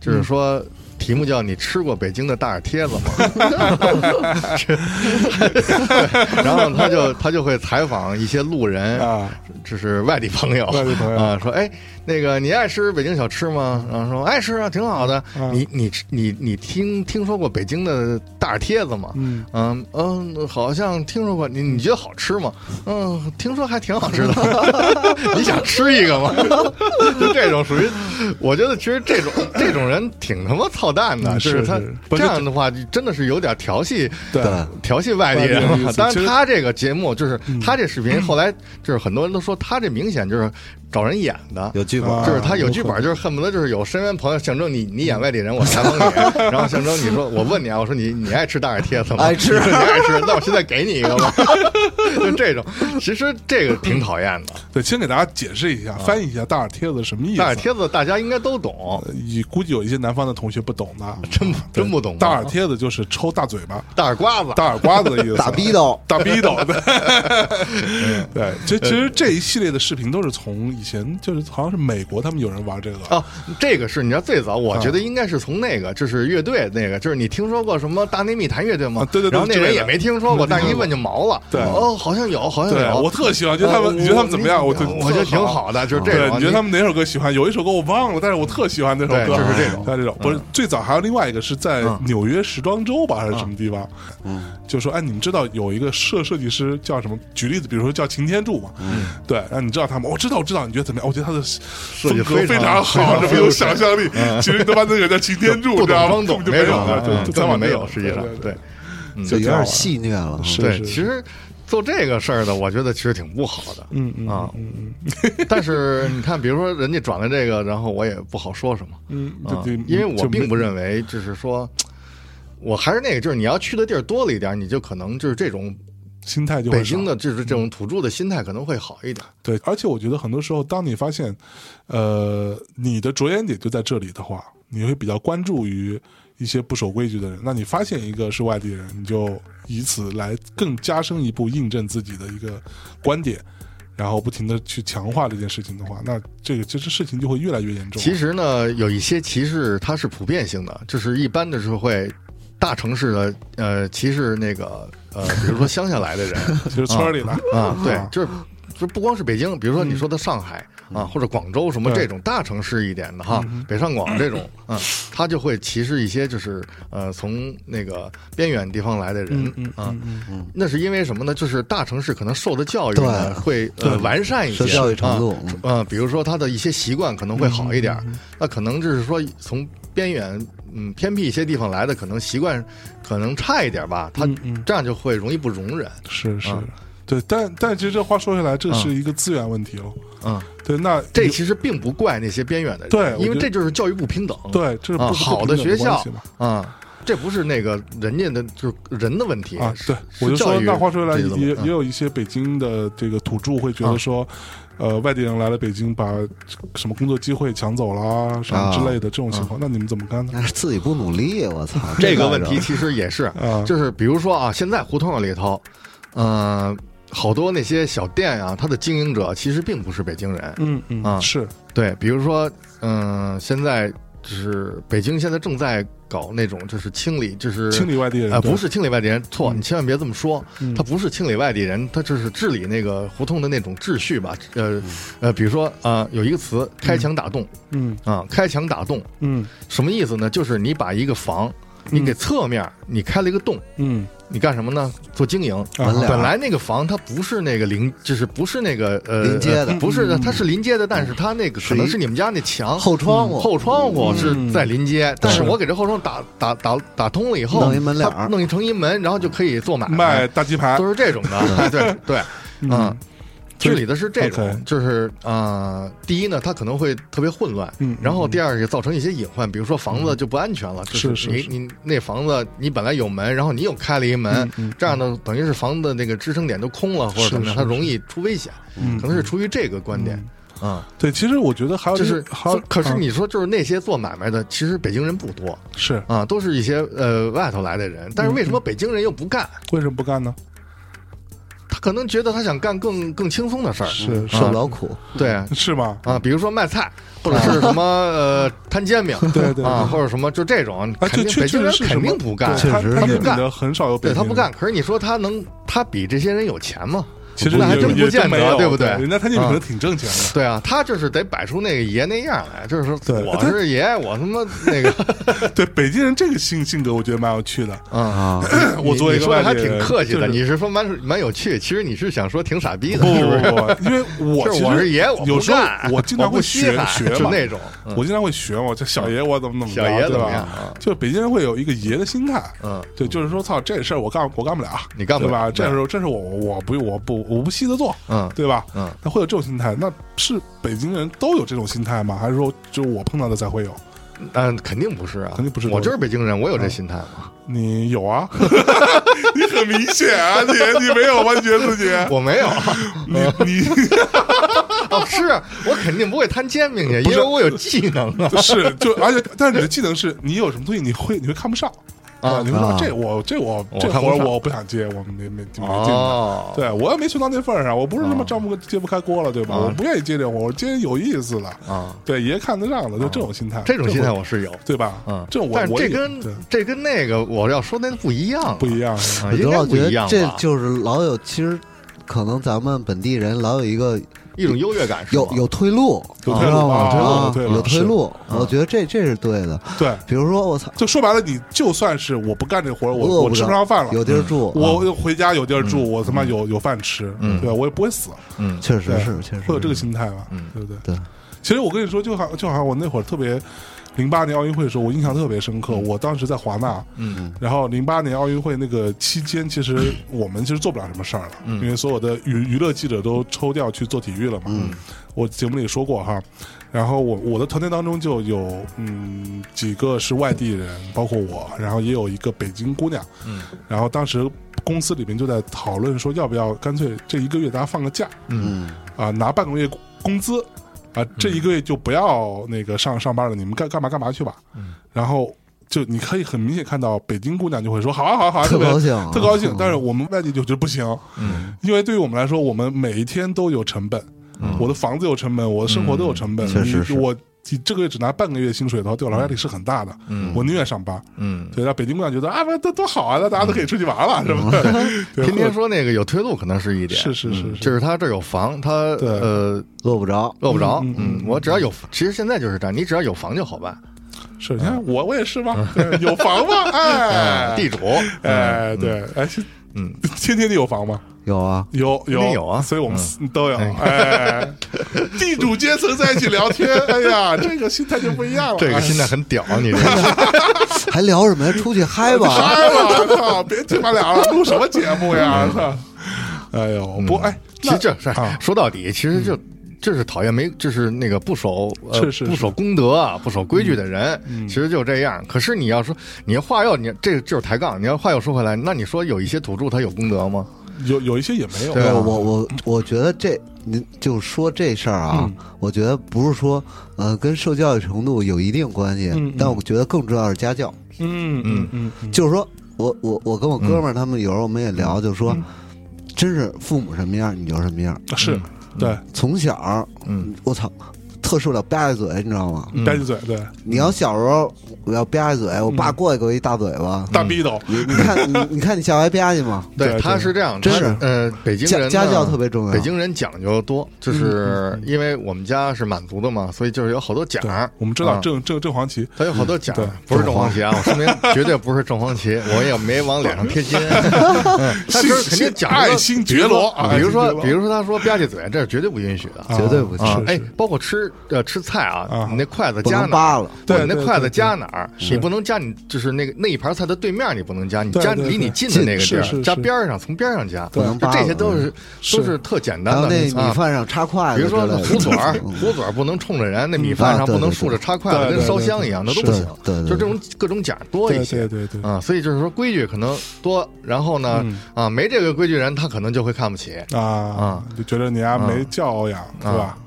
就是说。题目叫“你吃过北京的大耳贴子吗？” 对然后他就他就会采访一些路人
啊，
就是外地朋友，
外地朋友
啊，说哎，那个你爱吃北京小吃吗？然后说爱吃啊，挺好的。你你你你听听说过北京的大耳贴子吗？嗯嗯好像听说过。你你觉得好 吃吗？嗯，听说还挺好吃的。你想吃一个吗？ 就这种属于，我觉得其实这种这种人挺他妈操蛋的，
嗯
就是他
是不是
这样的话，真的是有点调戏。
对
调戏外地人
外地人的意
嘛
思，
当
其
然
实嗯
他这个节目就是他这视频，后来就是很多人都说他这明显就是找人演的，
有剧本
啊
就是他有剧本，就是恨不得就是有身边朋友象征你你演外地人，我采访你，然后象征你说我问你啊，我说你你爱吃大耳贴子吗？
爱吃
你说你爱吃，那我现在给你一个吧， 就这种，其实这个挺讨厌的。
对，先给大家解释一下，翻译一下大耳贴子什么意思。
啊大耳贴子大家应该都懂，
呃，以估计有一些南方的同学不懂的，
真不
对
真不懂啊
大耳贴子就是抽大嘴巴、
大耳刮子，
大耳刮子的意思，
打 逼斗，
大逼斗的。对，其其实这一系列的视频都是从以前就是好像是美国他们有人玩这个，
哦，这个是你知道最早，我
啊
觉得应该是从那个就是乐队那个，就是你听说过什么大内密谈乐队吗
啊？对对对
然后那
之类
人
的
也没听说过，但
没
是一
听说过
问就毛了。
对
哦，好像有，好像
对
有。
我特喜欢，觉得他们，
呃
你觉得他们怎么样？我就啊
我觉得挺好的，就是这
对，
种。啊
你觉得他们哪首歌喜欢？有一首歌我忘了，但是我特喜欢那首歌，
对就是这种嗯
对这种不是最早还有另外一个是在纽约时装周吧，还是什么地方？嗯，就说哎，你们知道
嗯
有一个设设计师叫什么？举例子，比如说叫擎天柱嘛，对，然后你知道他吗？我知道，我知道，你觉怎么样？我觉得他的设
计
格
非
非
常
常
非常
好，这么有想象力。其实他妈那个叫擎天柱，
嗯不
你知
懂
道
装
吗？根
懂
本就
没
有
啊
啊，对，
根
采
本
访
没有，实际上对
对，
嗯
就有点
细。
戏虐了。
是
对，其实做这个事儿呢，我觉得其实挺不好的，嗯嗯啊，但是你看，比如说人家转了这个，然后我也不好说什么，
嗯
啊
对对，
因为我
就没
并不认为，就是说，我还是那个，就是你要去的地儿多了一点，你就可能就是这种
心态就会
北京
少
的，就是这种土著的心态可能会好一点，
对，而且我觉得很多时候，当你发现，呃，你的着眼点就在这里的话，你会比较关注于一些不守规矩的人。那你发现一个是外地人，你就以此来更加深一步印证自己的一个观点，然后不停的去强化这件事情的话，那这个这实事情就会越来越严重。
其实呢，有一些歧视它是普遍性的，就是一般的社会。大城市的呃歧视那个呃，比如说乡下来的人，
其实村儿里呢，
啊，对，就是就不光是北京，比如说
嗯
你说的上海、啊，或者广州什么这种大城市一点的
嗯
哈，北上广这 种，嗯、他就会歧视一些就是呃从那个边远地方来的人、
嗯
嗯
啊，那是因为什么呢？就是大城市可能受的教育呢
对
会呃完善一些，
受教育程度嗯
啊呃，比如说他的一些习惯可能会好一点儿，那可能就是说从边远嗯偏僻一些地方来的，可能习惯可能差一点吧，
嗯
他这样就会容易不容忍，
嗯是是。
啊
对，但但其实这话说回来，这是一个资源问题哦。
嗯。
对，那
这其实并不怪那些边缘的人，
对我
因
觉
为
得
这就是教育不平等，
对这是不
啊，
不
好
平
的
等
学
关
校
系嘛
啊，这不是那个人家的，就是人的问题
啊，
是
对，我就是
教
说，
育
那话说来，
这个啊嗯
也
问题
也有一些北京的这个土著会觉
啊
得说，呃，外地人来了北京，把什么工作机会抢走啦，什么
啊
之类的这种情况，那你们怎么看呢？
那是自己不努力，我 操！
这个问
太
题
着
其实也是
啊，
就是比如说啊，现在胡同里头，嗯，好多那些小店啊，它的经营者其实并不是北京人，
嗯嗯
啊
是
对，比如说，嗯，现在就是北京现在正在搞那种就是清理，就是
清理外地人
啊，
对
不是清理外地人，错，
嗯
你千万别这么说，
嗯
他不是清理外地人，他就是治理那个胡同的那种秩序吧，呃呃，比如说啊、有一个词“开墙打洞”
嗯
啊，开墙打洞
嗯
什么意思呢？就是你把一个房，你给侧面你开了一个洞，
嗯
你干什么呢？做经营。
啊
完了
本来那个房它不是那个临，就是不是那个呃
临街的
呃不是的，它是临街的，但是它那个可能是你们家那墙
后窗户
后窗户是在临街，但是
是
我给这后窗打打打打通了以后，
弄一门脸儿
它弄一成一门，然后就可以做买
卖
卖，
大鸡排
都啊是这种的， 对对，嗯。治理的是这种
OK，
就是啊，第一呢，它可能会特别混乱，
嗯
然后第二也造成一些隐患，比如说房子就不安全了，就是
是
你
是
你那房子你本来有门，然后你又开了一
嗯
门，这样呢，等于是房子那个支撑点都空了或者
是
怎么样，
是
它容易出危险，可能是出于这个观点啊，
嗯对，其实我觉得还有
就
一
是
还有
可是
啊
你说就是那些做买卖的，其实北京人不多
是
啊，都是一些呃外头来的人，但是
嗯
为什么北京人又不干？
为什么不干呢？
他可能觉得他想干更更轻松的事儿，啊
是
受劳苦，
对
是吗？
啊，比如说卖 菜，或者是什么呃摊煎饼，
对对
啊，
对
或者什么就这种，
啊，
肯
这
定
确
北京
确
人
实是
肯
什么
定不干，
对他
他
他
不
那里
干
的，很少有北
对
京
他不
人
干。可是你说他能，他比这些人有钱吗？
其实
那还
也
真
也
不见
没有
得，对不对？
人家他那可能
啊
挺挣钱的。
对啊，他就是得摆出那个爷那样来，就是说
对
我
他
是爷，我他妈那个，
对北京人这个性性格，我觉得蛮有 趣的。
啊，
我作为
你
一个
说的
外
还
地
挺
人
客气
就
的，
是
你是说蛮蛮有趣，其实你是想说挺傻逼的，
不
是不是？
不不，因为我
就是
其实
我是爷，我
有
不
时候
干，
我经常
不
会
稀
学
罕
学
就
嘛
那种，嗯
我经常会学嘛，这小爷我怎么怎么着
小爷怎
对
么
吧？
样啊
就北京人会有一个爷的心态，
嗯，
对，就是说操这事儿我干我干不了，啊
你干不了
对吧？
对
这时候这是我我我不我不我不稀得做，
嗯
对吧？
嗯，
那会有这种心态，那是北京人都有这种心态吗？还是说只有我碰到的才会有？
嗯，肯定不是啊，
肯定不是嗯
我就是北京人，我有这心态嘛，
你有啊？ 你很明显啊，你你没有吗？你觉得自己？
我呃没有。
你你
哦，是我肯定不会摊煎饼去，因
不是
为我有技能 啊。
是，就而且，但是你的技能是你有什么东西你会你会看不上
啊
你会说
啊
这我这我
我
这
看
活
不
儿
上
我不想接，我没没没劲的。
哦，
对我也没去到那份儿上，啊我不是他
啊
妈张不揭不开锅了，对吧？我不愿意接这活儿，我接有意思的
啊。
对，爷看得上的，就这种心态，
这种心态
会
我是有，
对吧？
嗯，
这我
但是
我
这
也对
跟这跟那个我要说那不一样，
不一样，
啊，
我
应
就
该
老
不
觉
一
得
样
这
吧？
就是老有，其实可能咱们本地人老有一个
一种优越感是吗
有有退路，
啊有
你
退
知
路
道吗？
啊
啊
有退路
有退路，我觉得这这是对的。
对，
比如说，我操，
就说白了，你就算是我不干这活儿，
饿
我我
不
吃
着
不上饭了，嗯
有地儿住，啊嗯
我回家有地儿住，我他妈有有饭吃，对吧？我也不会死，
嗯
确实
对
是，确实
会有这个
是嗯
心态嘛，对不对？
对。
其实我跟你说，就好就好像我那会儿特别，零八年奥运会的时候，我印象特别深刻。我当时在华纳，嗯，然后零八年奥运会那个期间，其实我们其实做不了什么事儿了，因为所有的娱娱乐记者都抽调去做体育了嘛。我节目里说过哈，然后我我的团队当中就有嗯几个是外地人，包括我，然后也有一个北京姑娘，嗯，然后当时公司里面就在讨论说，要不要干脆这一个月大家放个假，
嗯
啊，拿半个月工资，啊，这一个月就不要那个上上班了，你们干干嘛干嘛去吧。
嗯
然后就你可以很明显看到，北京姑娘就会说好啊好啊好啊，
特
别
高兴啊
特高兴。但是我们外地就觉得不行，
嗯
因为对于我们来说，我们每一天都有成本，我的房子有成本，我的生活都有成本，
嗯确实
你
是
我。你这个月只拿半个月薪水的话，对我来说压力是很大的。
嗯
我宁愿上班。
嗯，
对，让北京姑娘觉得啊，不，多多好啊，那大家都可以出去玩了，是吧？
嗯
对
天天说那个有退路可能是一点，
是是是
嗯
是
就是他这儿有房，他
对
呃
落不着。
饿不着，
嗯嗯
嗯，我只要有，其实现在就是这样，你只要有房就好办，
是，你看我我也是嘛，对有房 嘛，哎，
嗯地主，呃
哎，对，哎，是
嗯，
天天你有房吗？
有啊，
有
肯定
有
有啊
所以我
嗯
们四都有。哎， 地主阶层在一起聊天，哎 呀，这个心态就不一样了。
这个
哎
现在很屌， 你这个
还聊什么呀？出去嗨吧！
嗨了，哎我操，别鸡巴聊了，录什么节目呀？操！哎呦，不，哎，
嗯其实这事
啊
儿说到底，其实就。就是讨厌没，就是那个不守呃
是嗯是是
不守公德啊，不守规矩的人，其实就这样。可是你要说，你话要你这就是抬杠，你要话又说回来，那你说有一些土著他有功德吗？
有有一些也没有，
对啊
我我我我觉得这，您就说这事儿啊，
嗯
我觉得不是说呃跟受教育程度有一定关系，
嗯嗯
但我觉得更重要是家教。
嗯嗯嗯嗯，
就是说我我我跟我
嗯
哥们儿他们有时候我们也聊，就是说，真是父母什么样你就是什么样。
是对，
从小，
嗯，
我操，特受不了吧唧嘴，你知道吗？
张起嘴，对，
你要小时候我要吧唧嘴，我爸
嗯
过来给我一大嘴巴，
大逼斗，
你你看你你看你小孩吧 唧吗？
对
他
对
是这样，
真
他
是
呃，北京
家
人呢
家教特别重要嗯
北京人讲究多，就是因为我们家是满族的嘛，所以就是有好多
对
讲儿，。
我们知道
啊
正正正黄旗，
他有好多奖
对，
不是正黄旗啊！我说明绝对不是正黄旗，我也没往脸上贴 金。嗯他就是肯定讲究
爱新觉罗啊
比如
爱新觉
说，
罗
比如说他说吧唧嘴，这是绝对不允许的。
啊
绝对不行
啊
是，
哎
是，
包括吃呃吃菜啊
啊，
你那筷子
不
夹
能
哪
扒
儿？
了。
对
你那
对
筷
对
子
对
夹哪儿？
是
你不能夹你就是那个那一盘菜的对面，你不能夹，你
对
夹
对
离你
对
近的那个地
是
儿
是，
夹
是
边儿上，从边儿上夹。
不能
就
扒
这
拉
些都是
是
都是特简单
然后
的
那
啊
米饭上插筷子
比
之
如
类
说
的，
那虎嘴儿，
嗯
虎嘴儿不能冲着人，那米饭
啊
上不能竖着插筷
对
子，
对对
跟烧香一样，那都不行。
对对对
就这种各种讲多一些
对对对对
啊，所以就是说规矩可能多，然后呢
嗯
啊，没这个规矩人他可能就会看不起，
啊
啊，
就觉得你家没教养，是吧？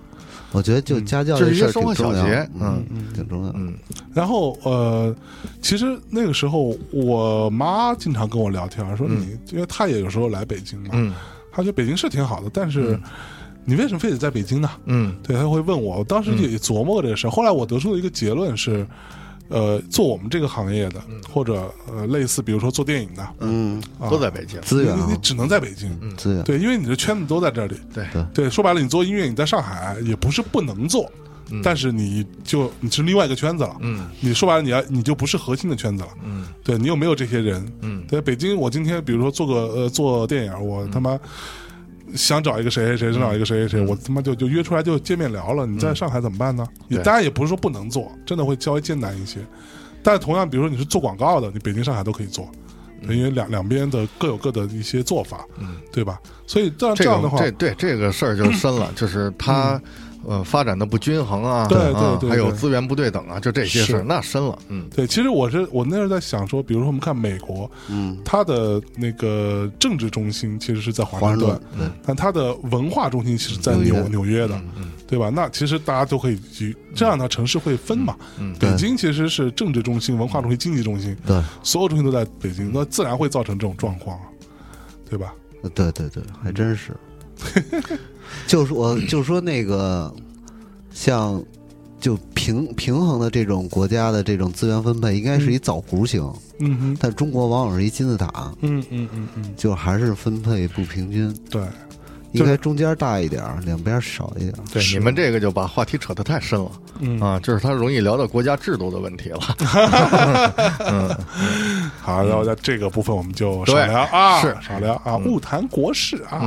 我觉得就家教
嗯这是
这
一
事
些
儿
生
挺
活小
重要
节
的，，
嗯
嗯，挺重要。
嗯
然后呃，其实那个时候我妈经常跟我聊天，说你，因为她也有时候来北京嘛，
嗯
她觉得北京是挺好的，但是你为什么非得在北京呢？
嗯
对，她会问我，我当时也琢磨过这个事儿。后来我得出的一个结论是，呃，做我们这个行业的，或者呃类似，比如说做电影的，
嗯，
啊
都在北京，
资源
你你
啊
嗯
你，只能在北京，
资源。
对，因为你的圈子都在这里，
对
对，说白了，你做音乐，你在上海也不是不能做，但是你就你是另外一个圈子了。
嗯，
你说白了，你要你就不是核心的圈子了。
嗯，
对你又没有这些人。
嗯
对，北京，我今天比如说做个呃做电影，我他妈。想找一个谁谁谁，想找一个谁谁谁，
嗯
我他妈就就约出来就见面聊了。你在上海怎么办呢？你
对
当然也不是说不能做，真的会稍微艰难一些。但是同样，比如说你是做广告的，你北京、上海都可以做，对
嗯
因为两两边的各有各的一些做法，对吧？所以这样
这
这样的
个
话，嗯
这对这个事儿就深 了，就是他呃发展的不均衡啊，
对对
啊
对
还有
对
资源不对等啊，就这些事
是
儿那深了，嗯
对，其实我是我那时候在想说，比如说我们看美国，嗯，它的那个政治中心其实是在华盛
华
顿
盛，顿
但它的文化中心其实在纽
纽约
纽约
嗯
的，对吧？那其实大家都可以去这样的城市会分嘛。
嗯
北京其实是政治中心、文化中心、经济中心，
对，
所有中心都在北
嗯
京，那自然会造成这种状况，啊对吧？
对对对，还真是。就是我就说那个，像就平平衡的这种国家的这种资源分配，应该是一枣核型，
嗯哼，
但中国往往是一金字塔，
嗯嗯嗯嗯，
就还是分配不平均。
对，
应该中间大一点儿，两边少一点儿。
对，你们这个就把话题扯得太深了，
嗯
啊，就是他容易聊到国家制度的问题了。
好，然后在这个部分我们就少
对
聊啊，
是嗯
少聊啊，勿谈国事啊。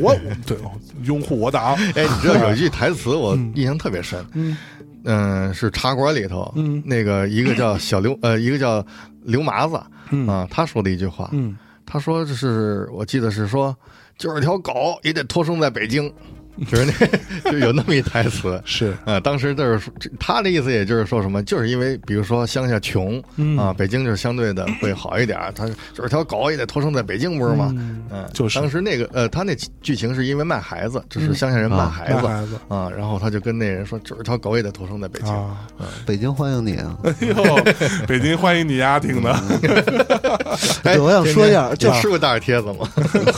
我对我拥护我党，
哎，你知道有一句台词我印象特别深，嗯，是茶馆里头，嗯，那个一个叫小刘，呃，一个叫刘麻子，嗯啊，他说的一句话，嗯，他说就是我记得是说，就是条狗也得托生在北京，就是那 就有那么一台词，
是
呃，当时就是说这他的意思，也就是说什么，就是因为比如说乡下穷、啊，北京就是相对的会好一点儿，他就是条狗也得托生在北京，不是吗？嗯，
就是
当时那个呃，他那剧情是因为卖孩子，就是乡下人卖孩
啊
子
卖孩子
啊然后他就跟那人说，就是条狗也得托生在北京。哎
啊，
北京欢迎你啊！
哎呦，北京欢迎你呀，挺的，
嗯哎，
对我想说一下
天
就
天你吃过大耳贴子吗？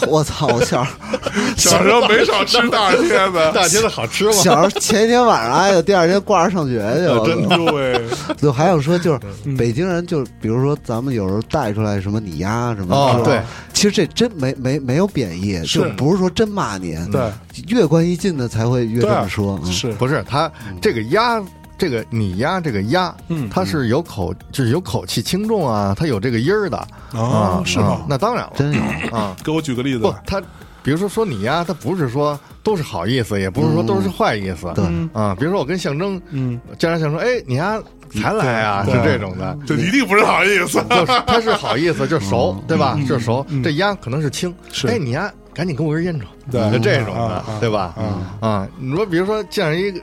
我操！我小时候
小时候没少吃大耳贴
大
子，
耳贴子好吃吗？
小时候前一天晚上挨的，第二天挂着上学去了。
真的喂，
对，还有说就是北京人，就是比如说咱们有时候带出来什么你呀什么的，
哦
是吧
对，
其实这真没没没有贬义，就不是说真骂你，
对，啊
越关系近的才会越这么说，嗯
是
不是他这个鸭，这个你鸭，这个鸭，嗯，它是有口，就是有口气轻重啊，它有这个音儿的
哦
啊，
是吗
啊那当然了，
真有。
啊，
给我举个例子
不
吧，，
他比如说说你呀，他不是说都是好意思，也不是说都
嗯
是坏意思，
对
啊，比如说我跟象征，嗯，家长想说，哎，你呀才来啊，是
对
这种的。
这一定不是好意思，
就是他是好意思，就是熟，对吧？就是熟，这鸭可能是轻，
嗯是
哎，你呀，赶紧给我根烟抽，
对
就这种的
啊啊，
对吧？
啊
啊，你说比如说见着一个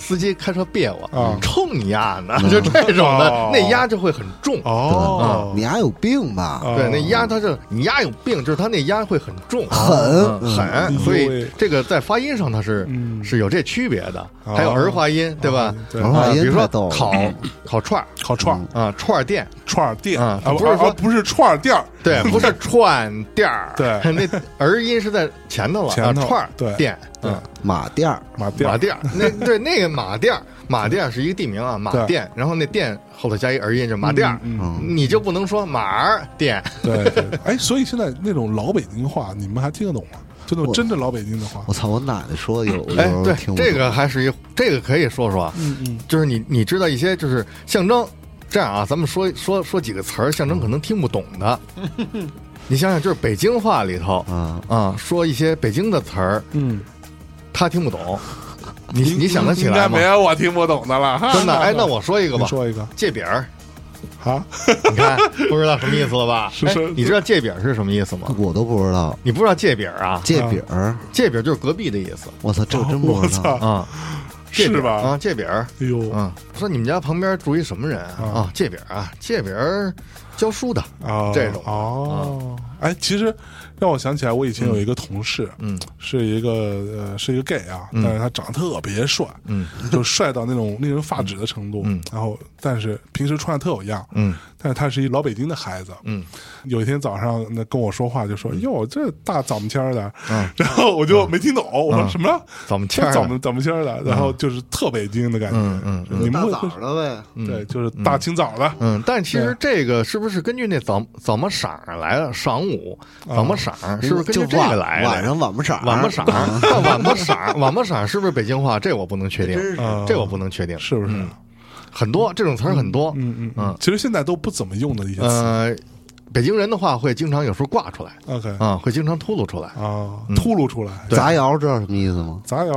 司机开车别
啊
我，冲你呀呢，就这种
哦
的，那鸭就会很重，
哦，
嗯
你还有病吧？
哦
对，那鸭它就你鸭有病，就是它那鸭会很重，
狠
嗯狠，所
哎呦喂
以这个在发音上它是
嗯
是有这区别的，
哦
还有儿化音，对吧？
对
儿化
啊
音
比如说
太逗了
烤烤串儿
烤串儿
啊，串儿店，
串儿店
啊
啊，
不是
啊
说
不是串儿店儿，
对，不是串店儿，
嗯对
那儿音是在前头了，
前头
啊串儿
对
店，
对
嗯
马店儿，
马店
马
儿
店儿，那对那个马店儿，马店儿是一个地名啊，
对嗯
马店，然后那店后头加一儿音，就马店儿，你就不能说马儿店，
对，对哎，所以现在那种老北京话，你们还听得懂吗？就那种真正老北京的话
我，操！我奶奶说有，有
哎
时，候
对
听，不
这
懂
个还是一这个可以说说啊，嗯嗯，就是你你知道一些就是象征，这样啊，咱们说说说几个词儿，象征可能听不懂 的，你想想，就是北京话里头
啊，
啊，说一些北京的词儿，
嗯，
他听不 懂，你你想得起
应
来
该
吗
没？有我听不懂的了，哈
真的，哎，那我说一个
你
吧，
说一个
借饼儿，
啊，
你 看不知道什么意思了吧？
是
哎
是
你知道借饼儿是什么意思吗？
我都不知道。
你不知道借饼儿啊？
借饼儿，
借饼儿就是隔壁的意思
我操，这我真不
我
知道。
操，
啊，借饼儿
是吧
啊，借饼儿。
哎呦
嗯，说你们家旁边住一什么人
啊
啊？啊，借饼儿啊，借饼儿教书的，
啊，
这种
哦，哎，其实让我想起来，我以前有一个同事，
嗯，
是一个呃，是一个 gay 啊，但是他长得特别帅，
嗯，
就帅到那种令人发指的程度，
嗯
然后但是平时穿的特有样，
嗯，
但是他是一老北京的孩子，
嗯，
有一天早上那跟我说话就说，哟，这大早们天儿的， 然后我就没听懂，我说
嗯
什么
早么天儿的
早么早么天儿的，然后就是特北京的感觉，
嗯嗯
就你们会会
的
对，就是大清早的，
嗯，但其实
对
这个是不是根据那怎怎么色儿来的？晌午
啊
怎么色儿是不是根
就
据这
晚
个来的？
晚上晚不色儿，
晚不色儿，
啊
那晚不色儿，晚不色儿是不是北京话？这我不能确定
真是，
啊
这我不能确定，
是不啊是？
嗯很多这种词儿很多，
嗯嗯
嗯
其实现在都不怎么用的一些词。
呃，北京人的话会经常有时候挂出来
OK
啊，嗯会经常秃噜出来。
啊，秃噜出来。
杂窑知道什么意思吗？
杂窑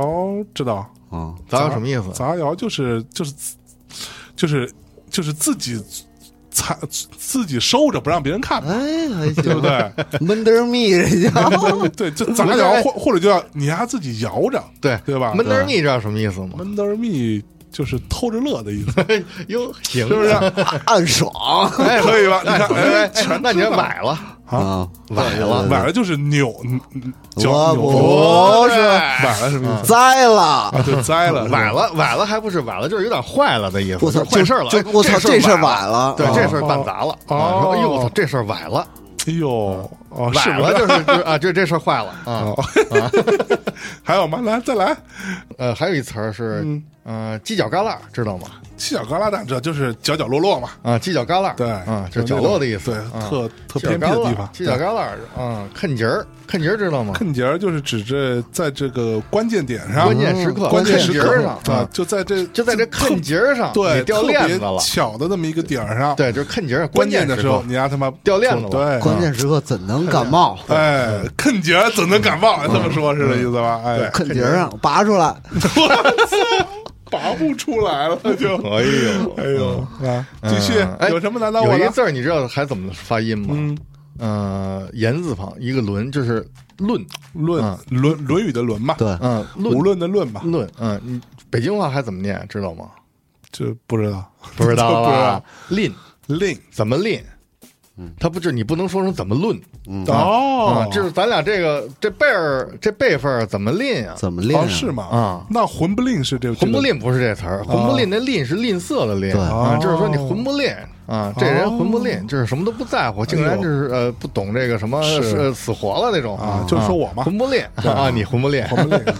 知道？
啊，
咱有什么意思？
杂窑就是就是就是就是自己采自己收着不让别人
嗯
看，
哎，还行
对不对？
闷得儿蜜人家
对，就杂窑或或者就要你还自己摇着，
对
对吧
闷得密，知道什么意思吗？
闷得儿蜜就是偷着乐的意 思，
哟，行，
是不是？
暗爽
哎，
可以吧你看哎
啊哎，哎那你要买了，
啊！
崴了，
买了就是扭脚
我
扭，
不是
崴了什么意思？
栽了，
啊，就栽了，
崴嗯了，崴了还不是崴了，就是有点坏了的意思。
我操，
就坏事儿了，
就
哎
我操，
这
这事儿
崴
晚了，
对，
啊
这事
哦
儿办砸了。啊说哎呦，我操，这事儿崴了，
哎呦，哦，是哦
崴了
不是？
就是就是啊，就这事儿坏了啊。
还有吗？来，再来，嗯
呃，还有一词儿是呃，犄角旮旯知道吗？
七角旮旯蛋，这就是角角落落嘛，嗯
啊，犄角旮旯，
对，
啊，就是角落的意思，
对，
啊
特特偏僻的地方。
犄角旮旯，啊，坑节儿，坑节儿知道吗？
坑节儿就是指这在这个关键点上，
关键时刻，
关键时
节
刻
儿上
啊
啊，，
就在这
就在这坑节儿上，
对
你掉
特
链
别
子了，
巧的那么一个点儿上，，
对，就是坑节儿
关
键
键的时
时
候你丫他妈
掉链子了嗯
对，
关键时刻怎能感冒？
哎，坑节儿怎能感冒？这么说是这意思吧？
嗯
哎，
啃节儿上拔出来，
拔不出来了就，
哎呦，
哎呦啊，继续
嗯哎
有什么难到我
有一
的？
字儿你知道还怎么发音吗？
嗯，
呃，言字旁一个轮，就是论，
论
嗯
论《论语》的论嘛，
对，
嗯，论
无论的论嘛，
论，嗯，你北京话还怎么念？啊知道吗？
这不知道。啊
不知道
不知道
吧？吝
令
怎么吝？他不是你不能说成怎么论
哦
啊，，就是咱俩这个这辈儿这辈分儿怎么吝啊？
怎么练
哦
啊？
是吗？
啊
那魂不吝是这
魂不，吝不是这词儿，魂不吝那吝是吝啬的吝
对
哦
啊，就是说你魂不吝啊，这人魂不吝，就是什么都不在乎，竟
哎
然
呦
就是呃不懂这个什么
是
呃死活了那种
啊就是说我嘛
魂不吝啊，你魂不吝，
这 个魂不吝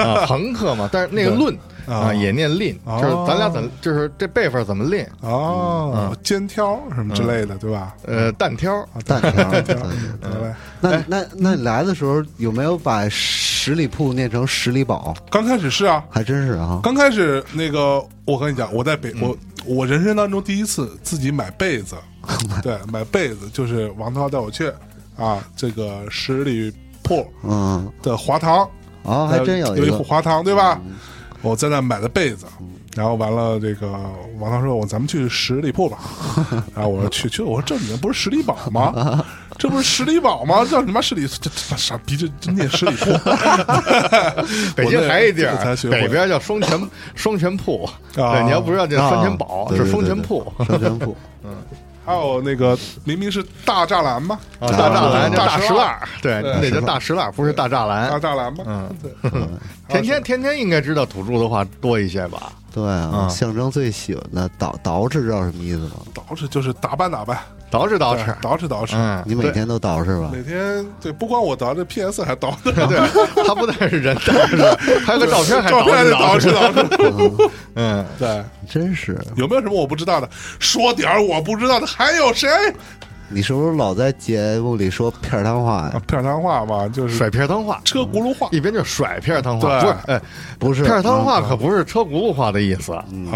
啊，朋克嘛，但是那个论
啊
啊也念吝，就是咱俩怎就是这辈分儿怎么吝？嗯
哦，肩挑什么之类的，对吧？
呃，单挑
啊
蛋条对
挑
嗯
明白
啊那那那你来的时候有没有把十里铺念成十里堡？
刚开始是啊，
还真是啊，
刚开始那个，我跟你讲，我在北，
嗯
我我人生当中第一次自己买被 子，对，买被子就是王涛带我去啊，这个十里铺
嗯，
的华堂，
哦，还真
有
有一
一
个，嗯
华堂对吧？我在那买的被子，然后完了，这个王涛说：“我咱们去十里 铺吧。”然后我说：“去去。”我说：“这里面不是十里堡吗？这不是十里堡吗？叫什么十里？这这傻逼，这这念十里铺。
北京还有一地
我那才
儿
学，会
北边叫双泉 双泉铺，
啊
对，你要不知道叫双泉堡，
对
是
对对
双泉
对
铺
双泉铺，
还有那个明明是大栅栏吗？
啊，大栅栏
对
叫
大
大
石
石
栏
栏儿，对，那叫大石栏儿，不是大栅
大
栏。
栅栏吗？
嗯
对，
天天天天应该知道土著的话多一些吧？
对啊，
嗯
象征最喜欢的捯捯饬，知道什么意思吗？
捯饬就是打扮打扮，
捯饬捯饬
对，捯饬捯饬。
嗯，
你每天都捯饬吧？
每天对，不光我捯饬，PS 还捯饬，
对，他不但是人捯饬，还有个照片还
照片还得捯
捯
饬
饬。
捯饬。
嗯，
对，
真是，
有没有什么我不知道的？说点儿我不知道的，还有谁？
你是不是老在节目里说片儿汤话
啊
呀？，
片儿汤话嘛，就是
甩片儿汤话，
车轱辘话
一边就甩片儿汤话，不
嗯对嗯
是，哎，
不是
片儿汤话可不是车轱辘话的意思
啊，
嗯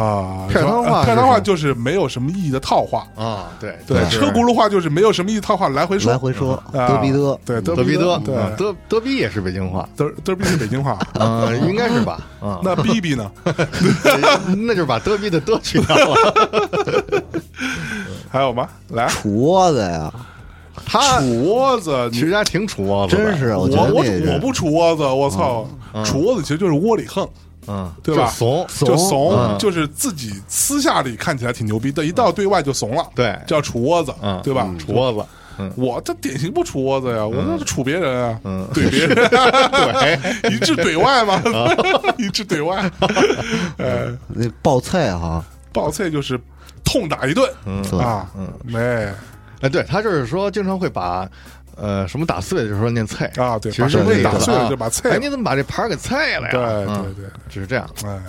片儿汤话
呃片儿汤话
是
就是没有什么意义的套话，
啊，对
对，车轱辘话就是没有什么意义的套话，来回说，
嗯来回说
啊
嘚逼嘚，
对，
德
逼
比德，
对，
嗯德德比也是北京话，
嘚嘚逼是北京话，
嗯，应该是 吧？啊，
那逼逼呢？
那就是把德比的德去掉了。
还有吗？ 来，
厨子呀，
他
厨子，
其实
你
他挺杵窝子的，
真是
我
我觉得
我
那
我
人
不厨窝子，我操，厨窝子其实就是窝里横。
嗯，
对吧
就怂，
就怂，
嗯
就是自己私下里看起来挺牛逼，但一到对外就怂了，
对
叫杵窝子，
嗯，
对吧？
杵窝子，嗯，
我这典型不杵窝子呀，我那是杵别人啊，
嗯
怼别人， 对，一致怼外嘛，
啊
一致怼外，呃，
那爆菜哈，
爆菜就是痛打一顿
嗯
对，
啊，没
哎，对他就是说经常会把。呃，什么打碎就是说念菜
啊对
其实
把东西
这个
打
碎了
啊
就把菜
哎，你怎么把这盘儿给菜了呀？
对
嗯
对
就是这样。
对，哎，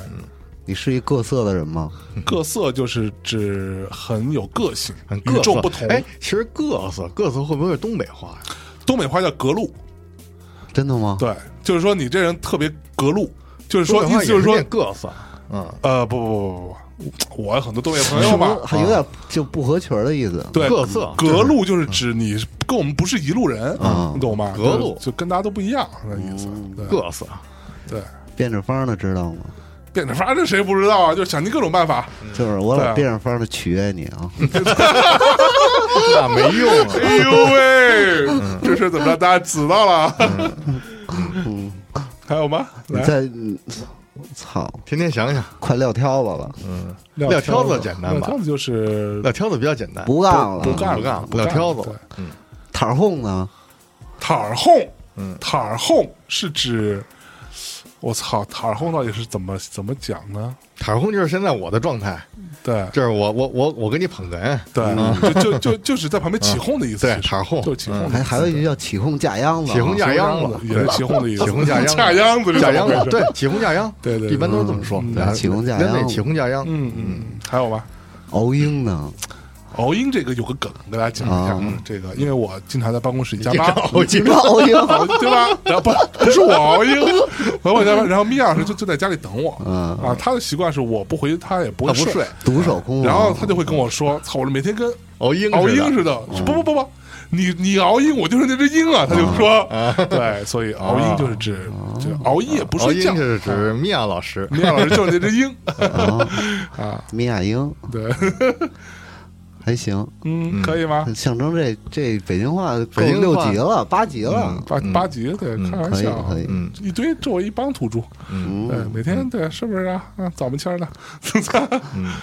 你是一各色的人吗？
各色就是指很有个性，
很各
与
色
众不同。
哎，其实各色各色会不会是东北话呀？
东北话叫格路，
真的吗？
对，就是说你这人特别格路，就是说
东
意
北话
思就是说
也念各色，嗯，
呃，不不不不不，我有很多东北朋
是
友
不
嘛
是，还有点就不合群儿的意思？
对，
各色
隔路就是指你跟我们不是一路人，
嗯
你懂吗？
隔路哦
就就跟大家都不一样，那意思。对
各色。
对，
变着法儿的，知道吗？
变着法儿这谁不知道啊？就想尽各种办法。
嗯
就是我
对
老
啊
变着法儿的取悦你啊，
那没用啊。
哎呦喂，这事儿怎么着？大家知道了。
嗯
还有吗？
你
来，
再，嗯操，
天天想想，
快撂挑子了，
撂
撂挑子
子
简单吧
撂挑子就是
撂挑子比较简单，
不干了，
不干
不干了，
不
撂
干了
挑子
对
了。嗯，
塔儿哄呢？
塔儿哄。
嗯
塔儿哄是指，我操，塔儿哄到底是怎么怎么讲呢？
塔儿轰就是现在我的状态，
对
这是我我我我给你捧哏，
对，就就就就是在旁边起哄的意
嗯
思，
对
其实
起哄
就是起哄的意思，
还还有一句叫起哄架秧子，啊
起哄架秧子，
也是啊起哄的意思，
起哄架秧子
架秧子，
架 秧子，对，，起哄架秧，
对对对
一般都是这么说，
嗯起哄架
人
秧
得起哄架秧，
嗯嗯，还有吧，
熬鹰呢，
哦熬鹰这个有个梗，给大家讲一下。
啊
嗯这个，因为我经常在办公室里加
你
班，
熬鹰
你，们 熬鹰，
熬对吧？然后不不是我熬鹰，我我加班，然后米娅老师就就在家里等我。
嗯
啊，他的习惯是我不回，他也不会
他不睡
独守空房，
然后他就会跟我说：“操，我这每天跟
熬鹰
熬鹰
似
似
的，
的，不不不不，你你熬鹰，我就是那只鹰啊。”他就说：“对，所以熬鹰就是指这个熬夜不
熬
睡
鹰
觉。”嗯
是指米娅老师，
米娅老师就是那只鹰。
啊
啊
米亚鹰
对，
还行，
嗯，可以吗？
象征这这北京话够
北京
六
话
级了，八级了，
八八级，对，开玩
可以
笑，
嗯可以，
嗯，
一堆周围一帮土著，嗯，对，每天对，是不是啊？啊，早门 签儿的，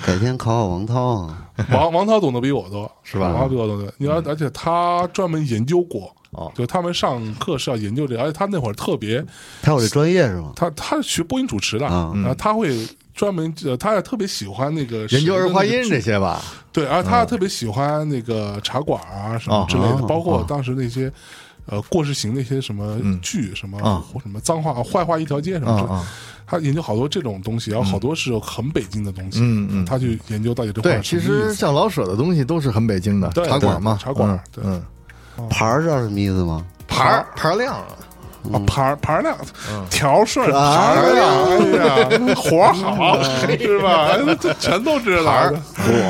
改天考考王涛啊，
王王涛懂得比我多，
是吧嗯
王涛比我多对，你要而且他专门研究过，
哦
就他们上课是要研究这个，而且他那会儿特别，
他有这专业是吗？
他他是学播音主持的，
啊
嗯
然后他会。专门呃，他也特别喜欢那个
研究儿化音
这
这些吧，
对，而
嗯
他特别喜欢那个茶馆啊什
哦
么之类的，包括当时那些。呃，过世行那些什么剧，什么
啊
或什么脏话、坏话一条街什么之
啊
类的
啊，
他研究好多这种东西，然后好多是很北京的东西，
嗯嗯
他去研究到底这话
对，
是什
其
么
实
意思
像老舍的东西都是很北京的
对
茶馆嘛，
对茶馆
嗯
对
嗯，
牌儿知道什么意思吗？
牌儿牌儿亮了，
啊，盘儿盘儿亮，
嗯
条顺
是
盘
啊
儿亮，哎呀， 活儿好
嗯
是吧？哎这全都知道，
果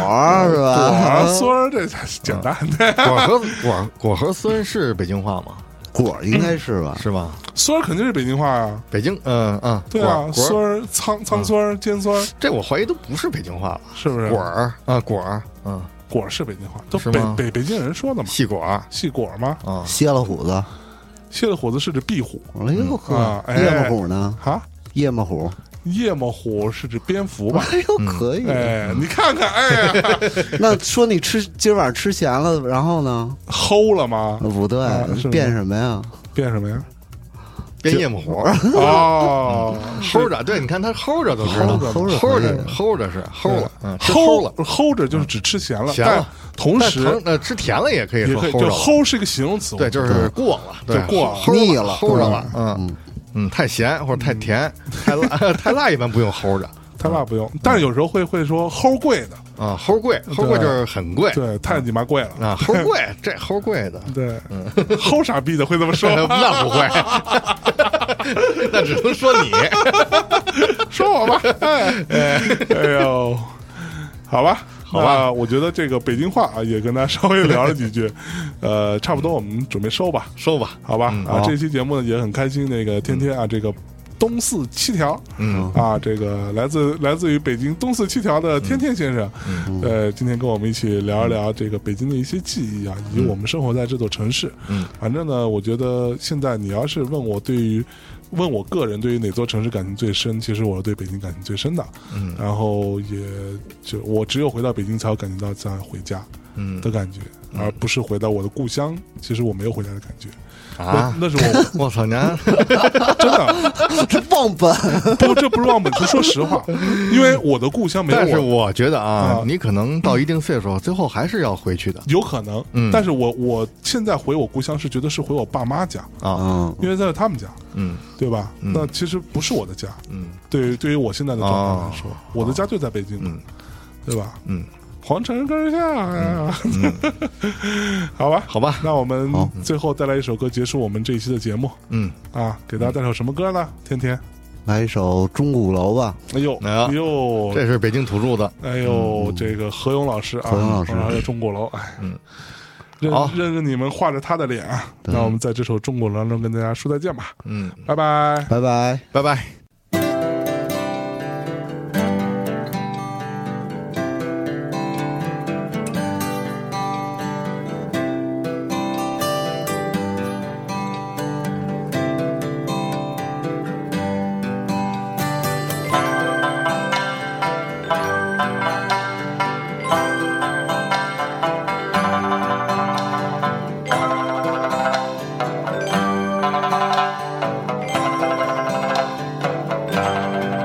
儿是
果儿嗯
嗯
吧？
孙儿这才是简单的，
果和果果和孙是北京话吗？
果儿应该是
啊
吧？
是吧？
孙儿肯定是北京话啊，
北京，嗯嗯，
对啊，
果
孙
果
儿苍
嗯
苍孙儿尖孙儿
这我怀疑都不是北京话了，
是不是？
果儿啊果儿，嗯，
果儿是北京话，都
是
北
吗
北北京人说的嘛，
细果儿
细果儿吗？
啊，
歇了虎子，
蟹的虎子是指壁虎
哎呦
啊
呵，
哎
夜幕虎呢？
啊，
夜幕虎，
夜猫虎是指蝙蝠 吧？
哎呦可以。
哎，你看看，哎呀，
那说你吃今晚吃咸了，然后呢？
齁了吗？
不对
啊是，吗
变什么呀？
变什么呀？
编夜幕虎，
哦，
齁着，对，你看他齁着都知道，
齁着
齁
可
着
以
齁着是齁了，嗯，吃齁
齁
了，
齁着就是指吃咸了，
咸
但
了
同
但
时
疼呃吃甜了也可以
也
说
可以，
齁
就
着了，
齁是一个形容词，
对，就是过了，对，
就过了嗯
齁
腻了
齁着
对
了，嗯嗯，太咸或者太甜，太辣 太辣一般不用齁着
太辣不用，
嗯
但是有时候会会说齁贵的，
啊，齁贵，齁贵就是很贵，
对，太你妈贵了。
啊，齁贵，这齁贵 的，
对，
嗯
齁傻逼的会 这么说，
那不 会，那只能说你。
说我吧，哎，哎呦，好吧，好吧，我觉得这个北京话啊，也跟大家稍微聊了几句，呃，差不多，我们准备收吧，
收吧，
好吧，啊，
好
这期节目呢也很开心，那个天天啊，这个。东四七条，嗯啊，这个来自来自于北京东四七条的天天先生，呃，今天跟我们一起聊一聊这个北京的一些记忆啊，以及我们生活在这座城市。嗯，反正呢，我觉得现在你要是问我对于问我个人对于哪座城市感情最深，其实我是对北京感情最深的。嗯，然后也就我只有回到北京才有感觉到在回家，嗯的感觉，而不是回到我的故乡。其实我没有回家的感觉
啊
那那是我
我操，您
真的
这忘本，
不，这不是忘本，是说实话，因为我的故乡没有
但是
我
我觉得啊
啊，
你可能到一定岁数，最后还是要回去的
有可能，
嗯
但是我我现在回我故乡是觉得是回我爸妈家，
啊。
嗯，
因为在他们家，
嗯
对吧？
嗯
那其实不是我的家，
嗯哦
对于对于我现在的状况来说，我的家就在北京，
嗯
对吧？
嗯，
皇城根下呀， 好吧，
嗯好吧，
那我们
好
最后带来一首歌结束我们这一期的节目
嗯，
啊，给大家带首什么歌呢？天天，
来一首《钟鼓楼》吧，
哎呦，
哎呀
哎呦，
这是北京土著的，
哎呦，这个何勇老师啊，
嗯何勇老师
还有钟鼓楼，哎，
嗯
认
好
认认你们画着他的脸啊。那我们在这首钟鼓楼当中跟大家说再见吧，
嗯，
拜拜。
拜拜。
拜拜。
我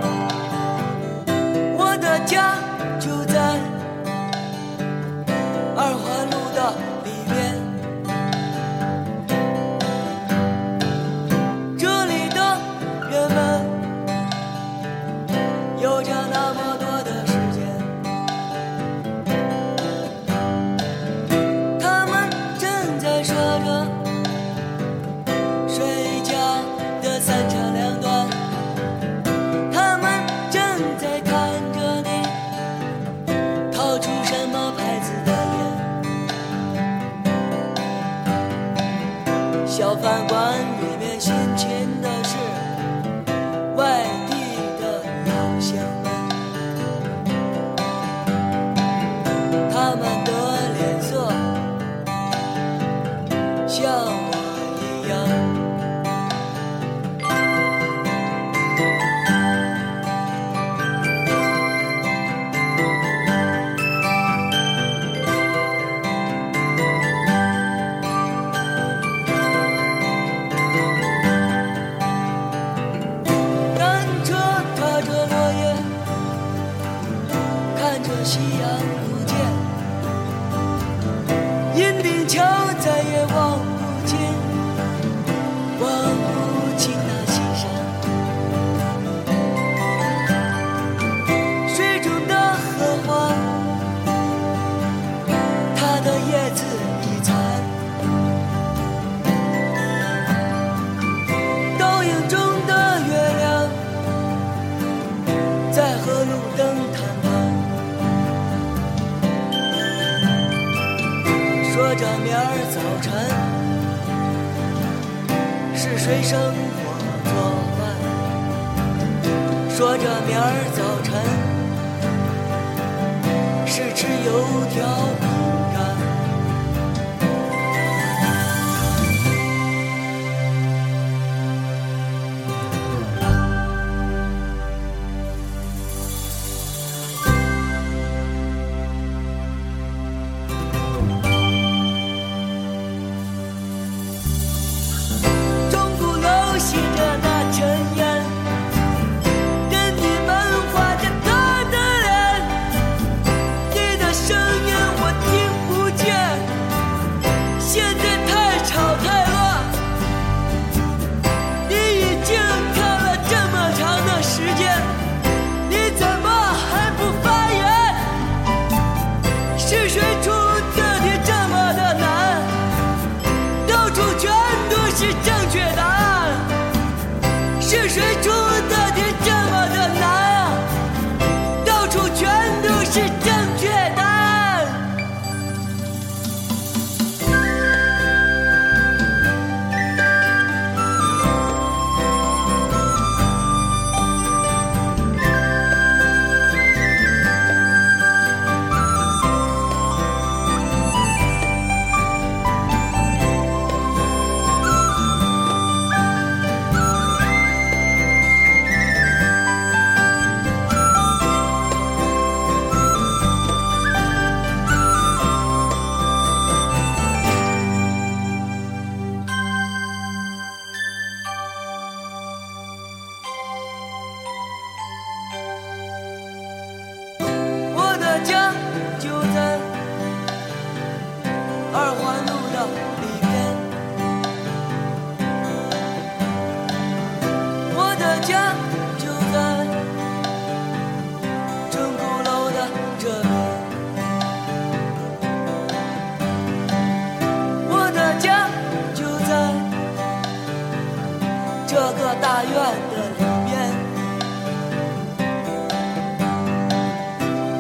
沉，是谁生活作乱？说着明儿早晨，是吃油条饼干。中古流行着那尘烟，任你们画着他的脸，你的声音我听不见，现在太吵太乱，你已经看了这么长的时间，你怎么还不发言？是谁出的题这么的难？到处全都是正确答案，是谁出的题这么的难啊？到处全都是正确答案。我的家就在二环路的里边，我的家就在钟鼓楼的这边，我的家就在这个大院的里边。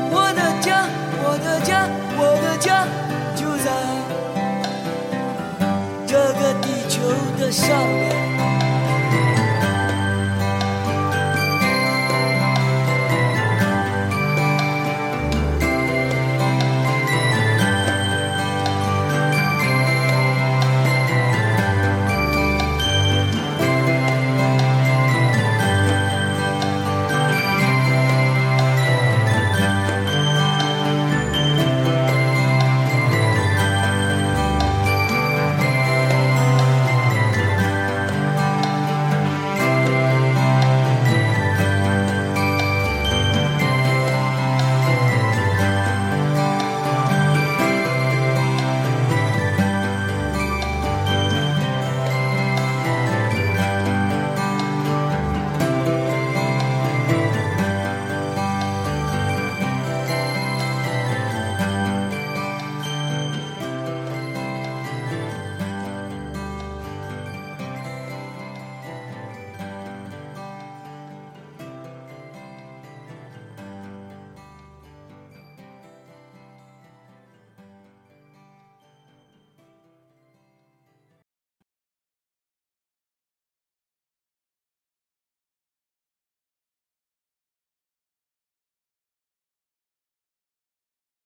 我的家，我的家，我的家就在这个地球的上面。